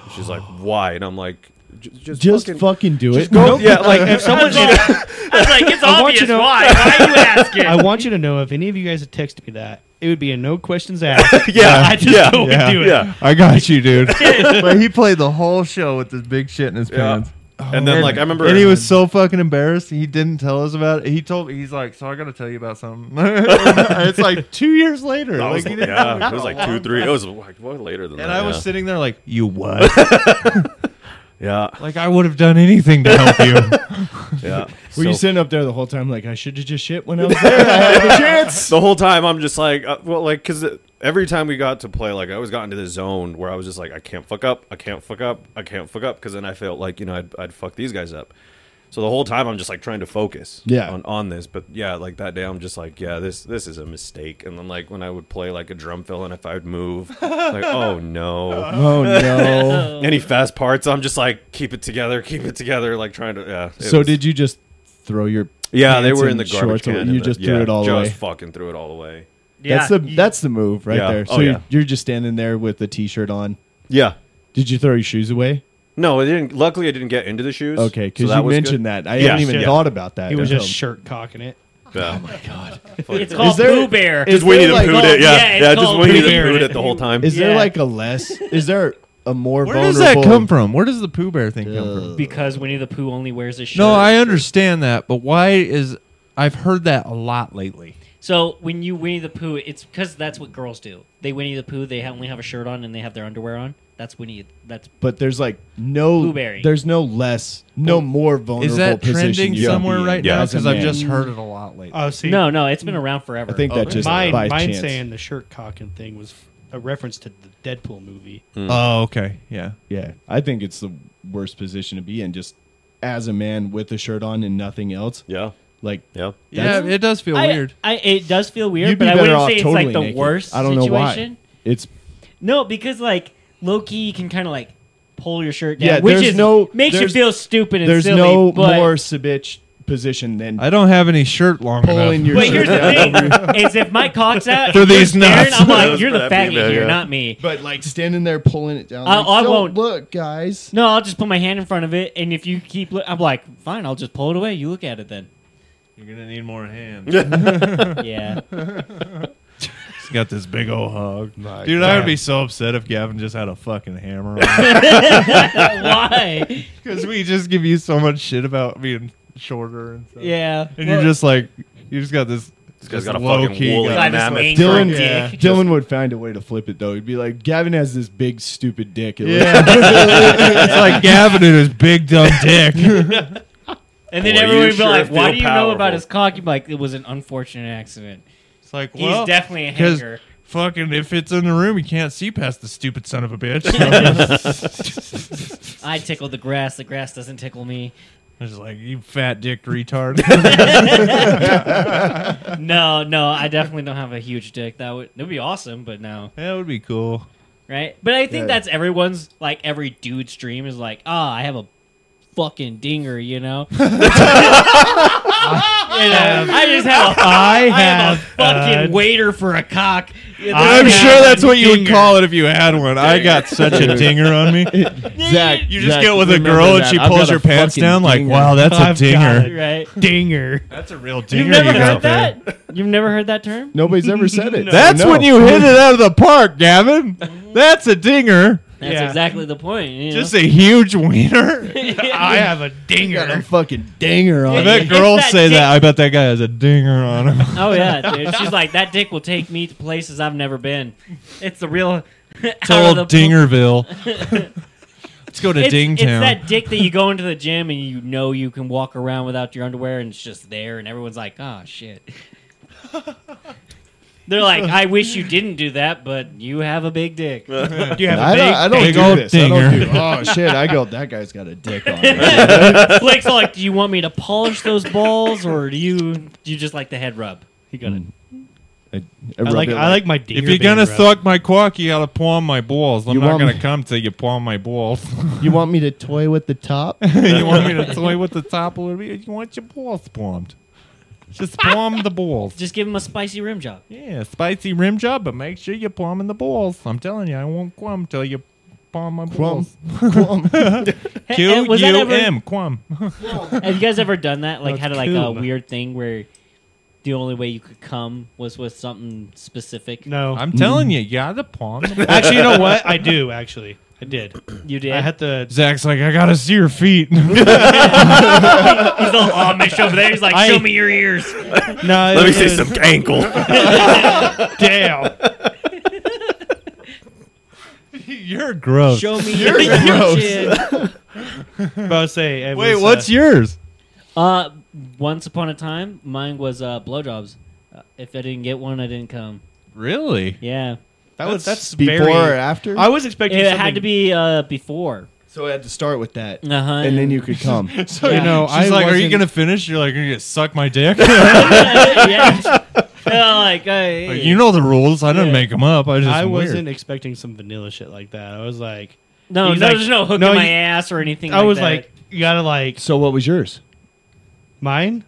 C: And she's like why and i'm like "J- just,
G: just
C: fucking
G: fucking, do it.
C: yeah, like if someone
B: I was like, it's
F: I want
B: obvious.
F: you to-
B: Why? Why are you asking?
F: I want you to know if any of you guys had texted me that, it would be a no questions asked.
C: Yeah,
F: I just
C: yeah,
F: go and
D: yeah,
F: do it.
C: yeah,
D: I got you, dude. but he played the whole show with this big shit in his
C: Yeah.
D: pants.
C: and then like I remember,
D: and he was so fucking embarrassed. He didn't tell us about it. He told me he's like, "So I got to tell you about something." it's like two years later.
C: I
D: Like,
C: was-
D: he didn't tell me
C: yeah, it
D: for
C: was
D: a
C: like
D: long
C: two, three. It
D: time.
C: was like way later than
D: And
C: that.
D: I was
C: yeah.
D: sitting there like, "You what?"
C: yeah,
D: like I would have done anything to help you.
C: yeah.
G: Were you
C: So-
G: sitting up there the whole time like I should have just shit when I was there? I had the chance.
C: the whole time I'm just like, uh, well, like because every time we got to play, like I always got into this zone where I was just like, I can't fuck up, I can't fuck up, I can't fuck up, because then I felt like you know I'd, I'd fuck these guys up. So the whole time I'm just like trying to focus,
G: Yeah.
C: on, on this. But yeah, like that day I'm just like, yeah, this this is a mistake. And then like when I would play like a drum fill and if I would move, like oh no,
G: Oh no!
C: any fast parts, I'm just like keep it together, keep it together, like trying to. Yeah. it
G: so
C: was-
G: did you just throw your?
C: Yeah, they
G: pants
C: were
G: and
C: in the garbage
G: shorts
C: can.
G: away?
C: and
G: You
C: the-
G: just
C: yeah,
G: threw it all
C: just
G: away.
C: fucking threw it all away.
G: that's the that's the move right
C: Yeah.
G: there. So
C: Oh,
G: you're,
C: yeah.
G: you're just standing there with the t-shirt on.
C: Yeah.
G: Did you throw your shoes away?
C: No, it didn't. Luckily, I didn't get into the shoes.
G: Okay, because
C: that
G: you
C: was
G: mentioned that. I
C: Yeah,
G: hadn't even
C: yeah.
G: thought about that.
F: He was
G: until-
F: just shirt cocking it.
C: good. Yeah.
B: Oh it's called
G: there-
B: Boo Bear.
G: is
C: Just Winnie
G: there
C: the
G: like-
C: Pooh it. Yeah,
B: yeah, it's
C: yeah. Just
B: called
C: Winnie the
B: Pooh Bear.
C: Pooh it the whole time.
G: Is there
B: Yeah.
G: like a less? Is there a more?
D: Where does
G: vulnerable
D: that come from? Where does the Pooh Bear thing come from?
B: because Winnie the Pooh only wears a shirt.
D: No, I understand that, but why is I've heard that a lot lately.
B: So when you Winnie the Pooh, it's because that's what girls do. They Winnie the Pooh. They ha- only have a shirt on and they have their underwear on. That's Winnie. That's
G: But there's like no.
B: Blueberry.
G: There's no less. No more vulnerable.
D: Is that
G: position
D: trending
G: you can
D: somewhere
G: be in
D: right
C: Yeah,
D: now?
G: as a
D: Because I've
G: man.
D: just heard it a lot lately.
F: Oh, see,
B: no, no. It's been around forever.
G: I think
D: Oh,
G: that just
F: mine,
G: by
F: mine
G: chance.
F: saying the shirt cocking thing was a reference to the Deadpool movie.
D: oh, okay, yeah.
G: Yeah, I think it's the worst position to be in. Just as a man with a shirt on and nothing else,
C: Yeah,
G: like
C: yeah.
D: Yeah, it does feel
B: I,
D: weird.
B: I, it does feel weird,
G: you'd be
B: but I
G: better
B: wouldn't
G: off
B: say it's
G: totally
B: like the
G: naked.
B: worst.
G: I don't know
B: situation.
G: why. It's
B: No, because like Loki, you can kind of like pull your shirt down,
G: Yeah,
B: which
G: there's
B: is
G: no-
B: makes you
G: there's-
B: feel stupid and
G: there's
B: silly.
G: no
B: but,
G: more sabitch position than
D: I don't have any shirt long enough.
G: pulling your
B: But
G: shirt
B: here's the
G: down
B: thing:
G: over-
B: is if my cock's out
D: For
B: and you're
D: these
B: staring,
D: nuts.
B: I'm like, you're the
C: That's what I
B: faggot
C: mean,
B: here,
C: yeah.
B: not me.
G: But like standing there pulling it down.
B: I-
G: like,
B: I
G: "Don't
B: won't-
G: look, guys.
B: No, I'll just put my hand in front of it, and if you keep, look, I'm like, fine, I'll just pull it away. You look at it then.
D: You're gonna need more hands. He's
B: Yeah.
D: got this big old hog, dude. I would be so upset if Gavin just had a fucking hammer.
B: Why?
D: Because we just give you so much shit about being shorter and stuff.
B: Yeah.
D: and you're
B: Well,
D: just like, you just got this. This
C: guy's got a fucking woolly
B: I was
C: mammoth
B: angry
G: Dylan,
B: dick.
D: Yeah.
G: Dylan would find a way to flip it though. He'd be like, Gavin has this big stupid dick. It
D: Yeah. it's like Gavin and his big dumb dick.
B: And then
C: Boy,
B: everyone
C: you
B: would be
C: sure
B: like, "Why
C: feel
B: do you know about
C: powerful."
B: his cock?" You'd be like, "It was an unfortunate accident.
D: It's like,
B: He's
D: well,
B: definitely a
D: 'cause
B: hanger."
D: Fucking, if it's in the room, you can't see past the stupid son of a bitch. So
B: I tickle the grass. The grass doesn't tickle me.
D: it's just like, you fat dick retard.
B: No, no, I definitely don't have a huge dick. That would that would be awesome, but no,
D: that would be cool.
B: right? But I think that's everyone's like every dude's dream is like, ah, I have a fucking dinger, you know? You know, I just have a,
K: I have
B: have, a fucking
F: Uh,
K: a-
B: waiter for a cock.
K: I'm sure that's what you would call
D: it if you had one. I got such a dinger on me.
G: Zach,
D: You just get with a girl and she pulls your pants down like, wow, that's a dinger.
B: Right. Dinger.
D: That's a real
B: You've
D: dinger
B: never
D: you got
B: heard
D: there.
B: that? You've never heard that term?
G: Nobody's ever said it.
D: That's
G: No.
D: when you hit it out of the park, Gavin.
B: Mm-hmm.
D: That's a dinger.
B: That's exactly the point. you
D: Just
B: know?
D: a huge wiener.
F: I have a
G: Got a
F: dinger.
G: fucking dinger
D: I
G: on
D: bet
G: you.
D: girls
B: that
D: say
B: dick.
D: that. I bet that guy has a dinger on him.
B: Oh yeah, dude. She's like, that dick will take me to places I've never been. It's the real
D: It's
B: out of
D: old
B: the-
D: Dingerville. Let's go to
B: It's,
D: Dingtown.
B: it's that dick that you go into the gym and you know you can walk around without your underwear and it's just there and everyone's like, oh shit. They're like, I wish you didn't do that, but you have a big dick.
F: Do you have
G: I
F: a
G: don't,
F: big?
G: I don't
D: big
G: do
D: old
G: this. I don't
D: dinger.
G: do, oh shit! I go. That guy's got a dick on. him.
B: Blake's all like, do you want me to polish those balls or do you do you just like the head rub?
F: He got a-
B: Mm.
G: I
F: I
G: rub
F: like
G: it
F: I like my dinger.
D: if you're
F: being
D: gonna
F: rubbed.
D: suck my quack, you gotta palm my balls. I'm
G: You
D: not
G: want
D: gonna
G: me-
D: come till you palm my balls.
G: You want me to toy with the top?
D: you want me to toy with the top a little bit? You want your balls palmed? Just palm the balls.
B: Just give him a spicy rim job.
D: Yeah, spicy rim job, but make sure you palm in the balls. I'm telling you, I won't quam till you palm my
G: Crumb.
D: balls.
G: Crumb.
B: Hey,
D: Q
B: and was that
D: U
B: ever-
D: M quam.
B: Have you guys ever done that? Like
F: That's
B: had like a
F: cool.
B: weird thing where the only way you could come was with something specific.
F: No,
D: I'm telling you, you gotta palm. the balls.
F: actually, you know what? I do actually. I did.
B: You did.
F: I had to.
D: Zach's like, I gotta see your feet.
B: He's all Amish over there. He's like,
F: I-
B: show me your ears.
F: No,
C: Let me see some ankle.
F: Damn.
D: You're gross.
B: Show me your ears.
F: But say, it
D: Wait,
F: was,
D: what's
F: uh,
D: yours?
B: Uh, once upon a time, mine was uh, blowjobs. Uh, if I didn't get one, I didn't come.
D: Really?
B: Yeah,
F: that was that's
G: Before
F: very,
G: or after?
F: uh, I was expecting
B: it
F: something.
B: had to be uh, before.
G: so I had to start with that,
B: Uh
C: Uh-huh.
B: huh.
G: and then you could come.
D: So
B: Yeah.
D: you know, Oh,
G: She's
D: I
G: like,
D: like,
G: "Are
D: are
G: you
D: you gonna
G: gonna
D: finish? You're like, you're gonna suck my dick.
B: yeah. Yeah, like, uh,
D: you know the rules. I didn't
B: Yeah.
D: make them up. I just
F: I
D: am weird.
F: wasn't expecting some vanilla shit like that. I was like,
B: no,
F: He's
B: no,
F: like,
B: there's no hook
F: no,
B: in my
F: you-
B: ass or anything.
F: I was
B: that.
F: like, you gotta like
G: So what was yours?
F: mine.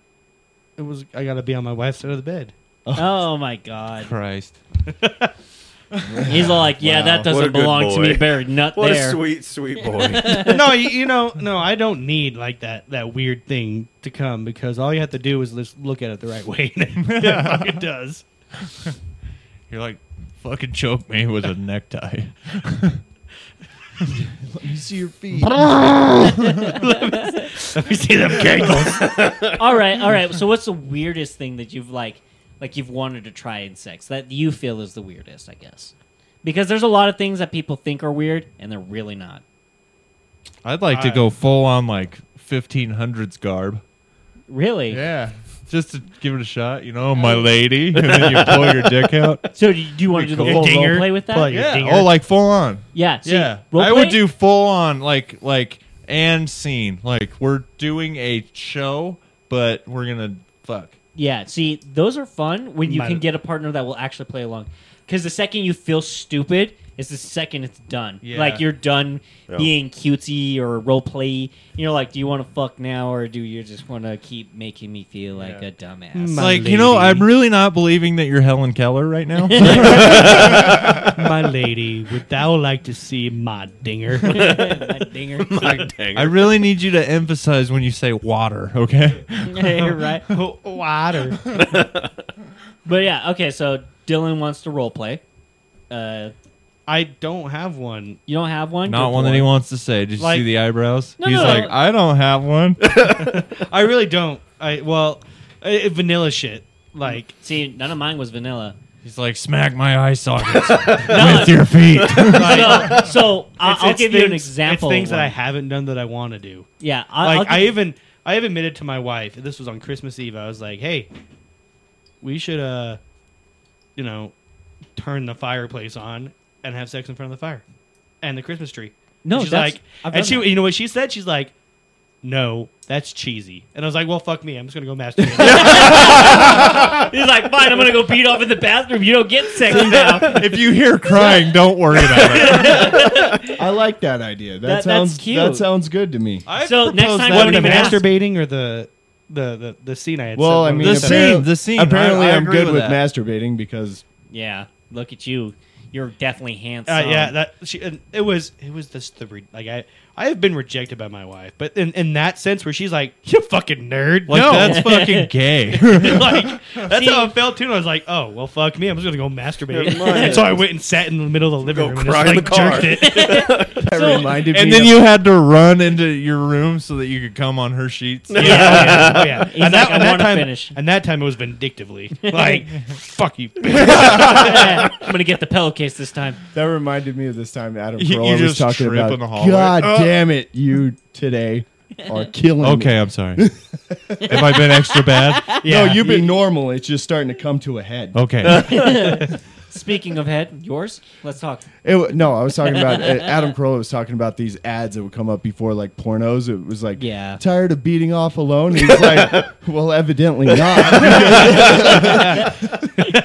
F: It was I gotta be on my wife's side of the bed.
B: oh my god.
D: Christ.
B: He's all like, yeah, that
C: What a
B: doesn't
C: good
B: belong to
C: boy.
B: me. Better nut
C: What
B: there.
C: a sweet, sweet boy.
F: no, you, you know, no, I don't need like that that weird thing to come because all you have to do is just look at it the right way. and it fucking does.
D: You're like, fucking choke me with a necktie.
G: You see your feet.
F: Let me see them giggles.
B: all right, all right. So, what's the weirdest thing that you've like, like you've wanted to try in sex that you feel is the weirdest? I guess because there's a lot of things that people think are weird and they're really not.
D: I'd like to
F: I-
D: go full on like 1500s garb.
B: Really?
D: Yeah. Just to give it a shot, you know, my lady, and then you pull your dick out.
B: So, do you, do you want to do the
D: Cool.
B: whole
D: Dinger.
B: role play with that?
F: Play. Your
D: Yeah.
F: dinger.
D: Oh, like full on.
B: Yeah. So
D: yeah.
B: Role
D: I
B: play?
D: would do full on like like and scene. Like we're doing a show, but we're gonna fuck.
B: Yeah, see, those are fun when you
F: Might-
B: can get a partner that will actually play along. Because the second you feel stupid is the second it's done.
D: Yeah.
B: Like you're done being cutesy or role play. You're like, do you want to fuck now or do you just want to keep making me feel like a dumbass?
F: My
D: Like, you know,
F: lady.
D: I'm really not believing that you're Helen Keller right now.
F: my lady, would thou like to see my dinger?
B: My dinger.
D: I really need you to emphasize when you say water, okay?
B: right.
F: Oh, Water.
B: But yeah, okay, so Dylan wants to role play. Uh,
F: I don't have one.
B: you don't have one?
D: Not
B: Good
D: one that
B: boy.
D: he wants to say. Did you
F: Like-
D: see the eyebrows?
B: No,
D: He's
B: no,
D: like,
B: no.
D: I don't have one.
F: I really don't. I well, I, I- vanilla shit. Like
B: See, none of mine was vanilla.
D: He's like, smack my eye sockets
B: No,
D: with your feet.
B: so, so I-
F: it's-
B: I'll
F: it's
B: give you an
F: things-
B: example.
F: It's things
B: of
F: that I
B: one.
F: haven't done that I want to do.
B: Yeah, I, I'll
F: like
B: give
F: I
B: you-
F: even I have admitted to my wife. This was on Christmas Eve. I was like, "Hey, we should uh, you know, turn the fireplace on and have sex in front of the fire and the Christmas tree."
B: No,
F: And she's
B: that's-
F: like,
B: I've
F: and
B: done
F: she,
B: that.
F: you know what she said? She's like, no, that's cheesy. And I was like, well, fuck me. I'm just going to go masturbate.
B: He's like, fine, I'm gonna go beat off in the bathroom. You don't get sex now.
A: if you hear crying, don't worry about it.
G: I like that idea. That,
B: That- that's
G: sounds
B: cute.
G: that sounds good to me.
B: I So next proposed time that.
F: what,
B: don't
F: the
B: even ask.
F: masturbating or the, the, the, the scene I had
G: well, I
F: said?
G: mean,
F: The
G: apparently-
F: scene, the scene.
G: Apparently,
F: I- I
G: am
F: agree
G: good
F: with that.
G: with masturbating because
B: Yeah, look at you. You're definitely handsome.
F: Uh, yeah, that she and it was it was this the re, like I I have been rejected by my wife, but in, in that sense where she's like you fucking nerd,
D: Like,
F: no
D: that's fucking gay.
F: like that's
B: See-
F: how it felt too. And I was like, oh well, fuck me, I'm just gonna go masturbate.
B: Never mind.
F: so I went and sat in the middle of the living room and just
C: cry in
F: like
C: the car.
F: jerked it.
G: that reminded
D: And
G: me.
D: then
G: of-
D: you had to run into your room so that you could come on her sheets.
F: yeah, yeah, oh, yeah.
B: He's like, I wanna
F: time,
B: finish.
F: and that time it was vindictively like fuck you.
B: I'm gonna get the pillowcase this time.
G: that reminded me of this time Adam
D: You- you
G: Carolla was
D: just
G: talking
D: trip
G: about.
D: in the hallway. Uh,
G: God damn it, you today are killing me."
D: Okay, I'm sorry. Have I been extra bad?
F: Yeah.
G: No, you've been normal. It's just starting to come to a head.
D: Okay.
B: Speaking of head, yours. Let's talk.
G: It, wa- no, I was talking about uh, Adam Carolla was talking about these ads that would come up before like pornos. It was like,
B: Yeah.
G: tired of beating off alone. And he's like, well, evidently not.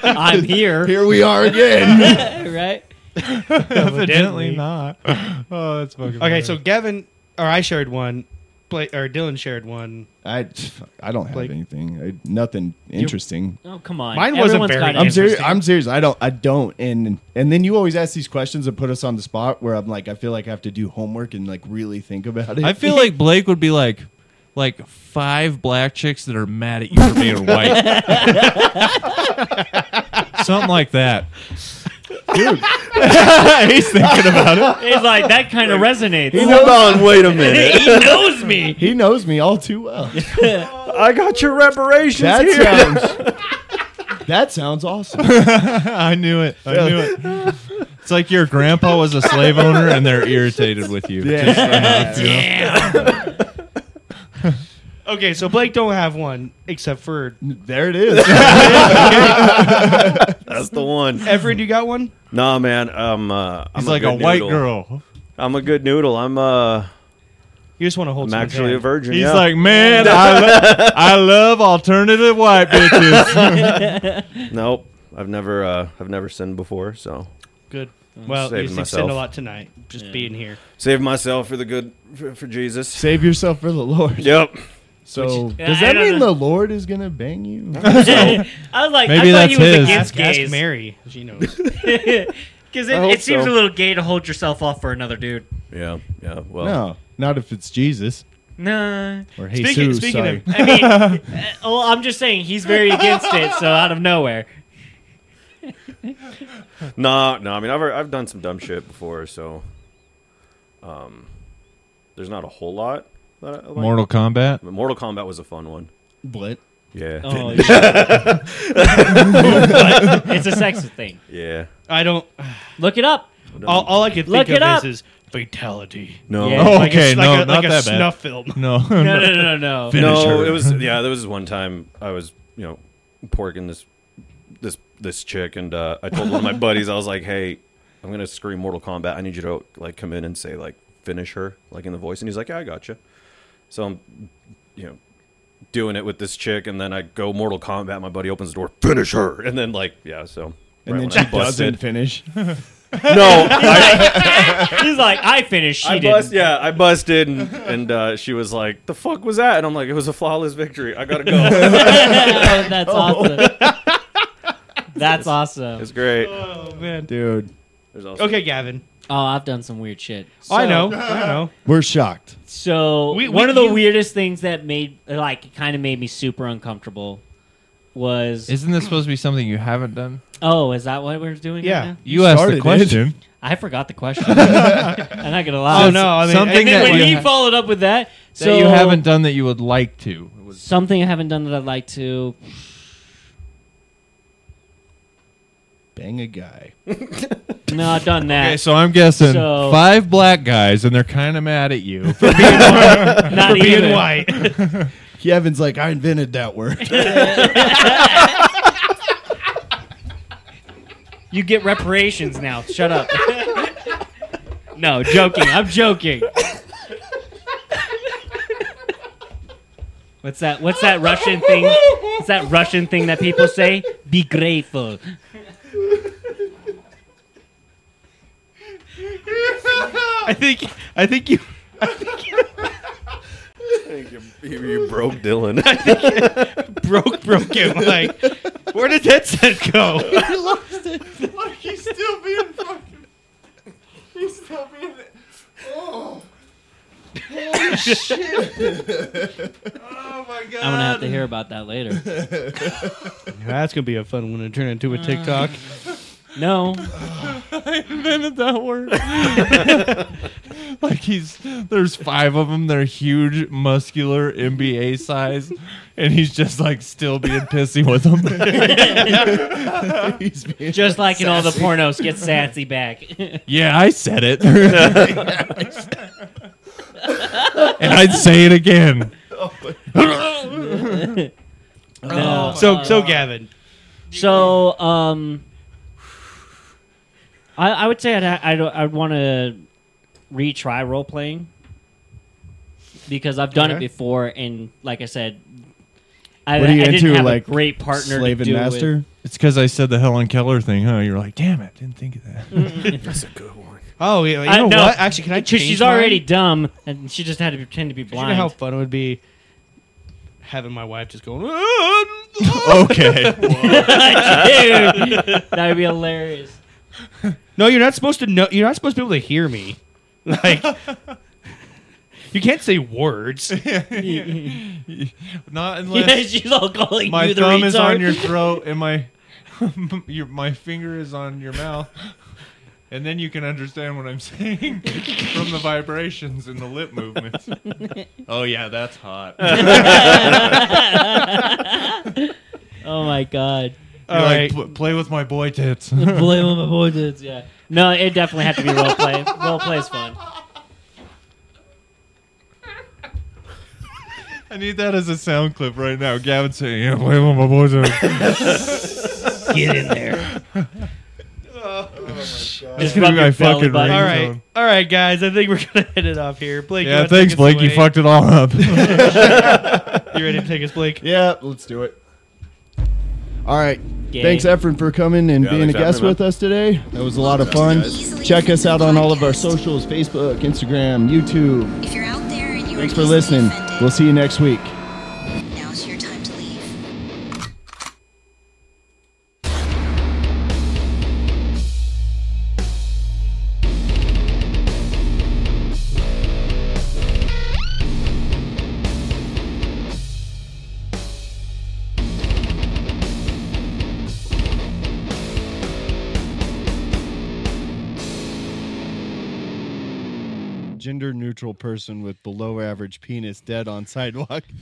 B: I'm here,
G: Here we are again.
B: right?
D: Evidently not. Oh, that's fucking.
F: okay, so Gavin or I shared one, Bla or Dylan shared one.
G: I, I don't have
F: Like-
G: anything. I, nothing interesting.
B: Oh come on.
F: Mine wasn't
B: Everyone's
F: very-
B: got
G: I'm
B: it.
G: serious.
F: interesting.
G: I'm serious. I don't. I don't. And and then you always ask these questions and put us on the spot where I'm like, I feel like I have to do homework and like really think about it.
D: I feel like Blake would be like, like five black chicks that are mad at you for being white. Something like that.
A: He's thinking about it.
B: He's like that kind of resonates.
C: Hold on, wait a minute.
B: he knows me.
G: he knows me all too well.
C: I got your reparations
G: That
C: here.
G: sounds. that sounds awesome.
D: I knew it. I knew it. It's like your grandpa was a slave owner and they're irritated with you.
G: Yeah.
F: Okay, so Blake don't have one except for
G: there it is.
C: That's the one.
F: Everett. You got one?
C: Nah, man. Um, uh, I'm
D: He's like a
C: good
D: white
C: noodle.
D: girl.
C: I'm a good noodle. I'm uh,
F: You just want to hold.
C: I'm
F: someone's
C: actually a
F: hand.
C: virgin.
D: He's
C: yeah.
D: like, man, I, lo- I love alternative white bitches.
C: nope. I've never, uh, I've never sinned before, so
F: good. Well,
C: saving
F: you
C: myself.
F: extend a lot tonight. Just being here.
C: save myself for the good for, for Jesus.
G: Save yourself for the Lord.
C: Yep.
G: So
B: Yeah,
G: does
B: I
G: that
B: don't
G: mean
B: know.
G: the Lord is gonna bang you?
B: I was like,
D: Maybe
B: I thought he
D: that's
B: was
D: his.
B: against
F: Ask, ask
B: gays.
F: Mary. She knows.
B: Because it,
C: hope
B: it seems
C: so.
B: a little gay to hold yourself off for another dude.
C: Yeah. Yeah. Well.
G: No, not if it's Jesus
B: Nah.
G: or Jesus.
F: Speaking- speaking
G: sorry.
F: of-
B: I mean, uh, well, I'm just saying he's very against it. So out of nowhere,
C: No, no. I mean, I've I've done some dumb shit before, so um, there's not a whole lot. That I like.
D: Mortal Kombat.
C: But Mortal Kombat was a fun one.
G: Blit.
C: Yeah.
B: oh, yeah. But it's a sexist thing.
C: Yeah.
F: I don't.
B: Look it up.
F: All, all I can
B: Look
F: think of
B: it up.
F: is, is fatality.
C: No.
B: Yeah. Oh,
F: Like a-
D: okay,
F: like
D: no,
F: a,
D: not
F: like a
D: that bad.
F: snuff film.
D: No,
B: No, no, no, no, no.
D: Finish
C: no,
D: her.
C: it was yeah. There was this one time I was you know porking this this this chick, and uh, I told one of my buddies I was like, "Hey, I'm gonna scream Mortal Kombat. I need you to like come in and say like finish her like in the voice." And he's like, "Yeah, I gotcha." So I'm you know doing it with this chick, and then I go Mortal Kombat. My buddy opens the door, finish her, and then like yeah, so.
G: And
C: right
G: then
C: when I
G: she doesn't finish.
C: No, I,
B: He's like, I finished. She
C: I
B: did.
C: bust, yeah, I busted, and, and uh, she was like, "The fuck was that?" And I'm like, "It was a flawless victory. I gotta go."
B: Oh, That's awesome. That's awesome.
C: it's great.
F: Oh man.
G: Dude,
C: There's also
F: Okay, Gavin.
B: Oh, I've done some weird shit.
F: I
B: So-
F: know. I know.
G: we're shocked.
B: So
F: We- we-
B: one of the
F: you-
B: weirdest things that made like kind of made me super uncomfortable was
D: Isn't this supposed to be something you haven't done?
B: oh is that what we're doing? right
F: Yeah.
B: now?
D: You asked
G: started
D: the
G: it.
D: question.
B: I forgot the question. I'm not gonna lie.
F: Oh no. I mean,
D: something
B: And then
D: that
B: when
D: you
B: he
D: ha-
B: followed up with that,
D: That
B: so
D: you haven't done that you would like to.
B: something I haven't done that I'd like to.
G: Bang a guy.
B: No, I've done that.
D: Okay, so I'm guessing
B: So-
D: five black guys, and they're kind of mad at you.
B: Not
F: for being
B: even.
F: white.
G: Kevin's like, I invented that word.
B: You get reparations now. Shut up. no, joking. I'm joking. What's that? What's that Russian thing? What's that Russian thing that people say? Be grateful.
F: I think I think you
C: you, you- you broke Dylan.
F: I think it broke broke him. Like, where did that set go?
K: he lost it. Look, he's still being fucking. He's still being. Oh. Holy shit. oh my god.
B: I'm gonna have to hear about that later.
F: That's gonna be a fun one to turn into a
B: Uh,
F: TikTok.
B: No.
K: I invented that word.
D: like he's there's five of them. They're huge, muscular, NBA size, and he's just like still being pissy with them. He's being
B: Just like in all the
D: sassy.
B: pornos, get sassy back.
D: Yeah, I said it. and I'd say it again.
B: No.
F: So so Gavin.
B: So, um, I, I would say I'd, I'd, I'd want to retry role playing because I've done it
G: Okay.
B: before, and like I said, I,
G: What are you
B: I didn't
G: into?
B: have
G: Like
B: a great partner,
G: slave
B: to
G: and
B: do it with.
G: master?
D: It's because I said the Helen Keller thing, huh? You're like, damn it, didn't think of that.
C: That's a good one.
F: Oh yeah, you
B: I
F: know
B: know.
F: what? Actually, can I?
B: Because
F: change
B: she's
F: mine?
B: already dumb, and she just had to pretend to be
F: You know
B: blind.
F: how fun it would be having my wife just going.
D: okay.
B: Dude, that would be hilarious.
F: No, you're not supposed to know. You're not supposed to be able to hear me. Like, you can't say words.
D: Not unless
B: Yeah, she's all calling
D: my
B: you the
D: thumb is
B: retard.
D: on your throat and my your, my finger is on your mouth. And then you can understand what I'm saying from the vibrations and the lip movements. oh yeah, that's hot.
B: oh my god.
D: You're like, "Pl- play with my boy tits.
B: Blame on my boy dudes, yeah. No, it definitely had to be role play. role play is fun.
D: I need that as a sound clip right now. Gavin saying, "Yeah, play with my boy tits."
B: Get in there.
K: Oh,
D: It's gonna be my fucking ringtone.
F: All right, all right, guys. I think we're gonna hit it off here. Blake, you
D: Yeah,
F: wanna take
D: thanks,
F: us
D: Blake. You
F: away?
D: fucked it all up.
F: you ready to take us, Blake?
G: Yeah, let's do it. All right.
F: Gang.
G: Thanks, Efren, for coming and
F: Yeah,
G: being a
F: thanks for
G: guest
F: having me,
G: with us today. That was a lot of fun. Check us out on all of our socials Facebook, Instagram, YouTube.
E: If you're out there and you
G: Thanks for listening. We'll see you next week.
E: now's your time to leave.
G: Gender neutral person with below average penis dead on sidewalk.